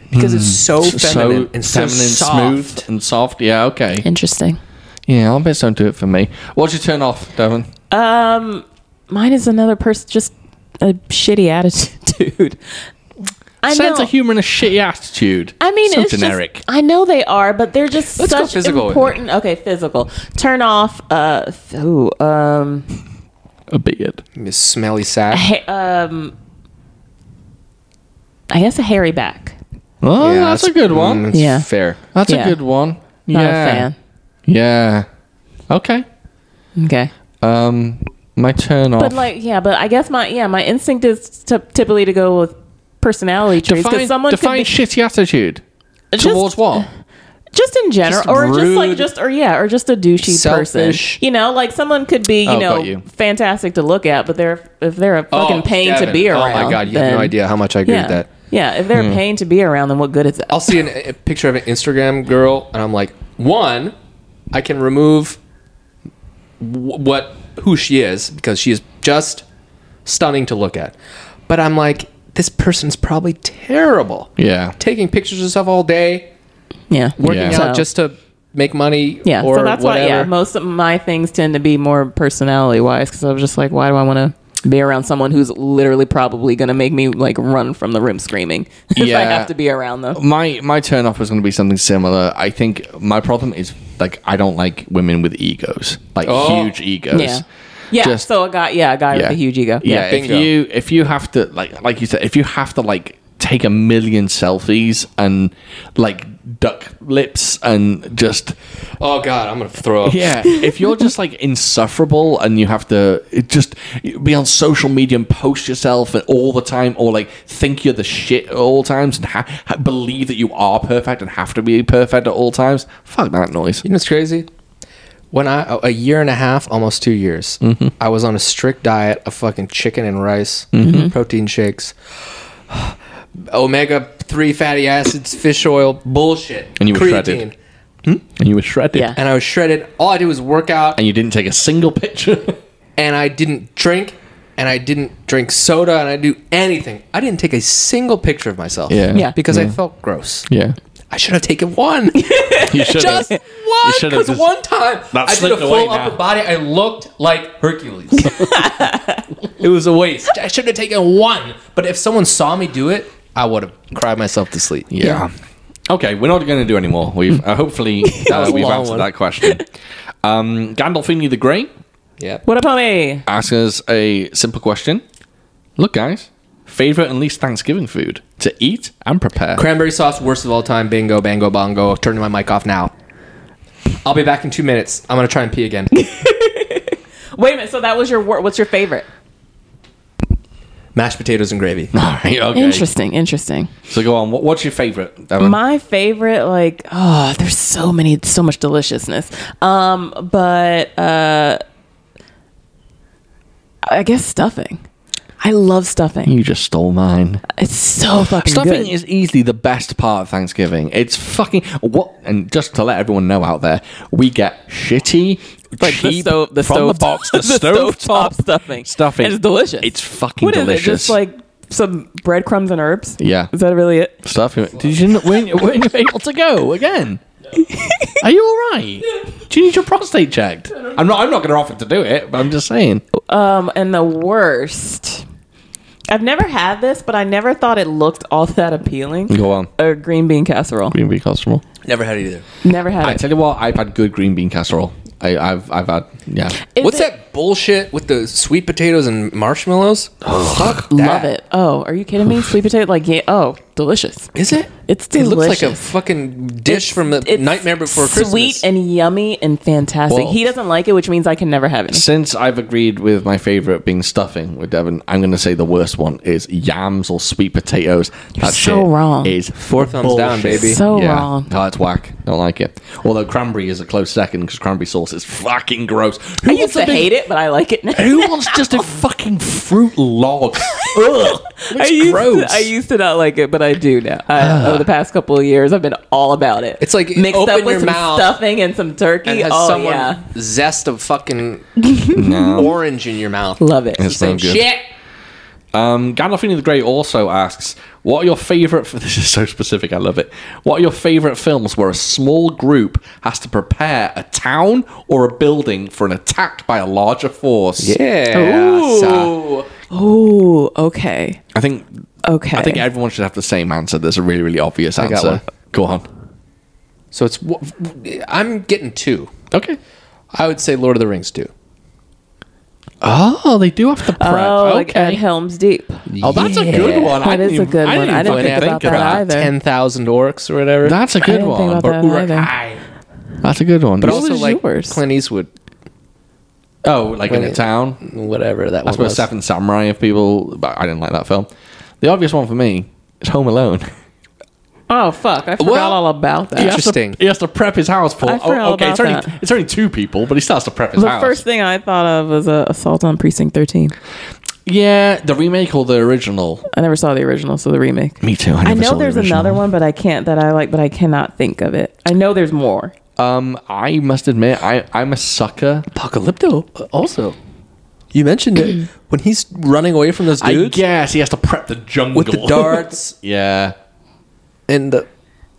B: Because it's so
A: Hmm. so
B: feminine and so
A: feminine,
B: soft.
A: smooth, and soft. Yeah, okay.
D: Interesting.
A: Yeah, armpits don't do it for me. What's your turn off, Devon?
D: Um, mine is another person, just a shitty attitude, dude. I
A: Sense
D: know.
A: of humor and a shitty attitude.
D: I mean,
A: so
D: it's just-
A: generic.
D: I know they are, but they're just
B: Let's go
D: such
B: physical with it.
D: important. Okay, physical. Turn off. Uh, f- ooh, um,
A: a beard.
B: Miss Smelly Sack.
D: ha- um, I guess a hairy back.
A: Oh,
B: Yeah,
A: that's, a good one.
B: mm, it's
D: Yeah.
B: fair.
A: that's
D: yeah.
A: a good one.
D: Not
A: yeah.
D: a fan.
A: Yeah. Okay.
D: Okay.
A: Um, my turn off.
D: But like, yeah, but I guess my yeah, my instinct is to typically to go with personality traits
A: define
D: because someone could
A: define
D: be Uh,
A: shitty attitude. Towards what?
D: just in general,
B: Just
D: or just
B: rude.
D: like just or yeah, or just a douchey
B: Selfish.
D: person. You know, like someone could be you
A: Oh,
D: know
A: got you.
D: fantastic to look at, but they're if they're a fucking pain to
B: Devin.
D: be
B: Oh
D: around.
B: my god, you have no
D: then-
B: idea how much I agree
D: Yeah,
B: with that. Hmm. Oh,
D: yeah. If they're a pain to be around, then what good is it?
B: I'll see an, a picture of an Instagram girl, and I'm like, one, I can remove w- what who she is because she is just stunning to look at. But I'm like, this person's probably terrible.
A: Yeah.
B: Taking pictures of stuff all day,
D: Yeah,
B: working
A: Yeah.
B: out
D: So-
B: just to make money
D: yeah.
B: or
D: so that's
B: whatever.
D: why yeah, most of my things tend to be more personality wise because I was just like, why do I want to be around someone who's literally probably gonna make me like run from the room screaming if I
A: Yeah.
D: have to be around them?
A: my my turn off was going to be something similar. I think my problem is like I don't like women with egos, like
B: Oh.
A: huge egos.
D: Yeah. Yeah,
A: Just-
D: so a guy, yeah, a guy with a huge ego.
A: Yeah,
D: Yeah,
A: if
B: Bingo.
A: you if you have to like like you said, if you have to like take a million selfies and like duck lips and just
B: Oh god, I'm gonna throw up.
A: yeah, if you're just like insufferable and you have to it just be on social media and post yourself and all the time, or like think you're the shit at all times and ha- ha- believe that you are perfect and have to be perfect at all times, fuck that noise.
B: You know what's crazy? When I a- a year and a half, almost two years,
A: Mm-hmm.
B: I was on a strict diet of fucking chicken and rice, protein shakes, omega three fatty acids, fish oil, bullshit,
A: And you were shredded. And you were shredded.
D: Yeah.
B: And I was shredded. All I did was work out,
A: And you didn't take a single picture.
B: and I didn't drink, and I didn't drink soda, and I do anything. I didn't take a single picture of myself.
A: Yeah. Yeah.
B: because I felt gross.
A: yeah.
B: I should have taken one.
A: You should
B: just
A: have.
B: one
A: should've
B: because
A: just-
B: one time
A: That
B: I did a
A: slipped away
B: full upper
A: now.
B: body. I looked like Hercules. it was a waste. I should have taken one. But if someone saw me do it, I would have cried myself to sleep.
A: Yeah. Okay, we're not going to do any more. We've uh, hopefully uh,
B: was a
A: we've
B: long
A: answered
B: one.
A: that question. Um, Gandolfini the Great
B: Yeah.
D: What up, homie?
A: asks us a simple question. Look, guys, favorite and least Thanksgiving food to eat and prepare.
B: Cranberry sauce, worst of all time. Bingo, bango, bongo. Turning my mic off now. I'll be back in two minutes. I'm gonna try and pee again.
D: Wait a minute. So that was your wor- what's your favorite?
B: Mashed potatoes and gravy.
A: All right, okay.
D: Interesting, interesting.
A: So go on. What, what's your favorite? Devin?
D: My favorite, like, oh, there's so many, so much deliciousness. Um, but uh, I guess stuffing. I love stuffing.
A: you just stole mine.
D: It's so fucking
A: Stuffing
D: good.
A: is easily the best part of Thanksgiving. It's fucking what, and just to let everyone know out there, we get shitty,
D: like
A: cheap,
D: the stove, the
A: from the
D: stove
A: box, the, stove top
D: stuffing.
A: stuffing.
D: And it's delicious.
A: It's fucking
D: What is
A: delicious.
D: it? Just like some breadcrumbs and herbs.
A: Yeah.
D: Is that really it?
A: stuffing. Did you not, weren't, weren't you able to go again? Are you all right? Do you need your prostate checked?
D: Oh,
A: I'm not. I'm not going to offer to do it, but I'm just saying.
D: Um, and the Um, worst. I've never had this, but I never thought it looked all that appealing.
A: Go on.
D: Or green bean casserole.
A: Green bean casserole.
B: Never had it either.
D: Never had
A: I
D: it.
A: tell you what, I've had good green bean casserole. I, I've I've had yeah.
D: Is
B: What's
D: it-
B: that bullshit with the sweet potatoes and marshmallows? Fuck
D: Love it. Oh, are you kidding me? Sweet potato, like yeah. Oh, delicious.
B: Is it?
D: It's
B: It looks like a
D: delicious.
B: fucking dish
D: It's-
B: from the
D: it's
B: Nightmare Before Christmas.
D: Sweet and yummy and fantastic.
A: Well-
D: he doesn't like it, which means I can never have it.
A: Since I've agreed with my favorite being stuffing with Devin, I'm going to say the worst one is yams or sweet potatoes. That's
D: so wrong.
A: Is four
B: thumbs down, baby.
D: So wrong.
A: No, that's Oh, whack. Don't like it. Although cranberry is a close second because cranberry sauce is fucking gross. Who
D: I used to hate it, but I like it now.
A: Who wants just a fucking fruit log? Ugh,
D: I
A: it's
D: used,
A: gross.
D: To, I used to not like it, but I do now. I, over the past couple of years, I've been all about it.
B: It's like,
D: mixed
B: open
D: up with
B: your
D: some
B: mouth
D: stuffing and some turkey.
B: and has
D: oh
B: someone
D: yeah,
B: zest of fucking orange in your mouth.
D: love it.
A: It's no good.
B: Shit.
A: Um, Gandalfini the Great also asks, "What are your favorite?" This is so specific. I love it. What are your favorite films where a small group has to prepare a town or a building for an attack by a larger force?
B: Yeah. son.
D: Ooh. Ooh. Okay.
A: I think.
D: Okay.
A: I think everyone should have the same answer. There's a really, really obvious
B: got
A: answer.
B: one.
A: Go on.
B: So it's wh- I'm getting two.
A: Okay.
B: I would say Lord of the Rings two.
A: Oh, they do have to prep.
D: oh, like at
A: okay.
D: Helm's Deep.
A: Oh, that's a good one. I
D: That
A: didn't
D: is a
A: even-
D: good
A: I
D: one.
A: didn't
D: I didn't
A: fucking
D: think about that
A: of
D: either.
B: Ten thousand orcs or whatever.
A: That's a good
D: didn't think
A: one.
D: about that
A: Or-
D: either.
A: That's a good one.
B: but
A: But
B: also
D: was
B: like
D: yours?
B: Clint Eastwood,
A: oh, like in a
B: Wait.
A: town.
B: whatever that
A: I
B: one
A: suppose
B: was.
A: Seven Samurai. If people, but I didn't like that film. The obvious one for me is Home Alone.
D: Oh fuck! I forgot
B: Well,
D: all about that.
B: yeah. Interesting.
A: He has to prep his house for.
D: I forgot
A: Oh, okay, it's only
D: about that.
A: it's only two people, but he starts to prep his
D: The
A: house.
D: first thing I thought of was uh, Assault on Precinct 13.
A: yeah, the remake or the original.
D: I never saw the original, so the remake.
A: Me too.
D: I know there's another one, but I can't that I like, but I cannot think of it. I know there's more.
A: Um, I must admit, I I'm a sucker.
B: Apocalypto uh, also. You mentioned it when he's running away from those
A: I
B: dudes
A: guess he has to prep the jungle
B: with the darts
A: yeah,
B: and the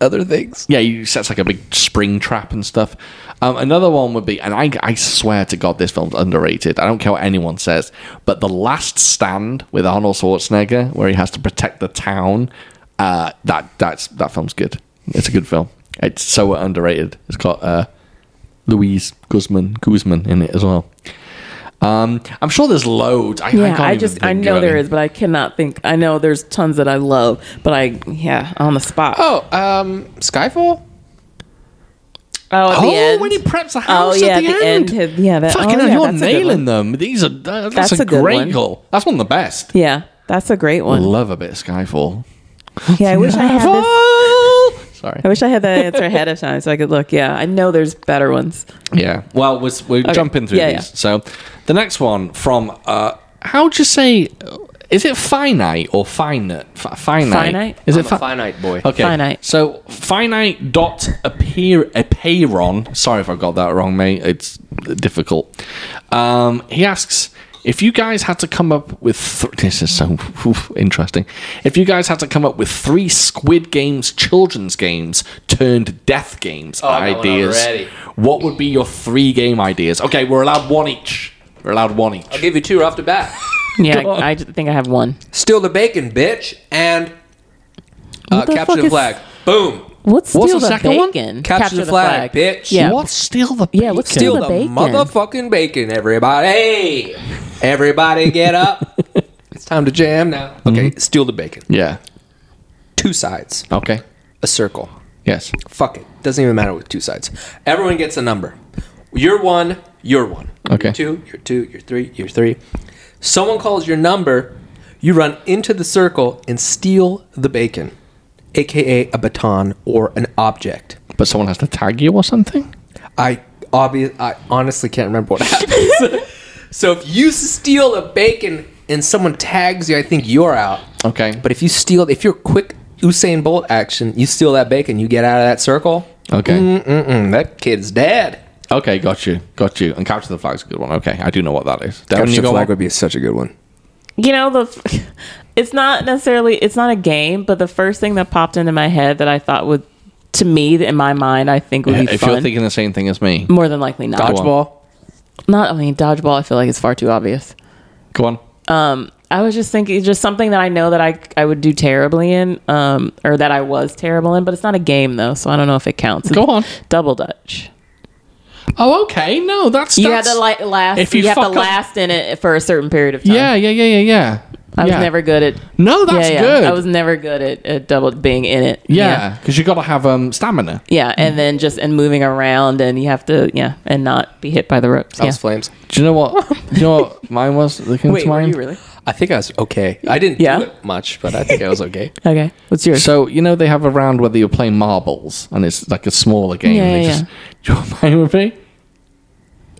B: other things.
A: yeah. He sets like a big spring trap and stuff. Um, another one would be, and I I swear to God, this film's underrated. I don't care what anyone says, but the Last Stand with Arnold Schwarzenegger, where he has to protect the town. Uh, that that's that film's good. It's a good film. It's so underrated. It's got uh, Louise Guzman Guzman in it as well. Um, I'm sure there's loads. I,
D: Yeah,
A: can't
D: I,
A: even
D: just I
A: think
D: know
A: of
D: there
A: any.
D: is, but I cannot think. I know there's tons that I love, but I yeah on the spot. Oh,
B: Oh, um, Skyfall.
D: at
A: oh,
D: the end.
A: when he preps a house
D: yeah,
A: at the end.
D: his- yeah, that,
A: Fucking
D: oh,
A: hell,
D: yeah,
A: you're
D: that's a good one.
A: nailing them. These are that's,
D: That's
A: a,
D: a good
A: great
D: one.
A: goal. That's one of the best.
D: Yeah, that's a great one.
A: Love a bit of Skyfall.
D: Yeah, I wish I had this.
A: Sorry.
D: I wish I had that answer ahead of time so I could look. Yeah, I know there's better ones.
A: Yeah. Well, we're, we're jumping through
D: Yeah,
A: these.
D: yeah.
A: So the next one from uh, how'd you say? Is it finite or finite? Fi finite.
D: Finite?
A: Is
B: I'm
A: it
B: a
A: fi-
B: finite boy.
A: Okay.
D: Finite.
A: So finite dot appear apeiron. Sorry if I got that wrong, mate. It's difficult. Um, he asks if you guys had to come up with th- this is so interesting. If you guys had to come up with three Squid Games children's games turned death games
B: Oh, I got one
A: ideas,
B: already.
A: what would be your three game ideas? Okay, we're allowed one each. We're allowed one each.
B: I'll give you two off the bat.
D: Yeah, I, I just think I have one.
B: Steal the bacon, bitch, and uh,
D: What the
B: capture
D: fuck
B: the
D: is-
B: flag. Boom.
D: What's steal
A: the second one?
D: bacon?
B: Capture the flag, bitch.
D: Yeah,
A: What's still the
D: Yeah, what's
A: bacon?
D: still
B: Steal
D: the
B: the
D: bacon.
B: motherfucking bacon, everybody. Everybody get up. it's time to jam now.
D: Mhm.
B: Okay, steal the bacon.
A: yeah.
B: Two sides,
A: Okay.
B: a circle.
A: Yes.
B: Fuck it. Doesn't even matter with two sides. Everyone gets a number. You're one, you're one.
A: Okay.
B: You're two, you're two, you're three, you're three. Someone calls your number, you run into the circle and steal the bacon, aka a baton or an object.
A: But someone has to tag you or something.
B: I obvious I honestly can't remember what happens. so if you steal a bacon and someone tags you, I think you're out.
A: Okay.
B: But if you steal if you're quick Usain Bolt action, you steal that bacon, you get out of that circle.
A: Okay.
B: Mm-mm, that kid's dead.
A: Okay, got you, got you. And capture the flag's a good one. Okay, I do know what that is. Devin,
B: Capture
A: you
B: the
A: got
B: flag
A: one?
B: would be such a good one.
D: you know the it's not necessarily it's not a game but the first thing that popped into my head that i thought would to me in my mind i think would be
A: if
D: fun
A: you're thinking the same thing as me,
D: more than likely not
A: Dodgeball?
D: not i mean dodgeball i feel like is far too obvious
A: go on.
D: um I was just thinking, just something that I know that I I would do terribly in, um, or that I was terrible in, but it's not a game though, so I don't know if it counts.
A: Go on.
D: double dutch.
A: Oh, okay. No, that's
D: You had
A: that's,
D: to like last.
A: if
D: If
A: you
D: you, have
A: fuck
D: to
A: up-
D: last in it for a certain period of time.
A: Yeah, yeah, yeah, yeah, yeah.
D: I was
A: Yeah.
D: never good at.
A: No, that's
D: yeah, yeah.
A: good.
D: I was never good at, at double being in it.
A: yeah, because you got to have um stamina.
D: Yeah, and then just and moving around, and you have to yeah, and not be hit by the ropes. Yeah.
B: House flames.
A: Do you know what? do you know what mine was? that came
D: Wait,
A: to
D: were
A: mind?
D: you really?
B: I think I was okay. I didn't
D: Yeah?
B: do it much, but I think I was okay.
D: Okay, what's yours?
A: So you know they have a round where you're playing marbles and it's like a smaller game.
D: Yeah,
A: and they
D: yeah,
A: just, Do you know what mine would be?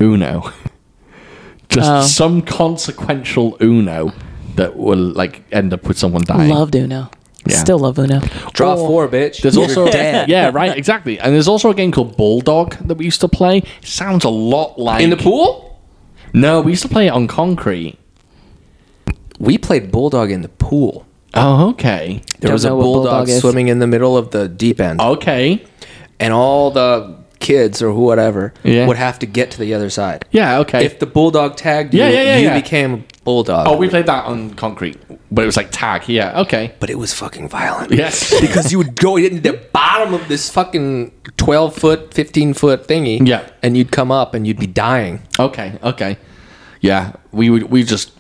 A: Uno. just
D: Oh.
A: some consequential Uno that will like end up with someone dying.
D: Loved Uno.
A: Yeah.
D: Still love Uno.
B: Draw four, bitch.
A: There's
B: You're
A: also
B: dead.
A: yeah right exactly, and there's also a game called Bulldog that we used to play. sounds a lot like
B: in the pool.
A: No, we used to play it on concrete.
B: We played bulldog in the pool.
A: Oh okay,
B: There
D: Don't
B: was a
D: know what
B: bulldog,
D: bulldog is.
B: swimming in the middle of the deep end,
A: okay,
B: and all the kids or whatever
A: Yeah.
B: would have to get to the other side.
A: yeah okay.
B: If the bulldog tagged you,
A: Yeah, yeah, yeah,
B: you
A: yeah.
B: became a bulldog.
A: oh, we played that on concrete, but it was like tag. Yeah okay.
B: but it was fucking violent.
A: Yes.
B: because you would go into the bottom of this fucking 12 foot, 15 foot thingy.
A: Yeah.
B: And you'd come up and you'd be dying.
A: Okay, okay. Yeah, we would we just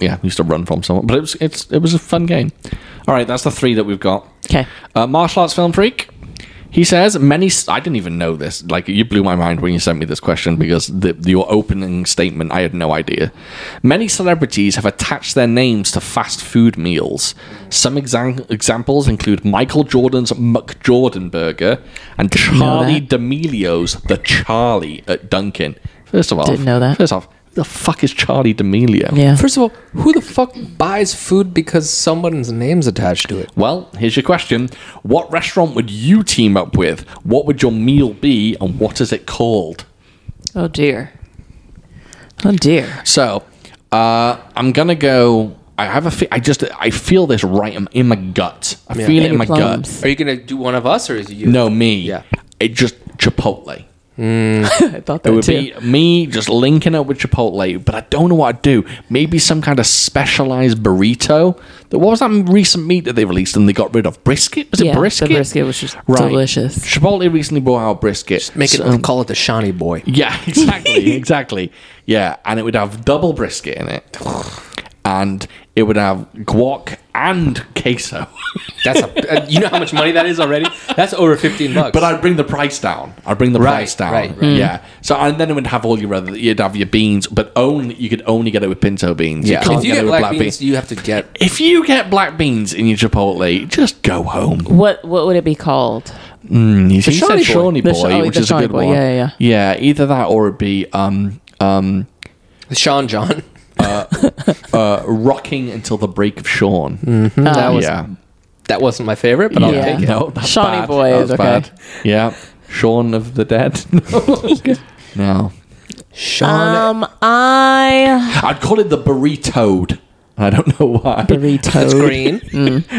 A: yeah, we used to run from someone, but it was it's it was a fun game. All right, that's the three that we've got.
D: Okay.
A: Uh, martial arts film freak. He says many. s- I didn't even know this. Like you blew my mind when you sent me this question because the, your opening statement, I had no idea. Many celebrities have attached their names to fast food meals. Some exam- examples include Michael Jordan's McJordan burger and Charlie D'Amelio's the Charlie at Dunkin'. First of all,
D: Didn't know that.
A: First off, who the fuck is Charlie D'Amelio?
D: Yeah.
B: First of all, who the fuck buys food because someone's name's attached to it?
A: Well, here's your question. What restaurant would you team up with? What would your meal be and what is it called?
D: Oh dear. Oh dear.
A: So, uh, I'm going to go. I have a. Fe- I just. I feel this right in, in my gut. I feel it in
D: Any
A: my
D: plums?
B: Are you going to do one of us or is it you?
A: gut. No, me.
B: Yeah.
A: It just Chipotle.
D: I thought
A: It
D: that
A: would
D: too.
A: be me just linking up with Chipotle, but I don't know what I'd do. Maybe some kind of specialized burrito. What was that recent meat that they released and they got rid of? Brisket? Was it
D: Yeah, the
A: brisket?
D: brisket was just delicious.
A: Chipotle recently brought out brisket.
B: Make it,
A: So-
B: call it the Shawnee boy.
A: Yeah, exactly, exactly. Yeah, and it would have double brisket in it, and it would have guac and queso.
B: That's a, uh, you know how much money that is already? That's over 15 bucks.
A: But I'd bring the price down. I'd bring the price down.
B: right, right.
A: Yeah. So and then it would have all your other. You'd have your beans, but only you could only get it with pinto beans.
B: yeah.
A: you can't
B: If you
A: get,
B: get
A: it with
B: black,
A: black
B: beans,
A: beans.
B: you have to get.
A: If you get black beans in your chipotle, just go home.
D: what what would it be called?
A: You see,
B: Shawnee
A: said
B: boy.
A: Shawnee boy,
D: The Sha- oh,
A: which
D: the
A: is a
D: Shawnee
A: good
D: boy.
A: one.
D: Yeah, yeah,
A: yeah. Yeah, either that or it'd be um um
B: Sean John.
A: uh, rocking until the break of Sean.
D: Um,
B: that, was,
A: Yeah.
B: that wasn't my favorite, but I'll
D: Yeah.
B: take it.
A: No, that's
D: Shawnee
A: bad.
D: boy
A: That
D: is
A: was
D: okay.
A: bad. Yeah. Shaun of the Dead. no.
B: Sean
D: Um, I
A: I'd call it the burritoed. I don't know why.
B: That's
D: burrito.
B: green.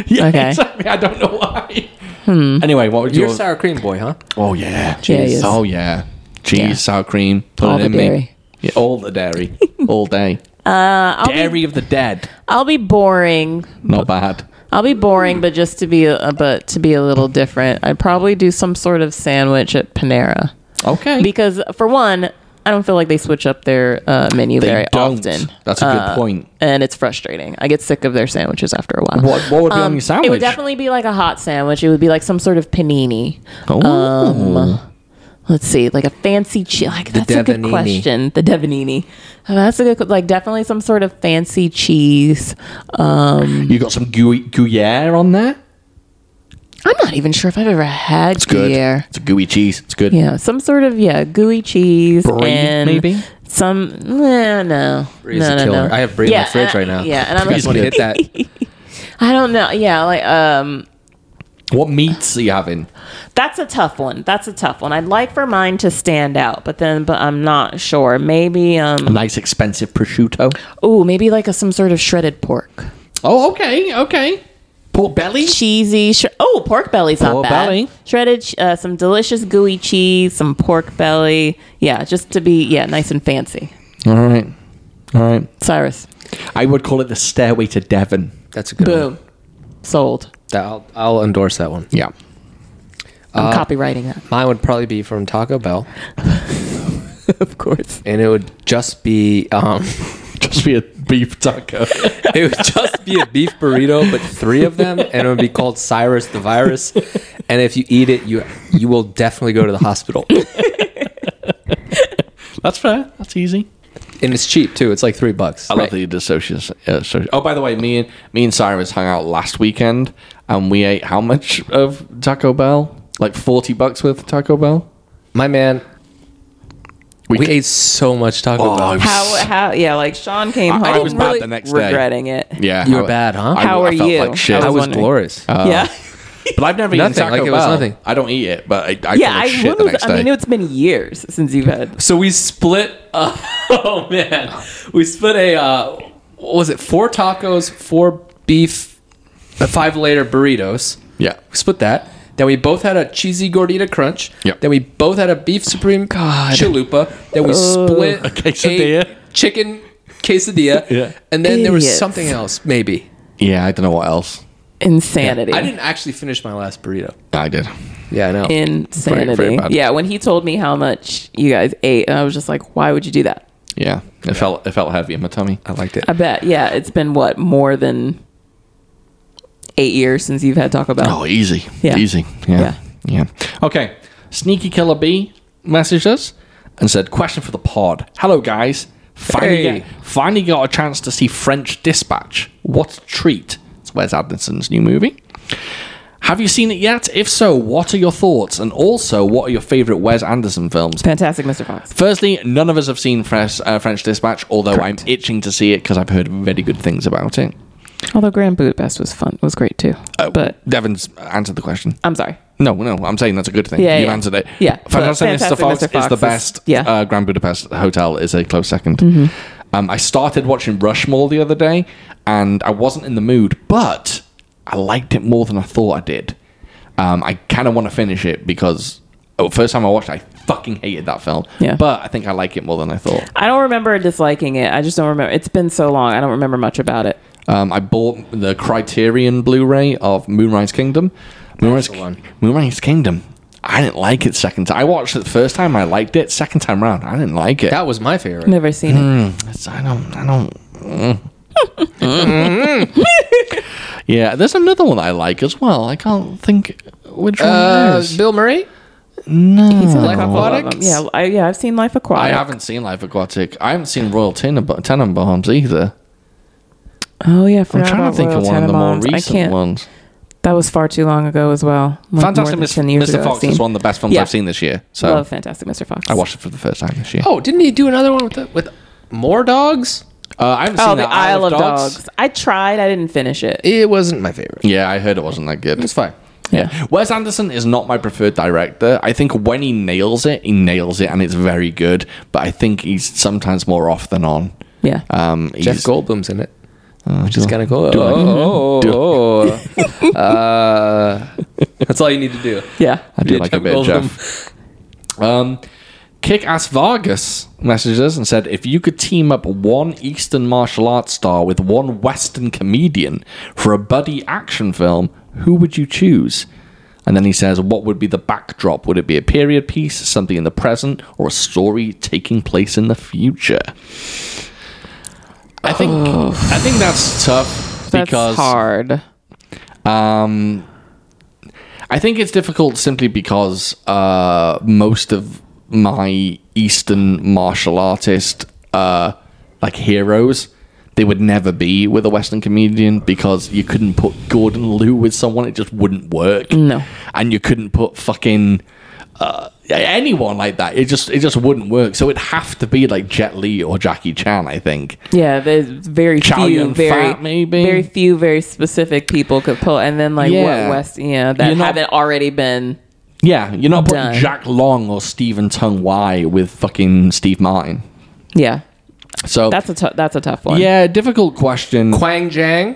A: yeah,
D: Okay. Hmm.
A: exactly. I don't know why. Anyway, what would
B: You're
A: you?
B: a sour cream boy, huh?
A: oh yeah.
D: Yeah, he is.
A: Oh yeah. Cheese,
D: Yeah.
A: sour cream. Put
D: All
A: it
D: the
A: in me.
D: dairy.
A: Yeah, all the dairy. all day.
D: Uh, I'll,
A: Dairy of the dead.
D: I'll be boring.
A: Not bad.
D: I'll be boring, but just to be a but to be a little different, I'd probably do some sort of sandwich at Panera
A: Okay.
D: because for one, I don't feel like they switch up their uh, menu
A: They
D: very
A: don't.
D: often.
A: That's a good
D: Uh,
A: point.
D: and it's frustrating. I get sick of their sandwiches after a while.
A: What, what would be on
D: Um,
A: your sandwich?
D: It would definitely be like a hot sandwich. It would be like some sort of panini.
A: Oh.
D: Um, let's see, like a fancy cheese. Like that's a good
B: Devanini.
D: question. The devanini. Uh, That's a good. que- Like definitely some sort of fancy cheese. Um,
A: you got some gooey, Gruyere on there.
D: I'm not even sure if I've ever had Gruyere.
A: It's a gooey cheese. It's good.
D: Yeah, some sort of yeah gooey cheese
A: Brie,
D: and
A: maybe?
D: some eh, no
B: Brie's
D: no
B: a
D: no
B: killer.
D: no.
B: I have Brie in my fridge
D: and I-
B: right now.
D: Yeah, and I'm
B: You guys
D: like,
B: want to hit that?
D: I don't know. Yeah, like um,
A: What meats are you having?
D: That's a tough one. That's a tough one. I'd like for mine to stand out, but then but I'm not sure. Maybe um
A: Nice expensive prosciutto.
D: oh, maybe like a some sort of shredded pork.
A: Oh, okay, okay. Pork belly.
D: Cheesy sh- Oh, pork belly's not
A: Pork
D: bad.
A: belly.
D: Shredded ch- uh, some delicious gooey cheese, some pork belly. Yeah, just to be yeah, nice and fancy.
A: All right. All right.
C: Cyrus.
A: I would call it the Stairway to Devon.
B: That's a good one.
C: Boom. Sold.
B: That- I'll, I'll endorse that one.
A: Yeah.
C: I'm
B: Uh,
C: copywriting that.
B: Mine would probably be from Taco Bell,
C: of course.
B: and it would just be um,
A: Just be a beef taco.
B: it would just be a beef burrito, but three of them, and it would be called Cyrus the Virus. And if you eat it, you you will definitely go to the hospital,
A: That's fair. That's easy.
B: and it's cheap too. It's like three bucks.
A: I love the dissociation. Uh, soci- oh, by the way, me and me and Cyrus hung out last weekend, and we ate how much of Taco Bell? Like forty bucks worth of Taco Bell.
B: My man, we, ate so much Taco
A: Oh,
B: Bell.
A: I was-
D: How, how, yeah, like Sean came home.
A: I was bad
D: really
A: the next day.
D: regretting it.
A: Yeah, uh,
B: You were
A: I-
B: bad, huh?
A: I-
D: How
A: I
D: are
A: felt
D: you?
A: Like shit.
B: I
D: I was
B: was
D: wondering.
B: glorious.
D: yeah.
A: but I've never eaten
B: Nothing,
A: Taco
B: like it
A: Bell.
B: was nothing.
A: I don't eat it, but I, I feel
D: yeah,
A: like
D: I,
A: shit
D: when
A: the
D: was,
A: next
D: I mean,
A: day.
D: it's been years since you've had.
E: So we split. oh man, we split a. Uh,
B: what was it? Four tacos, four beef, uh, five layer burritos.
A: yeah,
B: We split that. Then we both had a cheesy gordita crunch.
A: Yep.
B: Then we both had a beef supreme chalupa. Then we split a
A: quesadilla.
B: chicken quesadilla.
A: Yeah.
B: And then there was
D: Idiots.
B: something else, maybe.
A: yeah. I don't know what else
D: Insanity.
B: I didn't actually finish my last burrito.
A: I did.
B: Yeah, I know.
D: Insanity.
A: Very- very bad.
D: yeah, when he told me how much you guys ate, and I was just like, why would you do that?
A: Yeah, it felt it felt heavy in my tummy.
B: I liked it.
D: I bet. Yeah, it's been what more than eight years since you've had Taco Bell.
A: Oh, easy.
D: Yeah.
A: Easy.
D: Yeah.
A: Yeah. yeah. Okay. Sneaky Killer B messaged us and said, Question for the pod. Hello, guys. Finally,
B: Hey.
A: get- finally got a chance to see French Dispatch. What a treat. It's Wes Anderson's new movie. Have you seen it yet? If so, what are your thoughts? And also, what are your favorite Wes Anderson films?
D: Fantastic, Mr. Fox.
A: Firstly, none of us have seen French, uh, French Dispatch, although I'm itching to see it because I've heard very good things about it.
D: Although Grand Budapest was fun, was great too.
A: Oh.
D: but
A: Devon's answered the question.
D: I'm sorry.
A: No, no, I'm saying that's a good thing.
D: Yeah,
A: you
D: yeah.
A: answered it.
D: Yeah,
A: Fantastic,
D: but
A: Mr. Fox,
D: Fantastic Mr. Fox
A: is the
D: is-
A: best.
D: yeah. Mm-hmm.
A: Uh, Grand Budapest Hotel is a close 2nd Um, I started watching Rushmore the other day, and I wasn't in the mood, but I liked it more than I thought I did. Um, I kind of want to finish it because oh, first time I watched, it, I fucking hated that film.
D: Yeah.
A: but I think I like it more than I thought.
D: I don't remember disliking it. I just don't remember. It's been so long. I don't remember much about it.
A: Um, I bought the Criterion Blu-ray of Moonrise Kingdom. Moonrise, Moonrise Kingdom. I didn't like it second time. I watched it the first time. I liked it. Second time round, I didn't like it.
B: That was my favorite.
D: Never seen it.
A: It's- I don't. I don't. Mm. yeah, there's another one I like as well. I can't think which one it
B: Uh,
A: is.
B: Bill Murray?
D: He's seen a
B: Life
D: couple of
B: Aquatic?
D: them. um, Yeah, I, yeah, I've seen Life
A: I
D: Aquatic.
A: haven't seen Life Aquatic. I haven't seen Royal Tenenba- Tenenbaums either.
D: Oh yeah, I
A: I'm
D: forgot
A: trying
D: about
A: to think
D: Royal
A: of one of the more
D: Tenenbaums. I
A: recent
D: can't.
A: ones.
D: That was far too long ago as well. Like, more
A: Fantastic
D: than
A: Mr.
D: 10 years ago
A: Mr.
D: I've
A: Fox
D: seen.
A: is one of the best films
D: Yeah.
A: I've seen this year. So
D: Love Fantastic Mr. Fox.
A: I watched it for the first time this year.
B: Oh, didn't he do another one with the, with more dogs?
A: uh, I haven't
D: Oh,
A: seen
D: the
A: that Isle, of Dogs.
D: I tried. I didn't finish it.
B: It wasn't my favorite.
A: Yeah, I heard it wasn't that good.
B: It's fine.
A: Yeah. Wes Anderson is not my preferred director. I think when he nails it, he nails it and it's very good. But I think he's sometimes more off than on.
D: Yeah.
A: Um, he's,
B: Jeff Goldblum's in it.
A: uh,
B: Just kind of go.
A: do I-
B: Oh,
A: do I-
B: oh, oh, oh. Uh, that's all you need to do.
D: yeah.
A: I do
B: Yeah,
A: like a
B: Jeff
A: bit of
B: Goldblum.
A: Jeff. Um, Kick Ass Vargas messaged us and said, if you could team up one Eastern martial arts star with one Western comedian for a buddy action film, who would you choose? And then he says, what would be the backdrop? Would it be a period piece, something in the present, or a story taking place in the future? I think I think that's tough
D: That's
A: because
D: hard.
A: um, I think it's difficult simply because uh, most of my Eastern martial artist uh, like heroes, they would never be with a Western comedian because you couldn't put Gordon Liu with someone; it just wouldn't work.
D: No.
A: and you couldn't put fucking. Uh, anyone like that, it just it just wouldn't work. So it'd have to be like Jet Li or Jackie Chan, I think.
D: Yeah, there's very
A: Chow
D: few, very
A: Yun-fat, maybe?
D: very few, very specific people could pull, and then like
A: Yeah.
D: what West, yeah, that
A: You're not-
D: haven't already been.
A: Yeah, you're not putting
D: Done.
A: Jack Long or Stephen Tung Wai with fucking Steve Martin.
D: Yeah,
A: So
D: that's a tou- that's a tough one.
A: yeah, difficult question.
B: Huang Jang,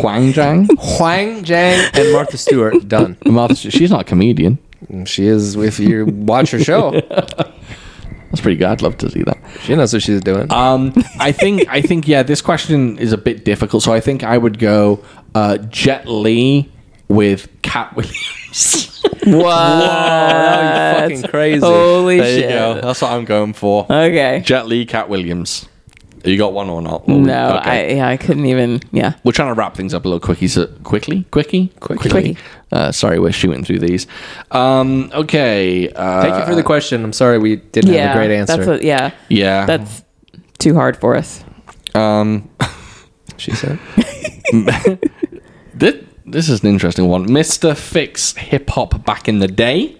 A: Huang Zhang,
B: Huang Jang, and Martha Stewart. Done.
A: Martha, she's not a comedian.
B: She is. If you watch her show,
A: That's pretty good. I'd love to see that.
B: She knows what she's doing.
A: Um, I think I think yeah, this question is a bit difficult. So I think I would go uh, Jet Li with Cat Williams.
B: Wow, you fucking crazy.
D: Holy
A: there
D: shit.
A: you go. That's what I'm going for.
D: Okay.
A: Jet Li, Cat Williams. You got one or not? Or we-
D: no,
A: okay.
D: I yeah, I couldn't even. Yeah.
A: We're trying to wrap things up a little quickie, so quickly, quickie, quickly.
D: Quickie.
A: Uh, sorry, we're shooting through these. Um, okay. Uh,
B: Thank you for the question. I'm sorry we didn't
D: yeah.
B: have a great answer. Uh-huh.
D: That's what, yeah.
A: Yeah.
D: That's too hard for us.
A: um,
B: she said.
A: This, this is an interesting one. Mr. Fix Hip Hop back in the day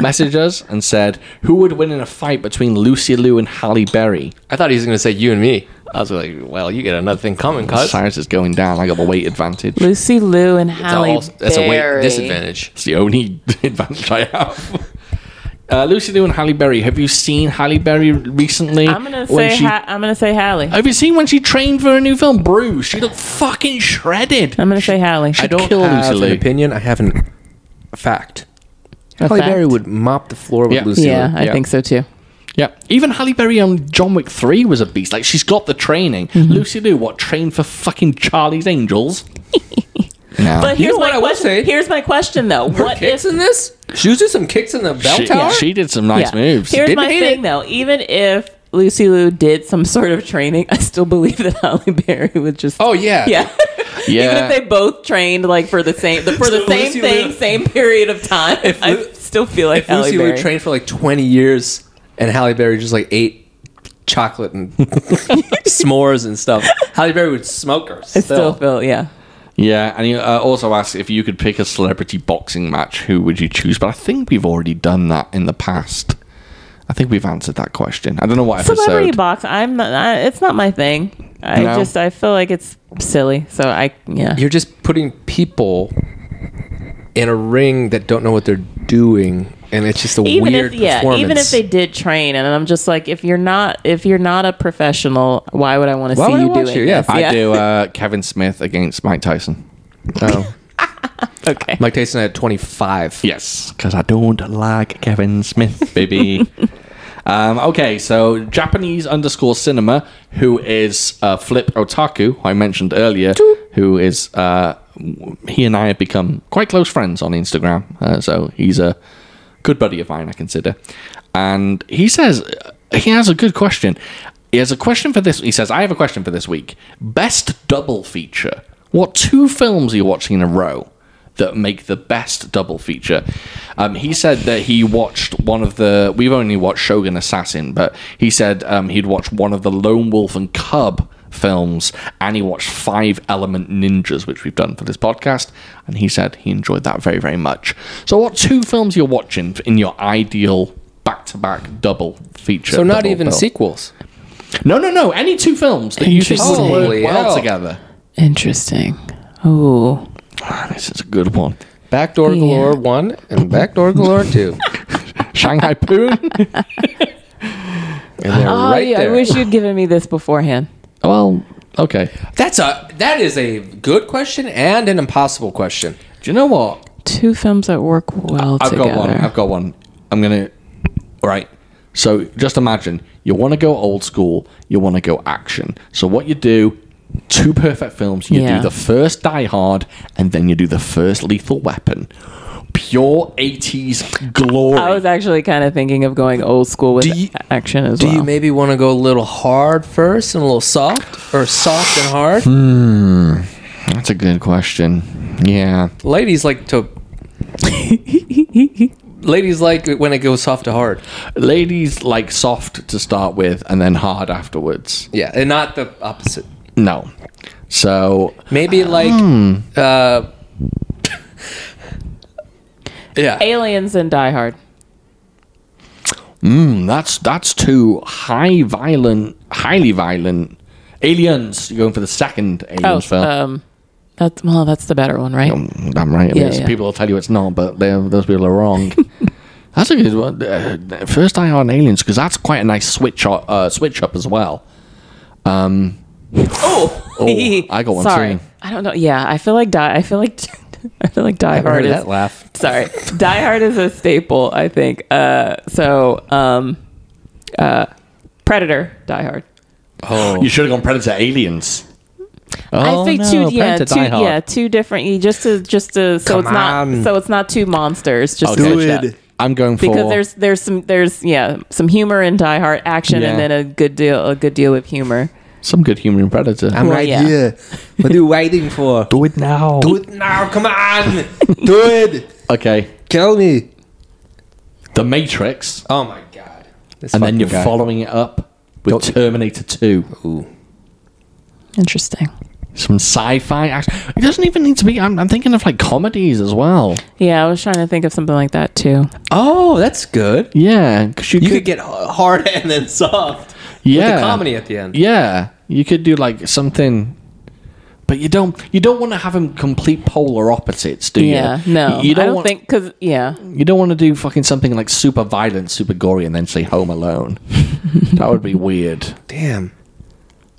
A: messaged us and said, Who would win in a fight between Lucy Liu and Halle Berry?
E: I thought he was going to say you and me. I was like, well, you get another thing coming, cuz.
A: Cyrus is going down. I got the weight advantage.
D: Lucy Liu and
E: It's all-
D: Halle
E: That's a weight
D: Berry.
E: disadvantage.
A: It's the only advantage I have. Uh, Lucy Liu and Halle Berry. Have you seen Halle Berry recently?
D: I'm gonna
A: When
D: say
A: she-
D: ha- I'm gonna say Halle.
A: have you seen when she trained for her new film, Bruce? She looked fucking shredded.
D: I'm gonna say Halle.
A: She
D: I
A: don't
B: Kill
A: kill
B: have
A: Lucy
B: an
A: Liu.
B: opinion. I have an a fact.
D: A
B: Halle
D: fact?
B: Berry would Uh-huh. mop the floor with
A: Yeah.
B: Lucy.
D: Yeah,
B: Liu.
D: I
A: Yeah.
D: think so too.
A: Yeah, even Halle Berry on John Wick Three was a beast. Like she's got the training. Lucy Liu, what trained for fucking Charlie's Angels? no.
D: But
B: You
D: here's
B: know what
D: my
B: I will
D: question.
B: say?
D: Here's my question though. What if
B: kicks in this? She was doing some kicks in the bell
A: she,
B: tower.
A: she did some nice
D: Yeah.
A: moves.
D: Here's
B: Didn't
D: my
B: hate
D: thing
B: it.
D: though. Even if Lucy Liu did some sort of training, I still believe that Halle Berry would just
B: oh yeah.
D: Yeah. Even if they both trained like for the same the, for the
B: So
D: same
B: Lucy
D: thing,
B: Liu-
D: same period of time, I
B: Lu-
D: still feel like
B: If Lucy
D: Halle
B: Liu
D: Berry.
B: trained for like 20 years, and Halle Berry just like ate chocolate and s'mores and stuff, Halle Berry would smoke her.
D: I
B: Still.
D: still feel yeah.
A: yeah, and you uh, also asked if you could pick a celebrity boxing match, who would you choose? But I think we've already done that in the past. I think we've answered that question. I don't know what
D: Celebrity
A: episode.
D: box. I'm not. I, it's not my thing. I
A: No.
D: just I feel like it's silly. So I yeah.
B: You're just putting people in a ring that don't know what they're doing, and it's just a
D: even
B: weird
D: if yeah,
B: performance.
D: even if they did train, and I'm just like, if you're not if you're not a professional, why would I want to
B: Why
D: see
B: would I
D: you
B: watch
D: doing
B: you? Yeah,
D: this?
A: I do uh, Kevin Smith against Mike Tyson.
B: Oh.
D: Okay.
B: Mike Tyson at 25.
A: Yes, because I don't like Kevin Smith, baby. um, okay, so Japanese underscore cinema, who is uh, Flip Otaku, who I mentioned earlier, who is uh, w- he and I have become quite close friends on Instagram. Uh, so he's a good buddy of mine, I consider. And he says he has a good question. He has a question for this. He says, "I have a question for this week. Best double feature. What two films are you watching in a row that make the best double feature?" Um, he said that he watched one of the. We've only watched Shogun Assassin, but he said um, he'd watched one of the Lone Wolf and Cub films, and he watched Five Element Ninjas, which we've done for this podcast, and he said he enjoyed that very, very much. So, what two films you're watching in your ideal back-to-back double feature?
B: So not
A: double
B: even
A: bill?
B: sequels.
A: No, no, no. Any two films that you think would
B: Holy
A: work well
B: hell.
A: together.
D: Interesting. Oh,
A: Ah, This is a good one.
B: Backdoor
D: Yeah.
B: Galore 1 and Backdoor Galore 2.
A: Shanghai Poon.
B: And they're
D: oh
B: right
D: yeah,
B: there.
D: I wish you'd given me this beforehand.
A: well, okay.
B: That's a that is a good question and an impossible question.
A: Do you know what?
D: Two films that work well
A: I've
D: together.
A: got one. I've got one. I'm gonna. All right. So just imagine you want to go old school. You want to go action. So what you do? Two perfect films. You
D: Yeah.
A: do the first Die Hard, and then you do the first Lethal Weapon. Pure '80s glory.
D: I was actually kind of thinking of going old school with
B: Do you-
D: a- action as
B: Do
D: well.
B: you maybe want to go a little hard first and a little soft or soft and hard?
A: That's a good question. Yeah.
B: Ladies like to Ladies like it when it goes soft to hard.
A: Ladies like soft to start with, and then hard afterwards.
B: Yeah, and not the opposite.
A: No. So
B: Maybe like uh Yeah.
D: Aliens and Die Hard.
A: Mm, that's that's too high violent, highly violent. Aliens, you're going for the second
D: Oh,
A: Aliens film.
D: um, that's well, that's the better one, right?
B: Um,
A: Mm, I'm right. it
D: yeah,
A: is.
D: yeah.
A: People will tell you it's not, but they're- those people are wrong. that's a good one. Uh, first Eye on Aliens because that's quite a nice switch o- uh, switch up as well.
D: Oh,
A: I got one
D: Sorry,
A: too.
D: I don't know. Yeah, I feel like Die. I feel like I feel like Die Hard is.
B: laugh.
D: Sorry, Die Hard is a staple. I think. Uh, so um, uh, Predator, Die Hard.
B: Oh,
A: You should have gone Predator Aliens.
D: I think
B: Oh, no,
D: two, yeah,
B: Predator,
D: two,
B: Die Hard.
D: yeah, two different. you Just to, just to, so
B: Come
D: it's not,
B: on.
D: so it's not two monsters. Just
A: Okay.
D: to
B: Do
D: switch it
B: it.
D: up.
A: I'm going for
D: because there's there's some there's yeah some humor in Die Hard action
A: Yeah.
D: and then a good deal a good deal of humor.
A: some good humor in Predator.
B: I'm
D: Well,
B: right
D: yeah.
B: here. What are you waiting for?
A: Do it now.
B: Do it now. Come on. Do it.
A: Okay.
B: Kill me.
A: The Matrix,
B: Oh my god. This
A: and then
B: fucking
A: you're
B: guy.
A: following it up with
B: Don't-
A: Terminator Two.
B: Ooh.
D: Interesting.
A: Some sci-fi action. It doesn't even need to be. I'm, I'm thinking of like comedies as well.
D: Yeah, I was trying to think of something like that too.
B: Oh, that's good.
A: Yeah, 'cause you,
B: You
A: could,
B: could get h- hard and then soft.
A: yeah
B: With the comedy at the end.
A: Yeah, you could do like something, but you don't. You don't want to have them complete polar opposites, do you?
D: Yeah, no,
A: You, you
D: I
A: don't,
D: don't
A: want,
D: think because yeah,
A: you don't want to do fucking something like super violent, super gory, and then say Home Alone. that would be weird.
B: Damn.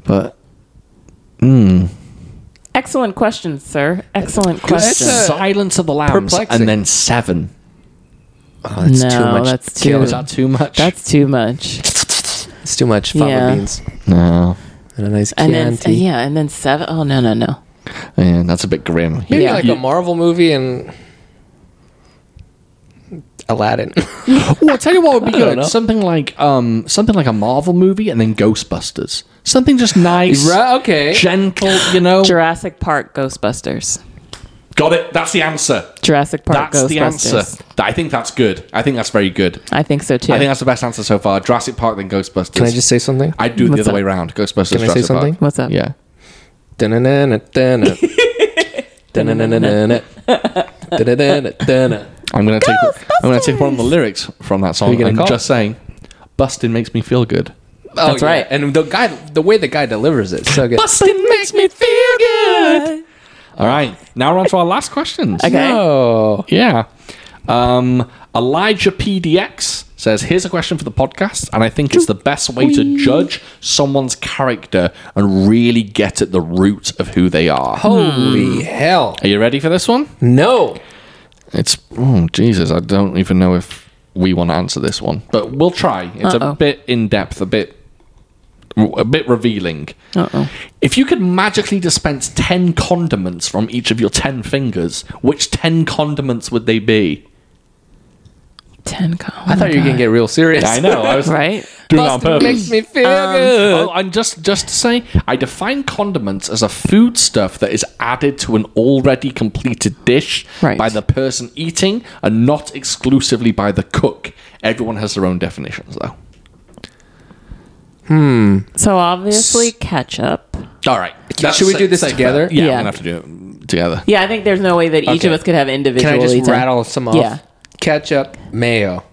A: But
D: excellent question, sir. Excellent
B: That's
D: question.
B: a-
A: Silence of the Lambs
B: perplexing.
A: and then Seven.
B: Oh, that's too
D: No,
B: much.
D: that's
B: kill.
D: too-
A: Is that too much?
D: That's too much.
B: It's too much fava
D: Yeah.
B: beans
A: no.
B: and a nice
D: And then
B: Chianti.
D: yeah, and then seven oh no no no.
A: Yeah, that's a bit grim.
B: Maybe
D: Yeah.
B: like
A: You-
B: a Marvel movie and Aladdin.
A: Oh, I'll tell you what would be
B: don't
A: good.
B: know.
A: Something like um, something like a Marvel movie and then Ghostbusters. Something just nice,
B: Right, okay.
A: gentle. You know,
D: Jurassic Park Ghostbusters.
A: got it. That's the answer.
D: Jurassic Park
A: That's the
D: Ghostbusters.
A: answer. I think that's good. I think that's very good.
D: I think so too.
A: I think that's the best answer so far. Jurassic Park then Ghostbusters.
B: Can I just say something?
A: I'd do it the
D: What's
A: other
D: up?
A: way around. Ghostbusters.
B: Can I say
A: Jurassic Park.
B: something?
D: What's up?
A: Yeah.
B: Da-na-na-na, da-na. Da-na-na-na-na-na. Da-da-da-da, da-na.
A: I'm gonna take I'm gonna take one of the lyrics from that
B: Who
A: song
B: you gonna
A: and
B: call?
A: just saying, "Bustin' makes me feel good."
B: Oh,
D: That's right.
B: And the guy, the way the guy delivers it, so good.
A: Bustin' makes me feel good. All right, now we're on to our last questions.
D: Okay.
B: Oh,
A: Yeah. Um, Elijah PDX says, Here's a question for the podcast, and I think it's the best way to judge someone's character and really get at the root of who they are. Hmm.
B: holy hell!
A: Are you ready for this one?
B: Hmm. No,
A: It's, oh, Jesus, I don't even know if we want to answer this one, but we'll try. It's a
D: Uh-oh.
A: bit in depth, a bit. A bit revealing.
D: Uh-oh.
A: If you could magically dispense 10 condiments from each of your 10 fingers, which 10 condiments would they be?
D: Ten. Com-
B: I thought you were gonna get real serious.
A: I know. I was
D: right.
A: doing that on
B: Bustin'
A: purpose.
B: makes me feel good.
A: Oh, and just just to say, I define condiments as a foodstuff that is added to an already completed dish
D: Right.
A: by the person eating, and not exclusively by the cook. Everyone has their own definitions, though.
D: So obviously ketchup.
A: All right,
B: should we do this together?
A: Yeah,
D: Yeah.
A: we're gonna have to do it together.
D: Yeah, I think there's no way that each
B: Okay.
D: of us could have individually.
B: Can I just
D: done-
B: rattle some off?
D: Yeah.
B: Ketchup, mayo.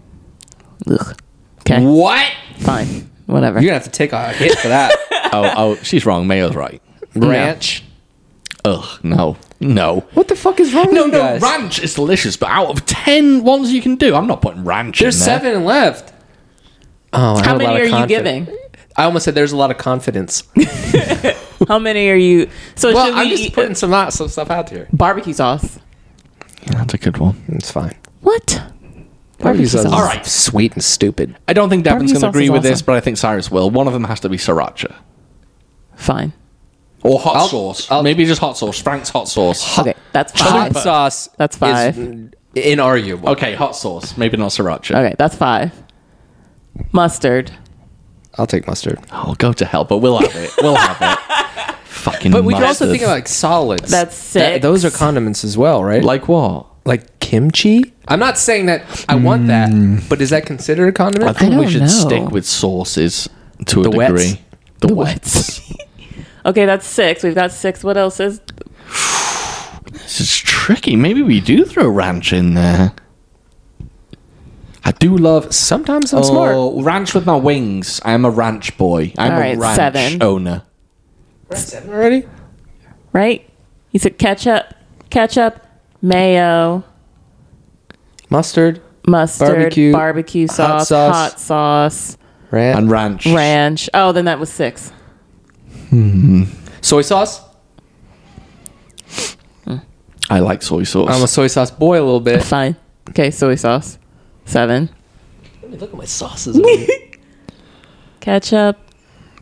D: Ugh. Okay.
B: What?
D: Fine. Whatever.
B: You're gonna have to take a hit for that.
A: oh, oh, she's wrong. Mayo's right.
B: Ranch.
A: Ugh, no, no.
B: What the fuck is wrong with
A: No,
B: you
A: no,
B: guys?
A: ranch is delicious, but out of 10 ones you can do, I'm not putting ranch
B: There's
A: in there.
B: seven left. Oh, I
D: How
B: have a
D: many
B: lot
D: are
B: of
D: you
B: confi-
D: giving?
B: I almost said there's a lot of confidence.
D: How many are you? So
B: well,
D: should we
B: I'm just
D: eat
B: putting some, lot- some stuff out there.
D: barbecue sauce?
A: Yeah, that's a good one.
B: It's fine.
D: What? Barbecue sauce.
A: All right.
B: Sweet and stupid.
A: I don't think Devon's going
D: Barbecue
A: to
D: sauce
A: agree
D: is
A: with this,
D: awesome.
A: but I think Cyrus will. One of them has to be sriracha
D: Fine.
A: or hot
B: I'll-
A: sauce.
B: I'll-
A: Maybe just hot sauce. Frank's hot sauce.
D: Okay, that's
B: Hot
D: five.
B: sauce.
D: That's five.
B: Is inarguable.
A: Okay, hot sauce. Maybe not sriracha.
D: Okay, that's five. Mustard.
B: I'll take mustard.
A: Oh, go to hell! But we'll have it. We'll have it. Fucking.
B: But we can also
A: mustard.
B: think of like solids.
D: That's
B: Th- those are
D: six.
B: condiments as well, right?
A: like what?
B: like kimchi. Mm. I'm not saying that I want that, but is that considered a
A: I
B: condiment?
A: think we
D: don't
A: should
D: know.
A: stick with sauces to a
B: The
A: degree.
B: wets?
A: The, wets.
D: Okay, that's six. We've got six. What else is?
A: this is tricky. Maybe we do throw ranch in there. I do love
B: Sometimes I'm smart.
A: Oh, ranch with my wings. I'm a ranch boy. I'm
D: All
A: a
D: right,
A: ranch
D: seven.
A: owner.
B: Seven already?
D: Right. You said ketchup, ketchup, mayo,
B: Mustard,
D: mustard,
B: Barbecue,
D: barbecue,
B: hot
D: sauce,
B: sauce.
D: hot sauce,
B: ranch,
A: And ranch.
D: ranch. Oh, then that was six.
B: soy sauce.
A: I like soy sauce.
B: I'm a soy sauce boy a little bit.
D: Fine. Okay, soy sauce. Seven.
B: Look at my sauces.
D: ketchup,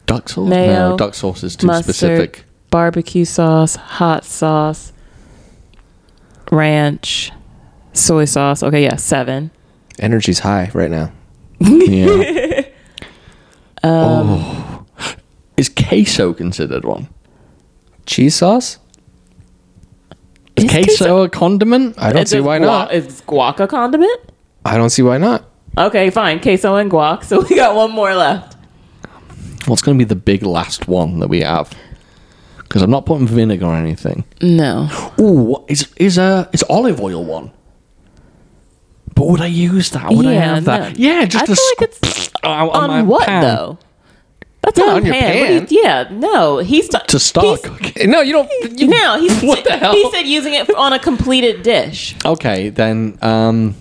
A: Duck sauce? no,
D: Mayo,
A: duck sauce is too
D: mustard,
A: specific.
D: barbecue sauce, hot sauce, ranch, soy sauce. Okay, yeah, seven.
B: Energy's high right now.
A: Yeah.
D: Um,
A: Oh. Is queso considered one?
B: Cheese sauce?
A: Is
D: Is
A: queso,
D: queso-
A: a condiment?
B: I don't see
D: Does
B: why
D: guac-
B: not.
D: Is guac a condiment?
B: I don't see why not.
D: Okay, fine. Queso and guac. So we got one more left.
A: What's going to be the big last one that we have? Because I'm not putting vinegar or anything.
D: No.
A: Ooh, is is a is olive oil one? But would I use that? Would I
D: Yeah,
A: have that?
D: no.
A: Yeah, just
D: I
A: a
D: feel like
A: sp- out on
D: On
A: my
D: what
A: pan
D: though? That's
A: Not
D: on,
A: on your
D: pan. What do you-
A: pan.
D: yeah, no. He's ta-
A: to start
D: he's-
A: cooking.
B: No, you don't. You,
D: No, he's
A: What the hell?
D: he said using it on a completed dish.
A: Okay, then. Um,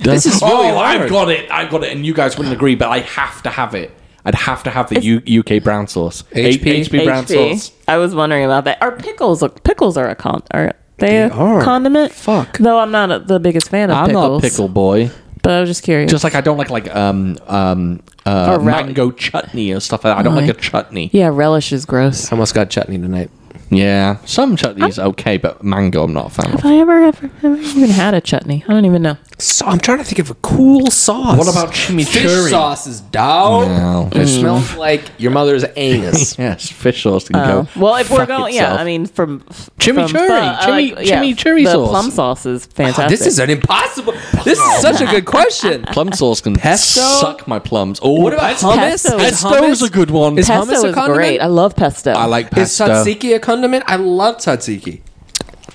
A: this
B: is
A: oh,
B: really
A: I've got it. I've got it, and you guys wouldn't agree, but I have to have it. I'd have to have the U- UK brown sauce.
B: HP?
A: H- HP brown
D: HP.
A: sauce.
D: I was wondering about that. Are pickles look pickles are a con are they a
B: are.
D: condiment?
B: Fuck.
D: Though I'm not a, the biggest fan of
A: I'm
D: pickles.
A: not a pickle boy.
D: But I was just curious.
A: Just like I don't like like um um uh,
D: Or rel-
A: mango chutney or stuff like that. I don't
D: Really?
A: like a chutney.
D: yeah, relish is
B: I
D: gross.
B: almost got chutney tonight.
A: Yeah, some chutney is okay, but mango I'm not a fan
D: Have
A: of.
D: I ever ever, ever even had a chutney? I don't even know.
B: So I'm trying to think of a cool sauce.
A: What about chimichurri?
B: fish sauces, dog?
A: No.
B: It smells like your mother's anus.
A: Yes, fish sauce can
D: Uh,
A: go.
D: well, if we're
A: fuck
D: going,
A: itself.
D: yeah, I mean from f-
A: Chimichurri,
D: from pho, I
A: chimi- chimichurri
D: the
A: sauce.
D: plum sauce is
B: Oh,
D: fantastic.
B: this is an impossible. This is such a good question.
A: plum
D: uh,
A: sauce can
B: Pesto?
A: suck my plums. Oh,
B: What about
A: pesto?
B: hummus?
D: Pesto
B: Is
D: is-
A: Pesto's
B: hummus-
A: a good one.
B: Is hummus
D: pesto
B: a
D: is
B: condiment?
D: great. I love pesto.
A: I like
B: Is
A: pesto.
B: tzatziki a condiment? I love tzatziki.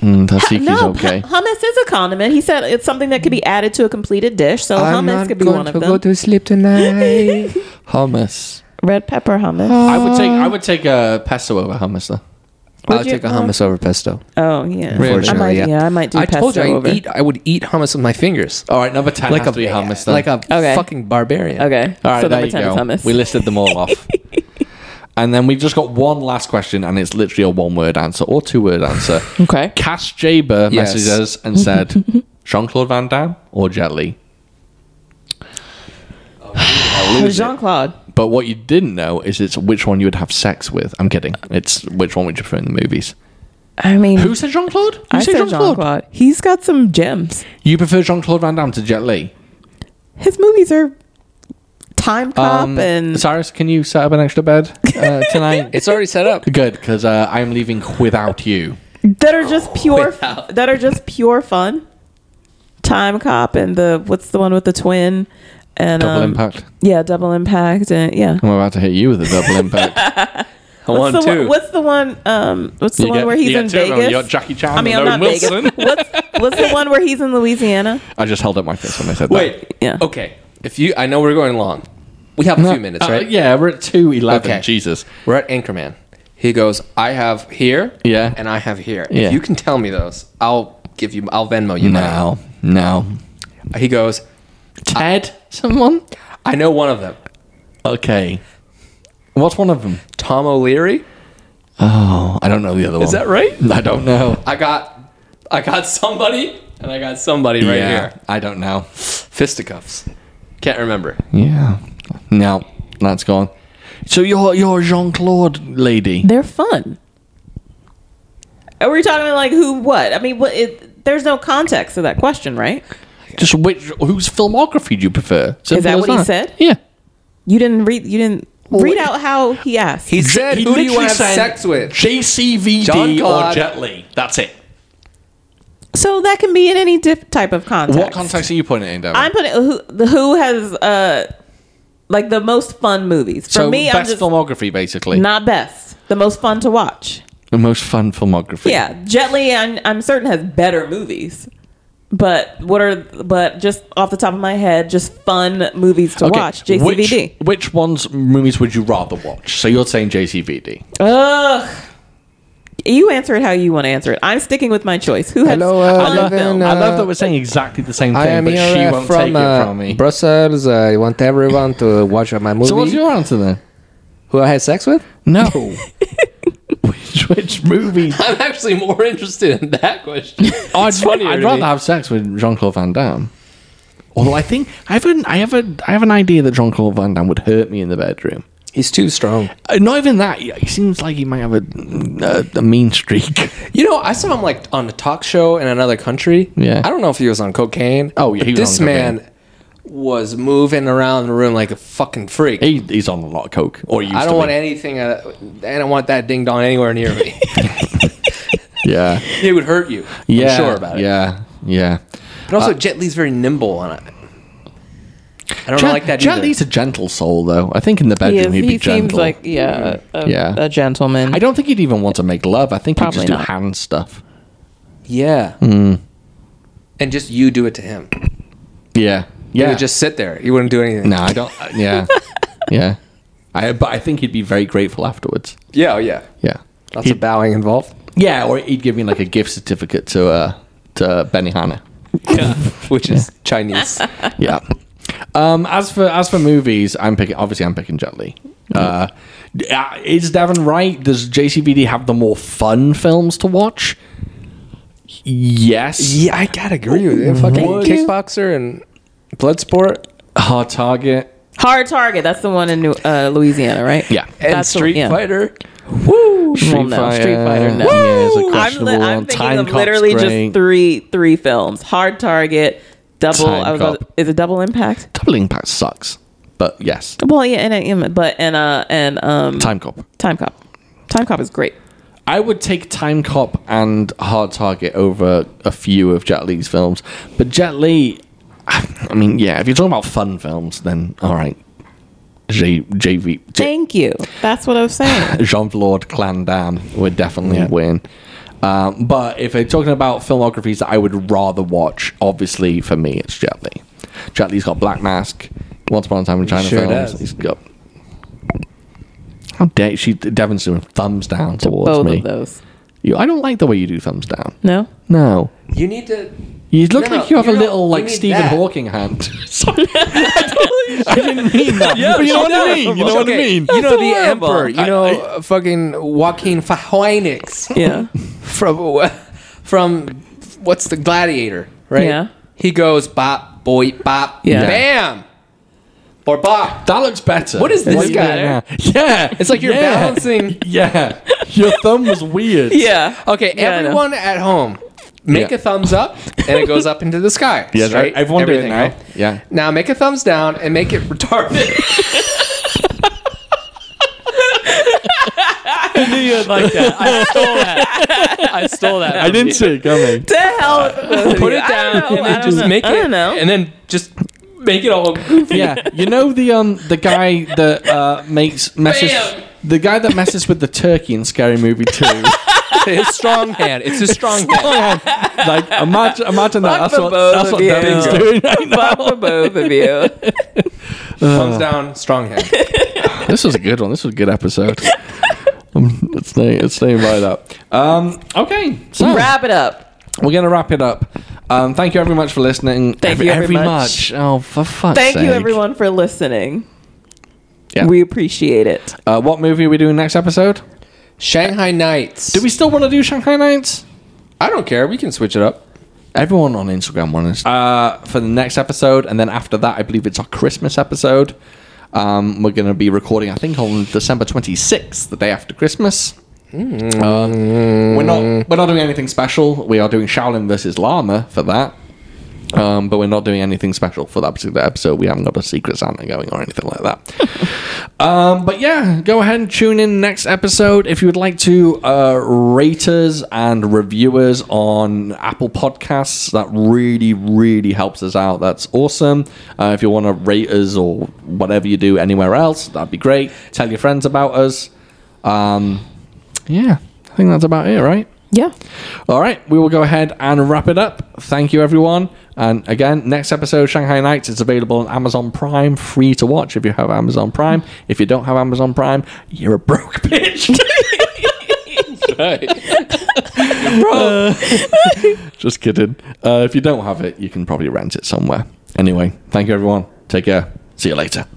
A: Mm, tzatziki's
D: no,
A: okay.
D: hu- hummus is a condiment. He said it's something that could be added to a completed dish, so hummus could be one of them.
B: to sleep tonight.
A: hummus.
D: Red pepper hummus.
A: I would take.
D: Uh,
A: I would take a pesto over hummus though.
B: I'll
D: you-
B: take a hummus over pesto.
D: Oh yeah,
A: Really?
D: I might,
B: yeah.
D: yeah. I might do
B: I
D: pesto
B: told you I
D: over.
B: eat. I would eat hummus with my fingers,
A: All right, number ten
B: like
A: has
B: a
A: to be hummus. Then.
B: like a
D: Okay.
B: fucking barbarian.
D: Okay,
A: All right,
D: so
A: there
D: number
A: you
D: ten
A: go.
D: is hummus.
A: We listed them all off. And then we've just got one last question, and it's literally a one-word answer or two-word answer.
D: Okay.
A: Cass Jaber
B: Yes.
A: messaged us and said, "Jean Claude Van Damme or Jet Li."
D: Jean Claude.
A: But what you didn't know is it's which one you would have sex with. I'm kidding. It's which one would you prefer in the movies?
B: Mm.
D: I mean,
A: Who said Jean Claude? Who
D: I said Jean Claude. He's got some gems.
A: You prefer Jean Claude Van Damme to Jet Li?
D: His movies are
A: Um,
D: Time Cop and
A: Cyrus, can you set up an extra bed uh, tonight?
B: It's already set up.
A: Good, because uh, I'm leaving without you.
D: that are
A: Oh,
D: just pure that are just pure fun. Time Cop and the what's the one with the twin and
A: Double
D: um,
A: impact.
D: Yeah, double impact and yeah.
A: I'm about to hit you with a double impact.
D: What's the one, what's the one? Um, what's the
A: You
D: one
A: get-
D: where he's
A: you get
D: in
A: two of them.
D: Vegas?
A: You got Jackie Chan
D: I mean, I'm
A: and Owen
D: not
A: Wilson.
D: Vegas. What's, what's the one where he's in Louisiana?
A: I just held up my fist when I said that.
B: Wait.
D: Yeah.
B: Okay. If you, I know we're going long. We have a few minutes,
A: Uh,
B: right?
A: yeah, we're at 211.
B: Okay.
A: Jesus.
B: We're at Anchorman. He goes, I have here,
A: Yeah.
B: and I have here.
A: Yeah.
B: If you can tell me those, I'll give you. I'll Venmo you now.
A: No, no.
B: He goes,
A: Ted? Someone?
B: I know one of them,
A: Okay. What's one of them?
B: Tom O'Leary.
A: Oh, I don't know the other one.
B: Is that right?
A: I don't know.
B: I got, I got somebody, and I got somebody right
A: yeah,
B: here.
A: I don't know.
B: Fisticuffs. Can't remember.
A: Yeah. No, that's gone. So you're you're Jean Claude lady.
D: They're fun. Are we talking like who, what? I mean, what? It, there's no context to that question, right?
A: Just which whose filmography do you prefer? Simple
D: Is that
A: as
D: what he said?
A: Yeah.
D: You didn't read. You didn't read out how he asked.
B: He said,
A: He
B: "Who do you
A: literally
B: want to have
A: said
B: sex with?"
A: JCVD
B: Jean
A: or
B: Claude.
A: Jet Li. That's it.
D: so that can be in any dip type of context.
A: What context are you putting it in, Devin?
D: I'm putting who the who has uh like the most fun movies for
A: so
D: me.
A: best
D: I'm just
A: filmography, basically.
D: not best. The most fun to watch.
A: the most fun filmography.
D: Yeah, Jet Li, I'm, I'm certain has better movies. But what are but just off the top of my head, just fun movies to
A: Okay,
D: watch. JCVD.
A: Which, which ones movies would you rather watch? So you're saying JCVD.
D: Ugh. You answer it how you want to answer it. I'm sticking with my choice. Who has
B: Hello, uh,
D: fun
B: I love
D: film?
B: in, uh,
A: I love that we're saying exactly the same thing, but she won't take it from me.
B: uh, Brussels. I want everyone to watch my movie.
A: so what's your answer then?
B: Who I had sex with?
A: No. which which movie?
B: I'm actually more interested in that question.
A: I'd,
B: funnier
A: I'd
B: to
A: rather
B: me.
A: have sex with Jean Claude Van Damme. Although I think I have an I have a I have an idea that Jean Claude Van Damme would hurt me in the bedroom.
B: He's too strong.
A: Uh, not even that. He he seems like he might have a a, a mean streak.
B: You know, I saw him like on a talk show in another country.
A: Yeah.
B: I don't know if he was on cocaine.
A: Oh, yeah,
B: but
A: he was
B: this
A: on cocaine.
B: man was moving around the room like a fucking freak.
A: He, he's on a lot of coke. Or used
B: I
A: to
B: don't
A: be.
B: want anything. Uh, I don't want that ding dong anywhere near me.
A: Yeah,
B: it would hurt you.
A: yeah.
B: I'm sure about it.
A: Yeah, Uh, yeah.
B: But also, Jet Li's very nimble on it. I don't
A: Jet,
B: like that.
A: Jet
B: either.
A: Li's a gentle soul, though. I think in the
D: He,
A: bedroom
D: is-
A: he would
D: he
A: be gentle.
D: seems like yeah, a,
A: Yeah.
D: a gentleman.
A: I don't think he'd even want to make love. I think he'd just
D: Probably
A: do
D: not.
A: hand stuff.
B: yeah.
A: Hmm.
B: And just you do it to him.
A: Yeah,
B: He
A: yeah.
B: would just sit there. He wouldn't do anything.
A: no, I don't. uh, Yeah, yeah. I but I think he'd be very grateful afterwards.
B: Yeah. oh, Yeah.
A: Yeah,
B: Lots of bowing involved.
A: yeah. Or he'd give me like a gift certificate to uh to Benny Hanna.
B: which is Chinese.
A: yeah. Um, as for as for movies, I'm picking. Obviously, I'm picking Jet Li. Uh, uh, is Devin right? Does JCVD have the more fun films to watch? Yes.
B: yeah, I gotta agree with you. Fucking kickboxer and Bloodsport
A: Hard Target.
D: Hard Target. That's the one in New, uh, Louisiana, right?
A: Yeah.
B: and
D: That's the-
B: Street
D: yeah.
B: Fighter.
D: Well, no, Street Fighter, no.
A: Yeah, is a
D: I'm,
A: questionable
D: li- I'm
A: one.
D: thinking
A: Time
D: of
A: Cop's
D: literally
A: great.
D: just three three films. Hard Target, Double.
A: Time
D: I was
A: Cop.
D: about- is it Double Impact?
A: Double Impact sucks, but yes,
D: Well, yeah, and, and but and uh and um
A: Time Cop.
D: Time Cop. Time Cop is great.
A: I would take Time Cop and Hard Target over a few of Jet Li's films, but Jet Li, I mean, yeah, if you're talking about fun films, then all right, J, JV, J,
D: Thank you. That's what I was saying.
A: Jean Claude Clan Damme would definitely win. Um, but if they're talking about filmographies that I would rather watch, obviously for me it's Jet Li. Jet Li's got Black Mask, Once Upon a Time in China
B: sure
A: films.
B: does.
A: He's got. How dare she? Devon's doing thumbs down towards
D: Both
A: me.
D: of those.
A: You, I don't like the way you do thumbs down.
D: No.
A: No.
B: You need to.
A: You look
B: No,
A: like you have
B: you
A: a
B: don't-
A: little
B: you
A: like
B: need
A: Stephen
B: that.
A: Hawking hand. Sorry. I didn't mean that. but you know what I mean. You know what I mean.
B: You know the
D: horrible.
B: Emperor. You
A: I-
B: know
A: I-
B: uh, fucking Joaquin Phoenix
D: Yeah.
B: from from what's the Gladiator, right?
D: Yeah.
B: He goes bop boy bop
D: Yeah.
B: bam or bop.
A: That looks better.
B: What is this
A: What you
B: guy?
A: doing now? Yeah.
B: It's like you're
A: yeah.
B: balancing.
A: Yeah. Your thumb was weird.
D: Yeah.
B: Okay,
D: Yeah, I know.
B: everyone at home, make
A: Yeah.
B: a thumbs up and it goes up into the sky.
A: Yeah, right.
B: right?
A: Everyone do it
B: Everything,
A: now.
B: right?
A: Yeah.
B: Now make a thumbs down and make it retarded.
E: you like that. I stole that. I stole that.
A: I didn't see it coming.
D: To hell. with both of
B: Put
D: you.
B: it
D: I
B: down
D: don't know.
B: and
D: I
B: then
D: don't
B: just
D: know.
B: make it.
D: I don't know.
B: And then just
E: Make it all goofy.
A: Yeah. You know the um the guy that uh makes messes
B: Bam.
A: the guy that messes with the turkey in Scary Movie Two.
B: his strong hand. It's his strong hand.
A: like imagine imagine that. That's
D: the
A: what
D: both
A: that's
D: of
A: what
D: you.
A: Devin's doing right now.
D: Fuck for both of you.
B: Thumbs down, strong hand.
A: this was a good one. This was a good episode. Um, it's staying, it's staying right up. Um, okay, so
D: Wrap it up.
A: we're gonna wrap it up. Um, thank you very much for listening.
D: Thank you very
A: every
D: much.
A: Oh, for fuck's
D: Thank
A: sake.
D: you everyone for listening.
A: Yeah.
D: We appreciate it.
A: Uh, what movie are we doing next episode?
B: Shanghai Nights.
A: Do we still want to do Shanghai Nights?
B: I don't care. We can switch it up.
A: Everyone on Instagram wants uh, for the next episode, and then after that, I believe it's our Christmas episode. Um, we're going to be recording, I think, on December twenty sixth, the day after Christmas. Uh, we're not we're not doing anything special. We are doing Shaolin versus Llama for that, um, but we're not doing anything special for that particular episode. We haven't got a Secret Santa going or anything like that. Um, but yeah, go ahead and tune in next episode. If you would like to uh, rate us and reviewers on Apple Podcasts, that really, really helps us out. That's awesome. Uh, if you want to rate us or whatever you do anywhere else, that'd be great. Tell your friends about us. Um, yeah, I think that's about it, right?
D: Yeah.
A: All right, we will go ahead and wrap it up. Thank you, everyone. And again, next episode, Shanghai Nights, it's available on Amazon Prime, free to watch if you have Amazon Prime. If you don't have Amazon Prime, you're a broke bitch. Uh, just kidding. Uh, if you don't have it, you can probably rent it somewhere. Anyway, thank you, everyone. Take care. See you later.